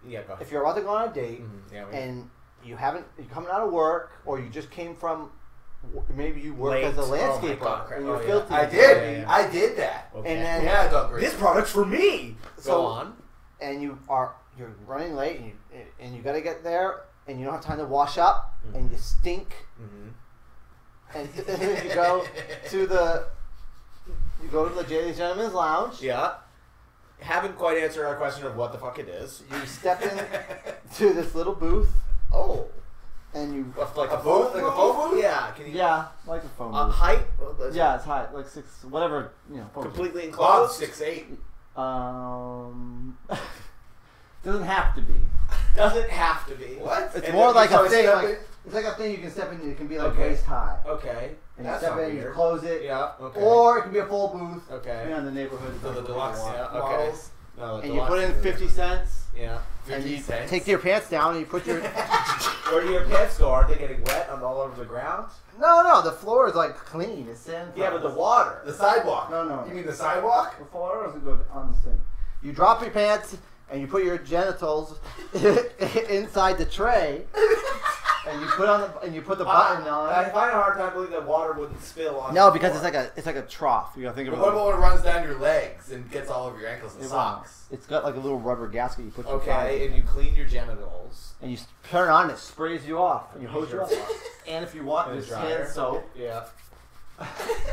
[SPEAKER 4] yeah. Go ahead.
[SPEAKER 3] if you're about to go on a date
[SPEAKER 4] Mhm, yeah, we-
[SPEAKER 3] and you haven't you're coming out of work or you just came from w- maybe you work
[SPEAKER 4] Late.
[SPEAKER 3] as a
[SPEAKER 4] Oh my
[SPEAKER 3] landscaper
[SPEAKER 4] God, crap.
[SPEAKER 3] and you're
[SPEAKER 4] Oh, yeah.
[SPEAKER 3] filthy.
[SPEAKER 2] I
[SPEAKER 4] Yeah, yeah,
[SPEAKER 2] did.
[SPEAKER 4] yeah.
[SPEAKER 2] I did that.
[SPEAKER 4] Okay.
[SPEAKER 3] And then
[SPEAKER 2] Yeah, I done great.
[SPEAKER 4] this product's for me.
[SPEAKER 3] So-
[SPEAKER 4] go on.
[SPEAKER 3] and you are you're running late and you, and you got to get there and you don't have time to wash up and you stink
[SPEAKER 4] Mm-hmm.
[SPEAKER 3] and you go to the you go to the Ladies and Gentlemen's Lounge.
[SPEAKER 4] Yeah. Haven't quite answered our question of what the fuck it is.
[SPEAKER 3] You step into this little booth
[SPEAKER 4] Oh.
[SPEAKER 3] and you
[SPEAKER 4] What, like
[SPEAKER 2] A phone? Like a phone booth?
[SPEAKER 4] Yeah. Can you,
[SPEAKER 3] yeah like a phone
[SPEAKER 4] Uh,
[SPEAKER 3] booth.
[SPEAKER 4] height? Well, that's
[SPEAKER 3] Yeah, it's high, like six, whatever you know. Phone booth.
[SPEAKER 4] Completely
[SPEAKER 2] Bob
[SPEAKER 4] enclosed?
[SPEAKER 2] six eight.
[SPEAKER 3] Um, doesn't have to be.
[SPEAKER 4] Doesn't have to be.
[SPEAKER 2] What?
[SPEAKER 3] It's
[SPEAKER 2] And
[SPEAKER 3] more
[SPEAKER 2] then
[SPEAKER 3] like
[SPEAKER 2] you
[SPEAKER 3] a
[SPEAKER 2] start
[SPEAKER 3] thing.
[SPEAKER 2] stepping-
[SPEAKER 3] Like, It's like a thing you can step in. and It can be like
[SPEAKER 4] Okay.
[SPEAKER 3] waist high,
[SPEAKER 4] Okay.
[SPEAKER 3] and you
[SPEAKER 4] That's
[SPEAKER 3] step
[SPEAKER 4] not
[SPEAKER 3] in, you
[SPEAKER 4] weird.
[SPEAKER 3] close it,
[SPEAKER 4] Yeah. Okay.
[SPEAKER 3] or it can be a full booth.
[SPEAKER 4] okay.
[SPEAKER 3] Depending on the neighborhood.
[SPEAKER 4] So the
[SPEAKER 3] like,
[SPEAKER 4] deluxe.
[SPEAKER 3] what you
[SPEAKER 4] Yeah.
[SPEAKER 3] want.
[SPEAKER 4] Okay.
[SPEAKER 2] Models.
[SPEAKER 4] No, the
[SPEAKER 3] And you
[SPEAKER 4] deluxe
[SPEAKER 3] put in
[SPEAKER 4] is-
[SPEAKER 3] fifty cents,
[SPEAKER 4] Yeah.
[SPEAKER 3] and
[SPEAKER 1] 50
[SPEAKER 3] you
[SPEAKER 1] cents?
[SPEAKER 3] take your pants down, and you put your
[SPEAKER 4] Where do your pants go? Aren't they getting wet on all over the ground?
[SPEAKER 3] no, no. The floor is like clean. It's sand.
[SPEAKER 4] Yeah, but the
[SPEAKER 3] floor.
[SPEAKER 4] water.
[SPEAKER 2] The sidewalk.
[SPEAKER 3] No, no.
[SPEAKER 2] You mean the sidewalk?
[SPEAKER 3] The floor doesn't go on the sink. You drop your pants and you put your genitals inside the tray, and you put on the, and you put the button
[SPEAKER 4] I, I
[SPEAKER 3] on.
[SPEAKER 4] find it hard time believing that water wouldn't spill on.
[SPEAKER 3] No,
[SPEAKER 4] the
[SPEAKER 3] because
[SPEAKER 4] floor.
[SPEAKER 3] it's like a it's like a trough. You gotta think
[SPEAKER 1] But
[SPEAKER 3] of
[SPEAKER 1] what
[SPEAKER 3] it.
[SPEAKER 1] about when it runs down your legs and gets all over your ankles and
[SPEAKER 3] It
[SPEAKER 1] socks?
[SPEAKER 3] It's got like a little rubber gasket you put your thighs
[SPEAKER 4] Okay,
[SPEAKER 3] in.
[SPEAKER 4] and you clean your genitals.
[SPEAKER 3] and you s- turn on it, sprays you off, and you hose
[SPEAKER 4] Sure.
[SPEAKER 3] you off. and if you want,
[SPEAKER 4] And
[SPEAKER 3] there's
[SPEAKER 4] dryer.
[SPEAKER 3] hand soap.
[SPEAKER 4] Yeah.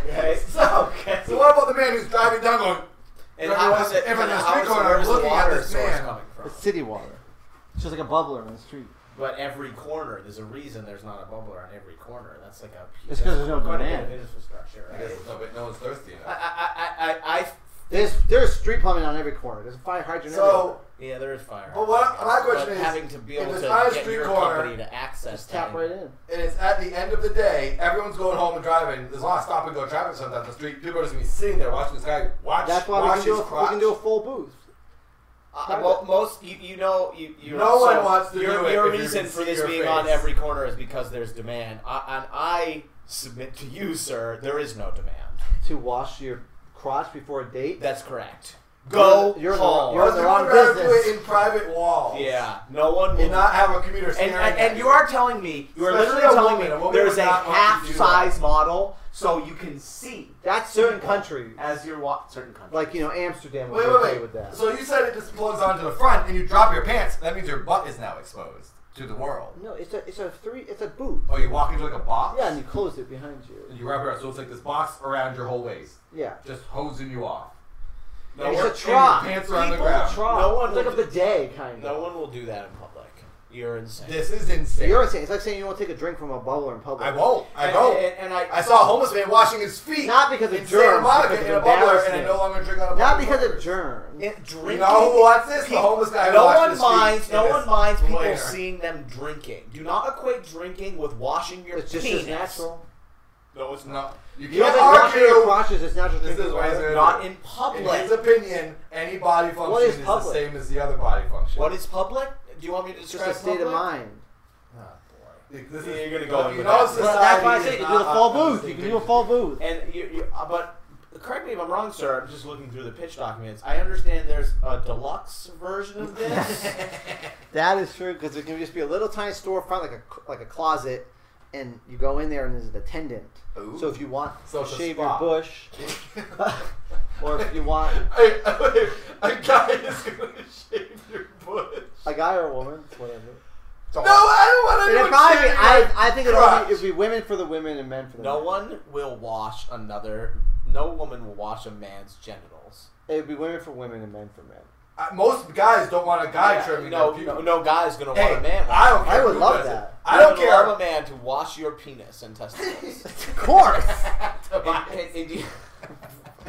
[SPEAKER 4] okay.
[SPEAKER 2] So,
[SPEAKER 4] Okay.
[SPEAKER 2] so what about the man who's driving down going,
[SPEAKER 4] And
[SPEAKER 2] Everyone-
[SPEAKER 4] how is it?
[SPEAKER 2] everyone
[SPEAKER 4] and
[SPEAKER 2] is
[SPEAKER 4] how is
[SPEAKER 2] going
[SPEAKER 4] the-
[SPEAKER 2] out
[SPEAKER 4] where is the
[SPEAKER 2] looking at
[SPEAKER 4] water
[SPEAKER 2] this
[SPEAKER 4] source
[SPEAKER 2] man.
[SPEAKER 4] coming from?
[SPEAKER 3] It's city water. It's just like a bubbler in the street.
[SPEAKER 4] But every corner, there's a reason there's not a bubbler on every corner. That's like a.
[SPEAKER 3] It's 'cause there's no
[SPEAKER 4] quite a bit
[SPEAKER 3] demand.
[SPEAKER 4] of infrastructure,
[SPEAKER 1] I
[SPEAKER 4] right?
[SPEAKER 1] guess no, but no one's thirsty enough.
[SPEAKER 4] I, I, I, I, I,
[SPEAKER 3] There's there's street plumbing on every corner. There's a fire hydrant. everywhere.
[SPEAKER 2] so
[SPEAKER 4] yeah, there is fire.
[SPEAKER 2] But what-
[SPEAKER 4] I
[SPEAKER 2] my
[SPEAKER 4] guess.
[SPEAKER 2] question
[SPEAKER 4] But
[SPEAKER 2] is,
[SPEAKER 4] having to be
[SPEAKER 2] if
[SPEAKER 4] able
[SPEAKER 2] it's
[SPEAKER 4] to
[SPEAKER 2] on a
[SPEAKER 4] get
[SPEAKER 2] street
[SPEAKER 4] your
[SPEAKER 2] corner,
[SPEAKER 4] company to access
[SPEAKER 3] just tap
[SPEAKER 4] that.
[SPEAKER 3] right in.
[SPEAKER 2] and it's at the end of the day, everyone's going home and driving. There's a lot of stop and go traffic sometimes. The street people are just gonna be sitting there watching this guy watch.
[SPEAKER 3] That's why we
[SPEAKER 2] watch
[SPEAKER 3] can, do
[SPEAKER 2] his
[SPEAKER 3] a, we can
[SPEAKER 2] crotch.
[SPEAKER 3] do a full booth.
[SPEAKER 4] Uh, well, most you, you know you, you
[SPEAKER 2] No
[SPEAKER 4] so
[SPEAKER 2] one wants to
[SPEAKER 4] your,
[SPEAKER 2] do it
[SPEAKER 4] Your
[SPEAKER 2] if you
[SPEAKER 4] reason
[SPEAKER 2] can
[SPEAKER 4] for
[SPEAKER 2] see
[SPEAKER 4] this
[SPEAKER 2] your
[SPEAKER 4] being on
[SPEAKER 2] face.
[SPEAKER 4] every corner is because there's demand, I, and I submit to you, sir, there is no demand.
[SPEAKER 3] To wash your crotch before a date.
[SPEAKER 4] That's correct.
[SPEAKER 3] You're
[SPEAKER 4] Go
[SPEAKER 3] the- you're the-
[SPEAKER 4] home.
[SPEAKER 3] you're
[SPEAKER 2] Most
[SPEAKER 3] the
[SPEAKER 2] people
[SPEAKER 3] wrong
[SPEAKER 2] would rather
[SPEAKER 3] business.
[SPEAKER 2] do it in private walls.
[SPEAKER 4] yeah, no one will.
[SPEAKER 2] And not have a commuter
[SPEAKER 4] and,
[SPEAKER 2] staring
[SPEAKER 4] and,
[SPEAKER 2] at
[SPEAKER 4] and you are telling me you are
[SPEAKER 2] Especially
[SPEAKER 4] literally
[SPEAKER 2] a
[SPEAKER 4] telling
[SPEAKER 2] woman. A
[SPEAKER 4] me
[SPEAKER 2] woman
[SPEAKER 4] there's
[SPEAKER 2] would
[SPEAKER 4] a
[SPEAKER 2] not want
[SPEAKER 4] half
[SPEAKER 2] to do that.
[SPEAKER 4] size model, so you can see
[SPEAKER 3] That's certain
[SPEAKER 4] people
[SPEAKER 3] countries.
[SPEAKER 4] as you're wa- certain countries.
[SPEAKER 3] Like you know, Amsterdam would
[SPEAKER 2] Wait,
[SPEAKER 3] be
[SPEAKER 2] wait,
[SPEAKER 3] okay
[SPEAKER 2] wait.
[SPEAKER 3] with that.
[SPEAKER 2] So you said it just plugs onto the front, and you drop your pants. That means your butt is now exposed to the world.
[SPEAKER 3] no, it's a it's a three it's a booth.
[SPEAKER 2] Oh, you walk into like a box.
[SPEAKER 3] Yeah, and you close it behind you.
[SPEAKER 2] And you wrap it up, so it's like this box around your whole waist,
[SPEAKER 3] Yeah.
[SPEAKER 2] just hosing you off. No,
[SPEAKER 3] And
[SPEAKER 2] we're-
[SPEAKER 3] it's a
[SPEAKER 2] and your
[SPEAKER 3] trough.
[SPEAKER 2] Pants are on the
[SPEAKER 3] People are
[SPEAKER 2] ground.
[SPEAKER 3] trough.
[SPEAKER 4] No one
[SPEAKER 3] it's like a
[SPEAKER 4] would-
[SPEAKER 3] bidet kind of.
[SPEAKER 4] no one will do that in public. You're insane.
[SPEAKER 2] This is insane.
[SPEAKER 3] You're insane. It's like saying you won't take a drink from a bubbler in public.
[SPEAKER 2] I won't. I
[SPEAKER 4] and,
[SPEAKER 2] don't.
[SPEAKER 4] And, and I,
[SPEAKER 2] I saw a homeless man washing his feet.
[SPEAKER 3] Not because of
[SPEAKER 2] in Santa
[SPEAKER 3] germs,
[SPEAKER 2] Monica
[SPEAKER 3] because
[SPEAKER 2] in a
[SPEAKER 3] of
[SPEAKER 2] bubbler, and I
[SPEAKER 3] embarrassment.
[SPEAKER 2] no longer drink out of
[SPEAKER 3] Not
[SPEAKER 2] bubbler
[SPEAKER 3] because of
[SPEAKER 2] waters.
[SPEAKER 3] germs.
[SPEAKER 4] It, drinking.
[SPEAKER 2] You know who wants this? The homeless guy. who
[SPEAKER 4] No
[SPEAKER 2] washed
[SPEAKER 4] one
[SPEAKER 2] his feet
[SPEAKER 4] minds.
[SPEAKER 2] in
[SPEAKER 4] No
[SPEAKER 2] this
[SPEAKER 4] one minds people
[SPEAKER 2] layer.
[SPEAKER 4] seeing them drinking. Do not equate drinking with washing your
[SPEAKER 3] It's just
[SPEAKER 4] penis.
[SPEAKER 3] as natural.
[SPEAKER 2] No, it's not. You
[SPEAKER 3] You don't
[SPEAKER 2] can't
[SPEAKER 3] think washing your
[SPEAKER 2] argue.
[SPEAKER 3] crotches is natural. to
[SPEAKER 2] This
[SPEAKER 3] drink
[SPEAKER 2] is
[SPEAKER 3] from
[SPEAKER 2] why
[SPEAKER 3] a
[SPEAKER 2] it's
[SPEAKER 3] bubbler?
[SPEAKER 2] gonna-
[SPEAKER 4] Not in
[SPEAKER 2] In
[SPEAKER 4] public.
[SPEAKER 2] his opinion, any body function
[SPEAKER 3] What is
[SPEAKER 2] is, the
[SPEAKER 3] public?
[SPEAKER 2] same as the other body function.
[SPEAKER 4] What is public? Do you want me to
[SPEAKER 3] It's just
[SPEAKER 4] describe
[SPEAKER 3] a state of
[SPEAKER 4] public?
[SPEAKER 3] mind.
[SPEAKER 4] Oh,
[SPEAKER 2] This
[SPEAKER 4] Yeah,
[SPEAKER 2] is,
[SPEAKER 4] you're gonna go
[SPEAKER 2] You
[SPEAKER 4] with
[SPEAKER 2] know,
[SPEAKER 4] that.
[SPEAKER 2] society
[SPEAKER 4] But
[SPEAKER 3] That's why I say
[SPEAKER 2] is
[SPEAKER 3] you can
[SPEAKER 2] not
[SPEAKER 3] do the full
[SPEAKER 2] on the
[SPEAKER 3] booth.
[SPEAKER 2] same
[SPEAKER 3] You can do a
[SPEAKER 2] page.
[SPEAKER 3] full booth.
[SPEAKER 4] boy. And you, you uh, but correct me if I'm wrong, sir. I'm just looking through the pitch documents. I understand there's a deluxe version of this.
[SPEAKER 3] That is true because it can just be a little tiny storefront, like a like a closet, and you go in there and there's an attendant.
[SPEAKER 2] Ooh.
[SPEAKER 3] So if you want
[SPEAKER 2] So it's
[SPEAKER 3] to
[SPEAKER 2] a
[SPEAKER 3] shave your
[SPEAKER 2] spa.
[SPEAKER 3] bush, or if you want
[SPEAKER 2] Hey, wait, a guy is gonna shave your bush.
[SPEAKER 3] a guy or a woman, whatever.
[SPEAKER 2] No, I
[SPEAKER 3] It'd
[SPEAKER 2] don't want
[SPEAKER 3] probably
[SPEAKER 2] to.
[SPEAKER 3] be, I, I think it'll
[SPEAKER 2] crotch.
[SPEAKER 3] be, it'd be women for the women and men for the
[SPEAKER 4] no
[SPEAKER 3] men.
[SPEAKER 4] one will wash another. No woman will wash a man's genitals.
[SPEAKER 3] It'd be women for women and men for men.
[SPEAKER 2] I, Uh, most guys don't want a guy
[SPEAKER 4] Yeah,
[SPEAKER 2] trimming
[SPEAKER 4] no,
[SPEAKER 2] their pubes.
[SPEAKER 4] no, no guy's gonna
[SPEAKER 2] Hey,
[SPEAKER 4] want a man.
[SPEAKER 2] I don't
[SPEAKER 4] washing.
[SPEAKER 2] care.
[SPEAKER 3] I would
[SPEAKER 2] who
[SPEAKER 3] love
[SPEAKER 2] does it.
[SPEAKER 3] that.
[SPEAKER 2] I don't
[SPEAKER 4] You would
[SPEAKER 2] care.
[SPEAKER 4] Love a man to wash your penis and testicles.
[SPEAKER 3] Of course,
[SPEAKER 4] And- and- and you-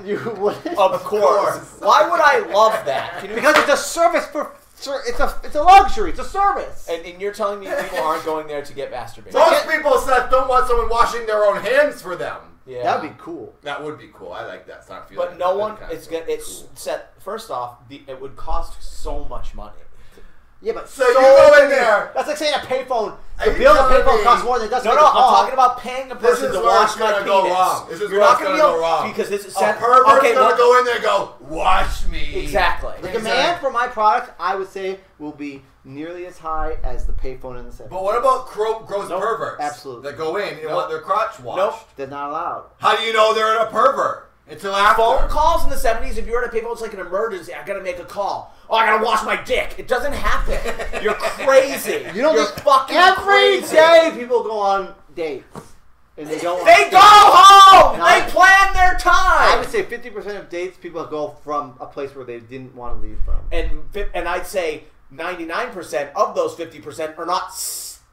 [SPEAKER 3] you would.
[SPEAKER 4] of course.
[SPEAKER 2] course.
[SPEAKER 4] Um, Why would I love that? Can you-
[SPEAKER 3] Because it's a service for. ser- It's a it's a luxury. It's a service.
[SPEAKER 4] and, and you're telling me people aren't going there to get masturbated?
[SPEAKER 2] Most people, Seth, don't want someone washing their own hands for them.
[SPEAKER 4] yeah.
[SPEAKER 3] That'd be cool.
[SPEAKER 1] That would be cool. I like that sound feeling.
[SPEAKER 4] But no
[SPEAKER 1] That's
[SPEAKER 4] one.
[SPEAKER 1] kind of
[SPEAKER 4] It's gonna. It's set. First off, the, it would cost so much money.
[SPEAKER 3] Yeah, but
[SPEAKER 2] So you go in
[SPEAKER 3] many-
[SPEAKER 2] there.
[SPEAKER 3] That's like saying a payphone.
[SPEAKER 2] Are
[SPEAKER 3] The
[SPEAKER 2] you
[SPEAKER 3] bill of a
[SPEAKER 2] telling
[SPEAKER 3] payphone
[SPEAKER 2] me-
[SPEAKER 3] costs more than it does. to
[SPEAKER 4] No,
[SPEAKER 3] make
[SPEAKER 4] no,
[SPEAKER 3] a
[SPEAKER 4] I'm
[SPEAKER 3] call.
[SPEAKER 4] talking about paying a
[SPEAKER 2] This
[SPEAKER 4] person
[SPEAKER 2] is
[SPEAKER 4] to
[SPEAKER 2] where
[SPEAKER 4] wash
[SPEAKER 2] it's
[SPEAKER 4] my
[SPEAKER 2] gonna
[SPEAKER 4] penis.
[SPEAKER 2] go wrong. This is
[SPEAKER 4] You're
[SPEAKER 2] where
[SPEAKER 4] not
[SPEAKER 2] it's
[SPEAKER 4] gonna be
[SPEAKER 2] gonna
[SPEAKER 4] able
[SPEAKER 2] go wrong.
[SPEAKER 4] because this is
[SPEAKER 2] A
[SPEAKER 4] set.
[SPEAKER 2] pervert's
[SPEAKER 4] okay,
[SPEAKER 2] gonna
[SPEAKER 4] well-
[SPEAKER 2] go in there and go, "Watch me."
[SPEAKER 4] exactly.
[SPEAKER 3] The
[SPEAKER 2] Exactly.
[SPEAKER 3] demand for my product, I would say, will be nearly as high as the payphone in the city.
[SPEAKER 2] But what about cro- gross
[SPEAKER 4] Nope.
[SPEAKER 2] perverts?
[SPEAKER 3] Absolutely.
[SPEAKER 2] That go in and
[SPEAKER 4] Nope.
[SPEAKER 2] want their crotch washed.
[SPEAKER 4] Nope.
[SPEAKER 3] They're not allowed.
[SPEAKER 2] How do you know they're a pervert until after?
[SPEAKER 4] phone calls in the 70s if you're at a payphone it's like an emergency i gotta make a call oh i gotta wash my dick it doesn't happen you're crazy
[SPEAKER 3] You don't
[SPEAKER 4] you're
[SPEAKER 3] get
[SPEAKER 4] fucking
[SPEAKER 3] every
[SPEAKER 4] crazy.
[SPEAKER 3] day people go on dates and they don't.
[SPEAKER 4] they go home
[SPEAKER 3] No, I-
[SPEAKER 4] they plan their
[SPEAKER 3] I
[SPEAKER 4] time
[SPEAKER 3] would say fifty percent of dates people go from a place where they didn't want to leave from.
[SPEAKER 4] and fi- and i'd say 99% of those 50% are not stinking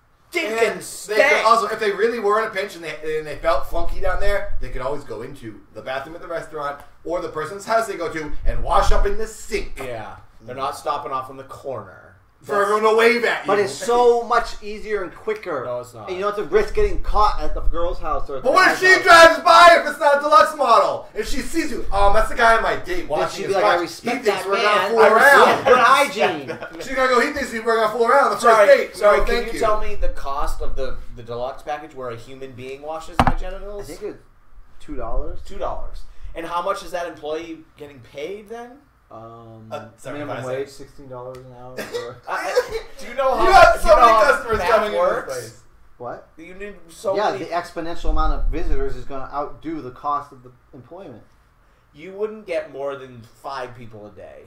[SPEAKER 2] And they could
[SPEAKER 4] stank
[SPEAKER 2] also, if they really were in a pinch and they, and they felt funky down there, they could always go into the bathroom at the restaurant or the person's house they go to and wash up in the sink.
[SPEAKER 4] yeah they're not stopping off in the corner
[SPEAKER 2] for everyone to wave at you.
[SPEAKER 3] But it's so much easier and quicker.
[SPEAKER 4] No, it's not.
[SPEAKER 3] And you don't have to risk getting caught at the girl's house or. at the
[SPEAKER 2] But what if
[SPEAKER 3] guy's
[SPEAKER 2] she
[SPEAKER 3] house.
[SPEAKER 2] drives by if it's not a deluxe model? If she sees you, um, that's the guy on my date
[SPEAKER 3] Then
[SPEAKER 2] watching
[SPEAKER 3] she'd
[SPEAKER 2] his
[SPEAKER 3] be like, I
[SPEAKER 2] watch.
[SPEAKER 3] respect
[SPEAKER 2] He
[SPEAKER 3] that
[SPEAKER 2] thinks we're gonna
[SPEAKER 3] man.
[SPEAKER 2] fool around.
[SPEAKER 3] Good hygiene.
[SPEAKER 2] She's gonna go, he thinks we're gonna fool around on the
[SPEAKER 4] Sorry,
[SPEAKER 2] first date.
[SPEAKER 4] sorry.
[SPEAKER 2] No,
[SPEAKER 4] Can
[SPEAKER 2] thank
[SPEAKER 4] you, tell me the cost of the the deluxe package where a human being washes my
[SPEAKER 3] I
[SPEAKER 4] genitals?
[SPEAKER 3] think it's two dollars.
[SPEAKER 4] two dollars. And how much is that employee getting paid then?
[SPEAKER 3] Um,
[SPEAKER 2] Uh, seventy-five
[SPEAKER 3] minimum
[SPEAKER 2] cents.
[SPEAKER 3] wage sixteen dollars an hour. Or,
[SPEAKER 4] I- I- do you know how?
[SPEAKER 2] You have so
[SPEAKER 4] do you know
[SPEAKER 2] many
[SPEAKER 4] how
[SPEAKER 2] customers
[SPEAKER 4] math
[SPEAKER 2] coming in
[SPEAKER 4] works?
[SPEAKER 2] this place.
[SPEAKER 3] what?
[SPEAKER 4] You need so
[SPEAKER 3] yeah,
[SPEAKER 4] many.
[SPEAKER 3] the exponential amount of visitors is going to outdo the cost of the employment.
[SPEAKER 4] you wouldn't get more than five people a day.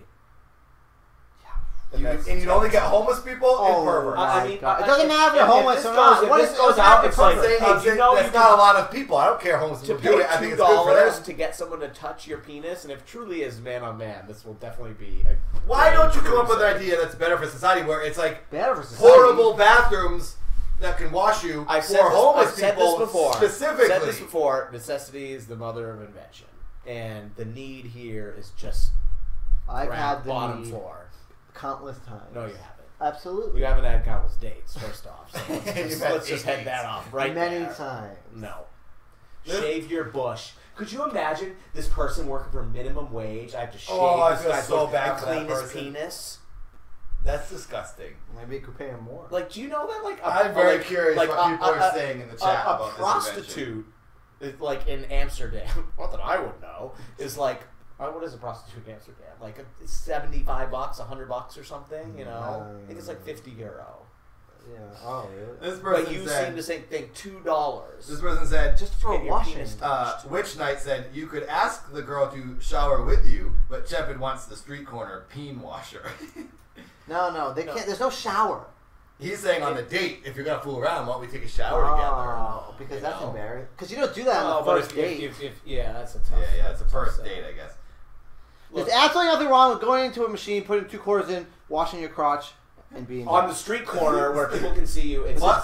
[SPEAKER 2] You, and you'd only get homeless people
[SPEAKER 3] Oh,
[SPEAKER 2] and perverts.
[SPEAKER 3] my
[SPEAKER 4] I- I mean,
[SPEAKER 3] God.
[SPEAKER 4] I-
[SPEAKER 3] it doesn't
[SPEAKER 4] I-
[SPEAKER 3] matter if
[SPEAKER 4] if-
[SPEAKER 3] you're
[SPEAKER 4] if
[SPEAKER 3] homeless
[SPEAKER 4] this
[SPEAKER 3] or
[SPEAKER 4] goes-
[SPEAKER 3] not.
[SPEAKER 4] if
[SPEAKER 3] What
[SPEAKER 4] this
[SPEAKER 3] is
[SPEAKER 4] goes
[SPEAKER 3] it's not
[SPEAKER 4] out, it's
[SPEAKER 2] I'm
[SPEAKER 3] perfect.
[SPEAKER 2] saying,
[SPEAKER 4] Hey,
[SPEAKER 2] I'm
[SPEAKER 4] you
[SPEAKER 2] saying
[SPEAKER 4] know
[SPEAKER 2] that's
[SPEAKER 4] you
[SPEAKER 2] not
[SPEAKER 4] can-
[SPEAKER 2] a lot of people. I don't care homeless
[SPEAKER 4] To
[SPEAKER 2] people do
[SPEAKER 4] pay
[SPEAKER 2] it. I think
[SPEAKER 4] two
[SPEAKER 2] it's good for
[SPEAKER 4] dollars
[SPEAKER 2] them.
[SPEAKER 4] to get someone to touch your penis, and if truly is man on man, this will definitely be. A
[SPEAKER 2] Why don't you come up with an idea that's better for society where it's like
[SPEAKER 3] Better for society.
[SPEAKER 2] horrible bathrooms that can wash you
[SPEAKER 4] I've
[SPEAKER 2] for
[SPEAKER 4] said, this,
[SPEAKER 2] homeless
[SPEAKER 4] I've said
[SPEAKER 2] people
[SPEAKER 4] this before.
[SPEAKER 2] specifically?
[SPEAKER 4] I've said this before. Necessity is the mother of invention, and the need here is just
[SPEAKER 3] I've
[SPEAKER 4] ground-
[SPEAKER 3] had the
[SPEAKER 4] bottom
[SPEAKER 3] need
[SPEAKER 4] floor.
[SPEAKER 3] countless times.
[SPEAKER 4] No, you haven't.
[SPEAKER 3] Absolutely.
[SPEAKER 4] You haven't had countless dates, first off. So let's
[SPEAKER 2] You've
[SPEAKER 4] just,
[SPEAKER 2] had
[SPEAKER 4] let's just
[SPEAKER 2] eight
[SPEAKER 4] head that
[SPEAKER 2] dates.
[SPEAKER 4] off right
[SPEAKER 3] Many
[SPEAKER 4] there.
[SPEAKER 3] times.
[SPEAKER 4] No.
[SPEAKER 2] This-
[SPEAKER 4] Shave your bush. Could you imagine this person working for minimum wage? I have to shave
[SPEAKER 2] Oh, I
[SPEAKER 4] this
[SPEAKER 2] feel
[SPEAKER 4] guy's
[SPEAKER 2] so
[SPEAKER 4] bush
[SPEAKER 2] bad
[SPEAKER 4] and
[SPEAKER 2] for that
[SPEAKER 4] clean his
[SPEAKER 2] person.
[SPEAKER 4] penis.
[SPEAKER 2] That's disgusting.
[SPEAKER 3] Maybe you could pay him more.
[SPEAKER 4] Like, do you know that? Like, a,
[SPEAKER 2] I'm very
[SPEAKER 4] like,
[SPEAKER 2] curious
[SPEAKER 4] like
[SPEAKER 2] what
[SPEAKER 4] a,
[SPEAKER 2] people
[SPEAKER 4] a,
[SPEAKER 2] are
[SPEAKER 4] a-
[SPEAKER 2] saying in the
[SPEAKER 4] a,
[SPEAKER 2] chat
[SPEAKER 4] a
[SPEAKER 2] about this invention.
[SPEAKER 4] prostitute, is, like in Amsterdam, not that I would know, is like, uh, what is a prostitute in Amsterdam? Like a, seventy-five bucks, hundred bucks, or something. You know, I think it's like fifty euro.
[SPEAKER 3] yeah. Oh, really?
[SPEAKER 2] This Mm. person
[SPEAKER 4] But you
[SPEAKER 2] said,
[SPEAKER 4] seem to think, think two dollars.
[SPEAKER 2] this person said,
[SPEAKER 3] Just for
[SPEAKER 4] Get your
[SPEAKER 3] washing.
[SPEAKER 4] penis
[SPEAKER 2] uh,
[SPEAKER 4] touched.
[SPEAKER 2] Witch Knight said, you could ask the girl to shower with you, but Shepard wants the street corner peen washer.
[SPEAKER 3] No, no, they
[SPEAKER 4] No.
[SPEAKER 3] can't. There's no shower.
[SPEAKER 2] He's saying on the date, if you're gonna fool around, why don't we take a shower
[SPEAKER 3] Oh,
[SPEAKER 2] together?
[SPEAKER 3] because
[SPEAKER 2] You
[SPEAKER 3] that's
[SPEAKER 2] know?
[SPEAKER 3] embarrassing. Because you don't do that
[SPEAKER 4] Oh,
[SPEAKER 3] on the
[SPEAKER 4] but
[SPEAKER 3] first
[SPEAKER 4] if-
[SPEAKER 3] date.
[SPEAKER 4] if- if- if- yeah, that's a
[SPEAKER 2] Yeah,
[SPEAKER 4] tough.
[SPEAKER 2] yeah, it's a
[SPEAKER 4] that's tough
[SPEAKER 2] first
[SPEAKER 4] sell.
[SPEAKER 2] date, I guess.
[SPEAKER 3] There's absolutely nothing wrong with going into a machine, putting two quarters in, washing your crotch, and being
[SPEAKER 4] On the street corner where people can see you, it's
[SPEAKER 2] Butt,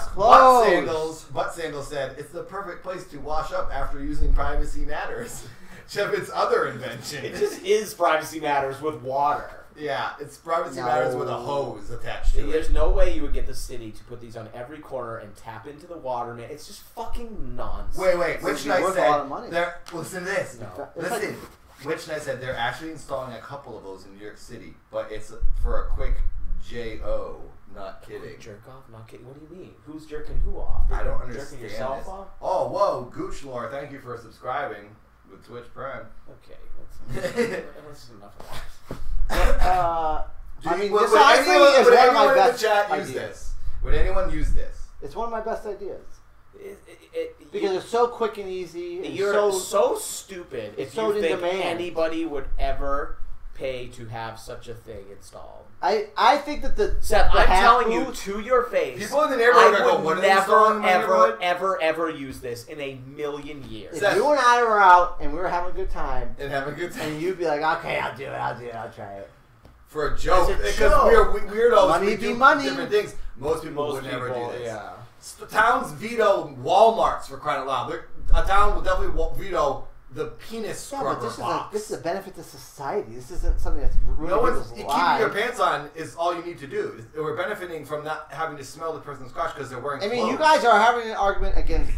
[SPEAKER 2] butt
[SPEAKER 3] closed.
[SPEAKER 2] sandals. Butt sandals said it's the perfect place to wash up after using privacy matters. Shepard's other invention.
[SPEAKER 4] it just is privacy matters with water.
[SPEAKER 2] yeah, it's privacy
[SPEAKER 3] No.
[SPEAKER 2] matters with a hose attached to it.
[SPEAKER 4] There's no way you would get the city to put these on every corner and tap into the water, man. It's just fucking nonsense.
[SPEAKER 2] Wait, wait.
[SPEAKER 3] Would
[SPEAKER 2] Witch
[SPEAKER 3] be
[SPEAKER 2] Knight
[SPEAKER 3] worth a lot of money.
[SPEAKER 2] said they're listen to this.
[SPEAKER 4] No.
[SPEAKER 3] It's like-
[SPEAKER 2] Listen, Witch Knight said they're actually installing a couple of those in New York City, but it's for a quick J O. Not kidding.
[SPEAKER 4] Jerk off, not kidding. What do you mean? Who's jerking who off?
[SPEAKER 2] I don't
[SPEAKER 4] Jerking
[SPEAKER 2] understand
[SPEAKER 4] yourself
[SPEAKER 2] this.
[SPEAKER 4] off?
[SPEAKER 2] Oh, whoa, Gooch Lore, thank you for subscribing with Twitch Prime.
[SPEAKER 4] Okay, that's, that's enough of that.
[SPEAKER 3] uh,
[SPEAKER 2] Do
[SPEAKER 3] I
[SPEAKER 2] you-
[SPEAKER 3] mean,
[SPEAKER 2] would-
[SPEAKER 3] this
[SPEAKER 2] would
[SPEAKER 3] honestly
[SPEAKER 2] anyone-
[SPEAKER 3] is
[SPEAKER 2] would
[SPEAKER 3] one of
[SPEAKER 2] anyone
[SPEAKER 3] my
[SPEAKER 2] in
[SPEAKER 3] best
[SPEAKER 2] the chat use
[SPEAKER 3] ideas.
[SPEAKER 2] this? Would anyone use this?
[SPEAKER 3] It's one of my best ideas
[SPEAKER 4] It, it, it,
[SPEAKER 3] because
[SPEAKER 4] you-
[SPEAKER 3] it's so quick and easy. and
[SPEAKER 4] You're so,
[SPEAKER 3] so,
[SPEAKER 4] stupid
[SPEAKER 3] it's
[SPEAKER 4] if
[SPEAKER 3] so
[SPEAKER 4] you
[SPEAKER 3] in
[SPEAKER 4] think
[SPEAKER 3] demand.
[SPEAKER 4] anybody would ever pay to have such a thing installed.
[SPEAKER 3] I I think that the
[SPEAKER 4] Seth,
[SPEAKER 3] the
[SPEAKER 4] I'm
[SPEAKER 3] hat
[SPEAKER 4] telling you
[SPEAKER 3] booth-
[SPEAKER 4] to your face.
[SPEAKER 2] People in the
[SPEAKER 4] I
[SPEAKER 2] neighborhood are going,
[SPEAKER 4] would
[SPEAKER 2] what is this song in
[SPEAKER 4] never,
[SPEAKER 2] my
[SPEAKER 4] ever,
[SPEAKER 2] neighborhood?
[SPEAKER 4] ever, ever use this in a million years.
[SPEAKER 3] If
[SPEAKER 2] Seth-
[SPEAKER 3] you and I were out and we were having a good time,
[SPEAKER 2] And have a good time
[SPEAKER 3] and you'd be like, "Okay, I'll do it. I'll do it. I'll try it."
[SPEAKER 2] for a joke.
[SPEAKER 4] It's a
[SPEAKER 2] Because
[SPEAKER 4] joke.
[SPEAKER 2] we're we- weirdos.
[SPEAKER 3] Money
[SPEAKER 2] we
[SPEAKER 3] be
[SPEAKER 2] do
[SPEAKER 3] money.
[SPEAKER 2] Different things. Most people
[SPEAKER 4] Most
[SPEAKER 2] would never
[SPEAKER 4] people,
[SPEAKER 2] do this.
[SPEAKER 4] yeah.
[SPEAKER 2] St- Towns veto Walmarts for crying out loud. They're, a town will definitely wa- veto the penis
[SPEAKER 3] Yeah,
[SPEAKER 2] scrubber
[SPEAKER 3] but this is a,
[SPEAKER 2] box.
[SPEAKER 3] this is a benefit to society. This isn't something that's ruining
[SPEAKER 2] no one's
[SPEAKER 3] people's
[SPEAKER 2] keeping
[SPEAKER 3] lives.
[SPEAKER 2] your pants on is all you need to do. We're benefiting from not having to smell the person's crotch because they're wearing.
[SPEAKER 3] I mean, you
[SPEAKER 2] clothes.
[SPEAKER 3] guys are having an argument against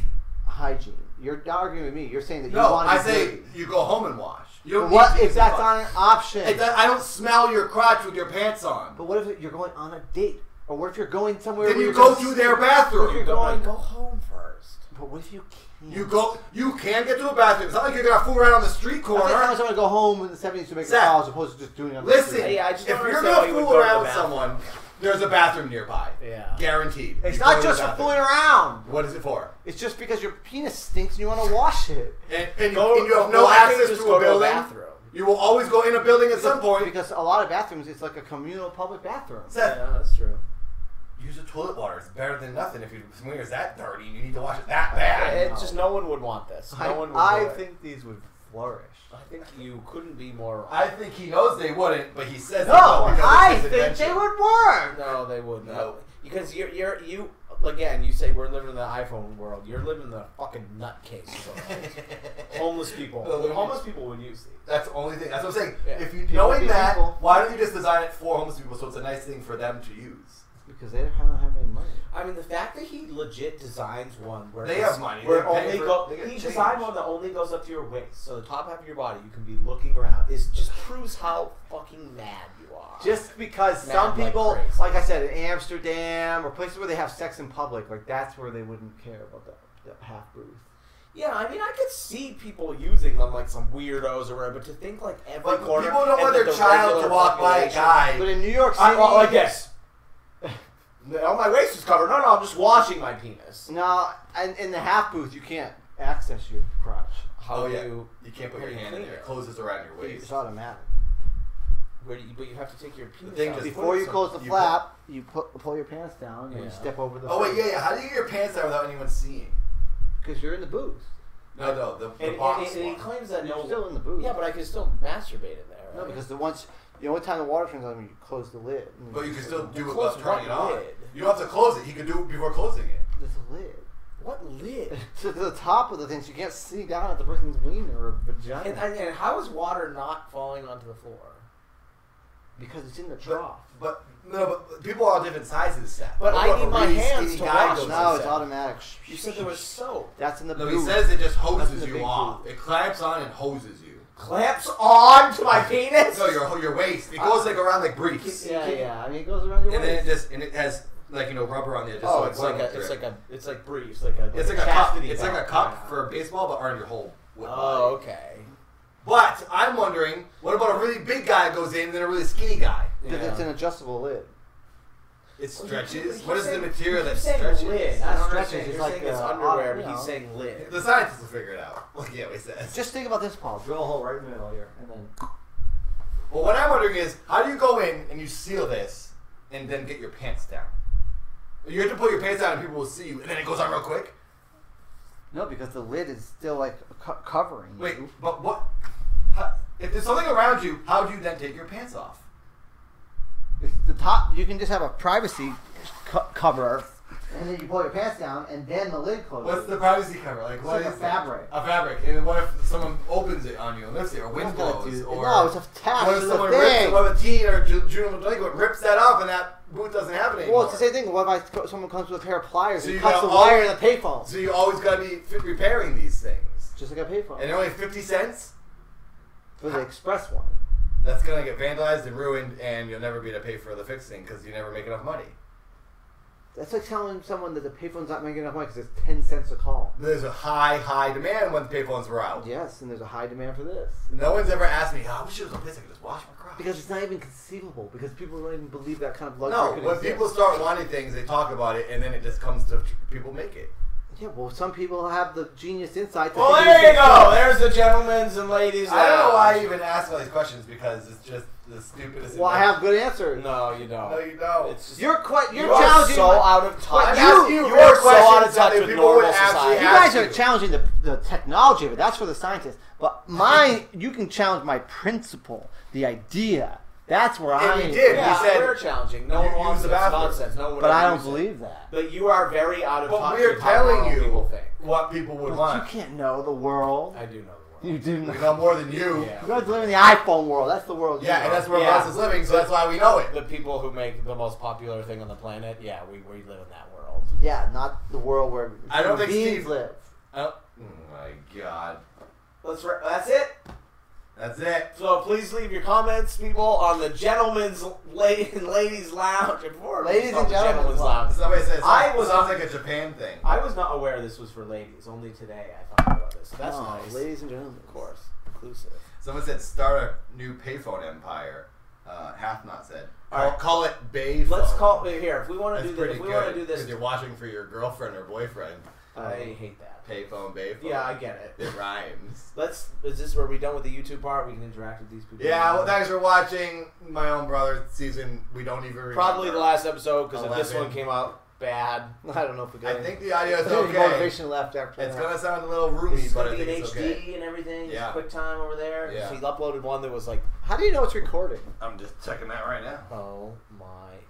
[SPEAKER 3] hygiene. You're not arguing with me. You're saying that you
[SPEAKER 2] No,
[SPEAKER 3] want to
[SPEAKER 2] I say
[SPEAKER 3] do-
[SPEAKER 2] you go home and wash. You
[SPEAKER 3] But
[SPEAKER 2] don't
[SPEAKER 3] What
[SPEAKER 2] need to
[SPEAKER 3] if that's
[SPEAKER 2] fuck.
[SPEAKER 3] not an option?
[SPEAKER 2] It does- I don't smell your crotch with your pants on.
[SPEAKER 3] But what if you're going on a date, or what if you're going somewhere?
[SPEAKER 2] then
[SPEAKER 3] where
[SPEAKER 2] you
[SPEAKER 3] you're
[SPEAKER 2] go
[SPEAKER 3] gonna-
[SPEAKER 2] to their
[SPEAKER 3] If you're
[SPEAKER 2] bathroom.
[SPEAKER 3] going,
[SPEAKER 4] go home first.
[SPEAKER 3] but what if you can't?
[SPEAKER 2] You go. You can get to a bathroom. It's not like you're gonna fool around on the street
[SPEAKER 3] How many
[SPEAKER 2] corner.
[SPEAKER 3] times I'm gonna go home in the '70s to make a
[SPEAKER 2] Zach,
[SPEAKER 3] call as opposed to just doing it. on the
[SPEAKER 2] Listen,
[SPEAKER 3] street?
[SPEAKER 4] Yeah, I just
[SPEAKER 2] if
[SPEAKER 4] don't
[SPEAKER 2] you're
[SPEAKER 4] understand why
[SPEAKER 2] gonna
[SPEAKER 4] you would
[SPEAKER 2] fool
[SPEAKER 4] go to
[SPEAKER 2] around
[SPEAKER 4] the
[SPEAKER 2] with
[SPEAKER 4] bathroom.
[SPEAKER 2] someone, there's a bathroom nearby.
[SPEAKER 4] Yeah.
[SPEAKER 2] guaranteed.
[SPEAKER 3] it's
[SPEAKER 2] You go
[SPEAKER 3] not
[SPEAKER 2] to
[SPEAKER 3] just
[SPEAKER 2] the
[SPEAKER 3] for
[SPEAKER 2] bathroom.
[SPEAKER 3] fooling around.
[SPEAKER 2] What is it for?
[SPEAKER 3] It's just because your penis stinks and you want to wash it.
[SPEAKER 2] And, and,
[SPEAKER 4] Go-
[SPEAKER 2] and you have no
[SPEAKER 4] well, I think
[SPEAKER 2] access
[SPEAKER 4] just
[SPEAKER 2] to
[SPEAKER 4] go
[SPEAKER 2] a
[SPEAKER 4] to a
[SPEAKER 2] building.
[SPEAKER 4] bathroom.
[SPEAKER 2] You will always go in a building at some point.
[SPEAKER 3] Because a lot of bathrooms, it's like a communal public bathroom.
[SPEAKER 2] Seth,
[SPEAKER 4] that's true.
[SPEAKER 2] use the toilet water. It's better than nothing. If your smear is that dirty, and you need to wash it that bad.
[SPEAKER 4] It, just no one would want this. No
[SPEAKER 3] I,
[SPEAKER 4] one would.
[SPEAKER 3] I
[SPEAKER 4] do it.
[SPEAKER 3] think these would flourish.
[SPEAKER 4] I think you couldn't be more wrong.
[SPEAKER 2] I think he knows they wouldn't, but he says
[SPEAKER 3] No,
[SPEAKER 2] they will because
[SPEAKER 3] I
[SPEAKER 2] it's his
[SPEAKER 3] think they
[SPEAKER 2] invention.
[SPEAKER 3] would work.
[SPEAKER 4] No, they wouldn't.
[SPEAKER 2] No.
[SPEAKER 4] Because you're you're you again. You say we're living in the iPhone world. You're living in the fucking nutcase world. homeless people.
[SPEAKER 2] No, the
[SPEAKER 4] homeless people would use these.
[SPEAKER 2] That's the only thing. That's what I'm saying.
[SPEAKER 4] Yeah.
[SPEAKER 2] If you
[SPEAKER 3] People
[SPEAKER 2] knowing
[SPEAKER 3] be
[SPEAKER 2] that,
[SPEAKER 3] people.
[SPEAKER 2] why don't you just design it for homeless people so it's a nice thing for them to use?
[SPEAKER 3] Because they don't have any money.
[SPEAKER 4] I mean, the fact that he legit designs one where
[SPEAKER 2] They
[SPEAKER 4] it's-
[SPEAKER 2] have money.
[SPEAKER 4] where
[SPEAKER 2] They pay
[SPEAKER 4] only
[SPEAKER 2] for-
[SPEAKER 4] go
[SPEAKER 2] they get
[SPEAKER 4] he
[SPEAKER 2] change.
[SPEAKER 4] designed one that only goes up to your waist, so the top half of your body you can be looking around. Is just proves how fucking mad you are.
[SPEAKER 3] Just because
[SPEAKER 4] Mad
[SPEAKER 3] some
[SPEAKER 4] like
[SPEAKER 3] people,
[SPEAKER 4] crazy.
[SPEAKER 3] like I said, in Amsterdam or places where they have sex in public, like that's where they wouldn't care about that, that half booth.
[SPEAKER 4] yeah, I mean, I could see people using them like some weirdos or whatever, but to think like every
[SPEAKER 2] But
[SPEAKER 4] corner
[SPEAKER 2] people don't
[SPEAKER 4] and
[SPEAKER 2] want
[SPEAKER 4] that
[SPEAKER 2] their
[SPEAKER 4] the
[SPEAKER 2] child to
[SPEAKER 4] regular
[SPEAKER 2] walk by a
[SPEAKER 4] population-
[SPEAKER 3] But
[SPEAKER 2] guy.
[SPEAKER 3] in New York City,
[SPEAKER 4] I well, like this. Oh, my waist is covered. No, no, I'm just washing my penis.
[SPEAKER 3] no, and in the half booth, you can't access your crotch.
[SPEAKER 4] How
[SPEAKER 2] Oh
[SPEAKER 4] do
[SPEAKER 2] yeah,
[SPEAKER 4] you?
[SPEAKER 2] you can't put
[SPEAKER 4] how
[SPEAKER 2] your
[SPEAKER 4] do you
[SPEAKER 2] hand in
[SPEAKER 4] clean
[SPEAKER 2] there. It
[SPEAKER 4] it?
[SPEAKER 2] closes around your
[SPEAKER 3] It's
[SPEAKER 2] waist.
[SPEAKER 3] automatic.
[SPEAKER 4] Where do you? But you have to take your penis.
[SPEAKER 2] thing
[SPEAKER 4] out
[SPEAKER 2] just-
[SPEAKER 4] and
[SPEAKER 3] Before
[SPEAKER 4] put it
[SPEAKER 3] you close the
[SPEAKER 2] You
[SPEAKER 3] flap, you put, pull your pants down and you
[SPEAKER 4] Yeah.
[SPEAKER 3] step over the.
[SPEAKER 2] Oh wait, yeah, yeah. How do you get your pants down without anyone seeing?
[SPEAKER 3] because you're in the booth.
[SPEAKER 2] No, no, the,
[SPEAKER 4] somewhere.
[SPEAKER 2] the
[SPEAKER 4] And, and,
[SPEAKER 2] box
[SPEAKER 4] and, he
[SPEAKER 2] one.
[SPEAKER 4] claims that
[SPEAKER 3] You're
[SPEAKER 4] no.
[SPEAKER 3] still in the booth.
[SPEAKER 4] yeah, but I can still masturbate in there. Right?
[SPEAKER 3] no, because the once the only time the water turns on, you close the lid. and-
[SPEAKER 2] But you can still do it
[SPEAKER 4] Close
[SPEAKER 2] without turning it
[SPEAKER 4] one
[SPEAKER 2] on.
[SPEAKER 4] lid.
[SPEAKER 2] You don't have to close it. He could do it before closing it.
[SPEAKER 3] There's a lid.
[SPEAKER 4] what lid?
[SPEAKER 3] to the top of the thing, so you can't see down at the person's wiener or vagina
[SPEAKER 4] and, and, and how is water not falling onto the floor?
[SPEAKER 3] because it's in the
[SPEAKER 2] But,
[SPEAKER 3] trough.
[SPEAKER 2] but no, but people are all different sizes, Seth.
[SPEAKER 4] But I
[SPEAKER 2] Look,
[SPEAKER 4] need
[SPEAKER 2] a
[SPEAKER 4] my
[SPEAKER 2] really
[SPEAKER 4] hands
[SPEAKER 2] skinny
[SPEAKER 4] to
[SPEAKER 2] guy
[SPEAKER 4] wash
[SPEAKER 2] goes
[SPEAKER 4] them.
[SPEAKER 3] No,
[SPEAKER 2] inside.
[SPEAKER 3] it's automatic.
[SPEAKER 4] You said there was soap.
[SPEAKER 3] That's in the
[SPEAKER 2] No, he
[SPEAKER 3] booth.
[SPEAKER 2] says it just
[SPEAKER 3] That's
[SPEAKER 2] hoses
[SPEAKER 3] the
[SPEAKER 2] you
[SPEAKER 3] big
[SPEAKER 2] off.
[SPEAKER 3] boob.
[SPEAKER 2] It clamps on and hoses you.
[SPEAKER 4] Clamps on to my penis.
[SPEAKER 2] No, your your waist. It goes like around like briefs,
[SPEAKER 3] yeah, yeah. I mean, it goes around your
[SPEAKER 2] and then
[SPEAKER 3] waist.
[SPEAKER 2] it just and it has like you know rubber on the edge. so
[SPEAKER 4] Oh, it's like
[SPEAKER 2] won't
[SPEAKER 4] a, it's
[SPEAKER 2] drip.
[SPEAKER 4] like a, it's like briefs, like a,
[SPEAKER 2] it's like a cup.
[SPEAKER 4] chastity
[SPEAKER 2] It's like a
[SPEAKER 4] belt.
[SPEAKER 2] cup for baseball, but around your whole.
[SPEAKER 4] Oh, okay.
[SPEAKER 2] But I'm wondering, what about a really big guy goes in, and then a really skinny guy?
[SPEAKER 3] Because
[SPEAKER 4] Yeah.
[SPEAKER 3] it's an adjustable lid.
[SPEAKER 2] It
[SPEAKER 4] Well,
[SPEAKER 2] stretches.
[SPEAKER 4] he- he
[SPEAKER 2] what is
[SPEAKER 4] said-
[SPEAKER 2] the material
[SPEAKER 4] he
[SPEAKER 2] that
[SPEAKER 4] said
[SPEAKER 2] stretches?
[SPEAKER 4] Lid.
[SPEAKER 3] I
[SPEAKER 4] Not
[SPEAKER 3] don't
[SPEAKER 4] stretches.
[SPEAKER 3] understand.
[SPEAKER 4] You're
[SPEAKER 3] It's
[SPEAKER 4] saying
[SPEAKER 3] like,
[SPEAKER 4] it's
[SPEAKER 3] uh,
[SPEAKER 4] underwear,
[SPEAKER 3] you
[SPEAKER 4] but
[SPEAKER 3] know.
[SPEAKER 4] he's saying lid.
[SPEAKER 2] The scientists will figure it out. Look at what he says.
[SPEAKER 3] Just think about this, Paul. Drill a hole right in the middle here, and then
[SPEAKER 2] Well, what I'm wondering is, how do you go in and you seal this, and then get your pants down? You have to pull your pants down, and people will see you, and then it goes on real quick.
[SPEAKER 3] no, because the lid is still like co- covering.
[SPEAKER 2] Wait,
[SPEAKER 3] you.
[SPEAKER 2] but what? How, if there's something around you, how do you then take your pants off?
[SPEAKER 3] It's the top. You can just have a privacy co- cover, and then you pull your pants down, and then the lid closes.
[SPEAKER 2] What's the privacy cover? Like
[SPEAKER 3] It's
[SPEAKER 2] what
[SPEAKER 3] like a
[SPEAKER 2] is it?
[SPEAKER 3] fabric.
[SPEAKER 2] A fabric, and what if someone opens it on you and lifts it, or
[SPEAKER 3] We're
[SPEAKER 2] wind
[SPEAKER 3] not gonna
[SPEAKER 2] blows,
[SPEAKER 3] do-
[SPEAKER 2] or
[SPEAKER 3] no, it's attached
[SPEAKER 2] what if
[SPEAKER 3] to the
[SPEAKER 2] someone rips
[SPEAKER 3] thing.
[SPEAKER 2] it, what if a teen or ju- juvenile delinquent rips that off and that boot doesn't have it anymore?
[SPEAKER 3] Well, it's the same thing. What if I, someone comes with a pair of pliers
[SPEAKER 2] So
[SPEAKER 3] and
[SPEAKER 2] you
[SPEAKER 3] cuts
[SPEAKER 2] got
[SPEAKER 3] the
[SPEAKER 2] all-
[SPEAKER 3] wire in the payphone?
[SPEAKER 2] So you always gotta be f- repairing these things,
[SPEAKER 3] just like a payphone.
[SPEAKER 2] and they're only fifty cents.
[SPEAKER 3] for the express one.
[SPEAKER 2] That's gonna get vandalized and ruined, and you'll never be able to pay for the fixing because you never make enough money.
[SPEAKER 3] That's like telling someone that the payphone's not making enough money because it's ten cents a call.
[SPEAKER 2] There's a high, high demand when payphones were out.
[SPEAKER 3] Yes, and there's a high demand for this
[SPEAKER 2] No one's ever asked me, oh, I wish it was a place I could just wash my crotch.
[SPEAKER 3] because it's not even conceivable because people don't even believe that kind of luxury.
[SPEAKER 2] no,
[SPEAKER 3] could
[SPEAKER 2] when
[SPEAKER 3] exist.
[SPEAKER 2] people start wanting things, they talk about it, and then it just comes to people make it.
[SPEAKER 3] yeah, well, some people have the genius insight. To
[SPEAKER 4] Well,
[SPEAKER 3] think
[SPEAKER 4] there
[SPEAKER 3] it's
[SPEAKER 4] you go. There's the gentlemen's and ladies.
[SPEAKER 2] I don't know why
[SPEAKER 4] lounge.
[SPEAKER 2] I even ask all these questions because it's just the stupidest.
[SPEAKER 3] Well, I
[SPEAKER 2] invention.
[SPEAKER 3] have good answers.
[SPEAKER 4] No, you don't.
[SPEAKER 2] No, you don't.
[SPEAKER 4] It's just,
[SPEAKER 3] You're quite. You're
[SPEAKER 4] you are
[SPEAKER 3] challenging.
[SPEAKER 4] so
[SPEAKER 3] my-
[SPEAKER 4] out of touch.
[SPEAKER 2] I'm
[SPEAKER 3] you-
[SPEAKER 2] asking you,
[SPEAKER 4] you
[SPEAKER 2] more
[SPEAKER 4] are so out of
[SPEAKER 2] questions that
[SPEAKER 4] touch with
[SPEAKER 2] people would
[SPEAKER 4] normal
[SPEAKER 2] actually
[SPEAKER 4] society.
[SPEAKER 3] you
[SPEAKER 2] ask
[SPEAKER 3] guys are challenging the, the technology of it. That's for the scientists. But mine, you can challenge my principle, the idea. That's where
[SPEAKER 2] And
[SPEAKER 3] I.
[SPEAKER 2] we did.
[SPEAKER 4] yeah,
[SPEAKER 2] he said,
[SPEAKER 4] we're challenging. No
[SPEAKER 2] you
[SPEAKER 4] one
[SPEAKER 2] use
[SPEAKER 4] wants
[SPEAKER 2] the
[SPEAKER 4] this
[SPEAKER 2] bathroom.
[SPEAKER 4] nonsense. No one. would
[SPEAKER 3] But I
[SPEAKER 4] ever
[SPEAKER 3] don't
[SPEAKER 4] use it.
[SPEAKER 3] believe that.
[SPEAKER 4] But you are very out of
[SPEAKER 2] But
[SPEAKER 4] touch.
[SPEAKER 2] we're
[SPEAKER 4] with how normal
[SPEAKER 2] telling
[SPEAKER 4] people
[SPEAKER 2] you
[SPEAKER 4] think.
[SPEAKER 2] what people would
[SPEAKER 3] But you
[SPEAKER 2] want.
[SPEAKER 3] can't know the world.
[SPEAKER 4] I do know the
[SPEAKER 3] You
[SPEAKER 4] world.
[SPEAKER 3] do
[SPEAKER 2] We
[SPEAKER 3] not.
[SPEAKER 2] know more than you.
[SPEAKER 4] Yeah.
[SPEAKER 3] You guys live in the iPhone world. That's the world. you
[SPEAKER 2] Yeah, and
[SPEAKER 3] know.
[SPEAKER 2] that's where
[SPEAKER 4] Yeah.
[SPEAKER 2] Ross is living, so that's why we know it.
[SPEAKER 4] The people who make the most popular thing on the planet. Yeah, we we live in that world.
[SPEAKER 3] Yeah, not the world where
[SPEAKER 2] I don't think
[SPEAKER 3] beings
[SPEAKER 2] Steve-
[SPEAKER 3] live.
[SPEAKER 2] Oh, my god.
[SPEAKER 4] Uh, Let's. Re- that's it.
[SPEAKER 2] That's it.
[SPEAKER 4] So please leave your comments, people, on the gentlemen's la- and ladies lounge. And for
[SPEAKER 3] Ladies and gentlemen's
[SPEAKER 2] Somebody says
[SPEAKER 4] I was-
[SPEAKER 2] sounds like a Japan thing.
[SPEAKER 4] I was not aware this was for ladies. Only today I found out about this. That's
[SPEAKER 3] No,
[SPEAKER 4] nice.
[SPEAKER 3] Oh, ladies and gentlemen.
[SPEAKER 4] Of course, inclusive.
[SPEAKER 2] Someone said start a new payphone empire. Uh, Halfnot said.
[SPEAKER 4] All right.
[SPEAKER 2] Call it Bayphone.
[SPEAKER 4] Let's call uh, here if we want
[SPEAKER 2] That's
[SPEAKER 4] to do this.
[SPEAKER 2] pretty
[SPEAKER 4] If we
[SPEAKER 2] good.
[SPEAKER 4] want to do this,
[SPEAKER 2] Because you're watching for your girlfriend or boyfriend.
[SPEAKER 4] I hate that.
[SPEAKER 2] Payphone, Bayphone.
[SPEAKER 4] Yeah, I get it.
[SPEAKER 2] It rhymes.
[SPEAKER 4] Let's. Is this where we done with the YouTube part? We can interact with these people.
[SPEAKER 2] Yeah, well, thanks for watching my own brother season. We don't even remember.
[SPEAKER 4] Probably the last episode because if this
[SPEAKER 2] Eleven.
[SPEAKER 4] one came out bad.
[SPEAKER 3] I don't know if we got
[SPEAKER 2] I
[SPEAKER 3] any-
[SPEAKER 2] think the audio
[SPEAKER 3] I
[SPEAKER 2] is
[SPEAKER 3] think there's
[SPEAKER 2] okay.
[SPEAKER 3] motivation left after
[SPEAKER 2] It's
[SPEAKER 3] that.
[SPEAKER 2] gonna sound a little roomy,
[SPEAKER 4] It's
[SPEAKER 2] but
[SPEAKER 4] gonna
[SPEAKER 2] I
[SPEAKER 4] be in
[SPEAKER 2] think
[SPEAKER 4] HD
[SPEAKER 2] it's okay.
[SPEAKER 4] and everything.
[SPEAKER 2] Yeah.
[SPEAKER 4] Yeah. QuickTime over there.
[SPEAKER 2] Yeah.
[SPEAKER 4] He uploaded one that was like,
[SPEAKER 3] How do you know it's recording?
[SPEAKER 2] I'm just checking that right now.
[SPEAKER 4] oh my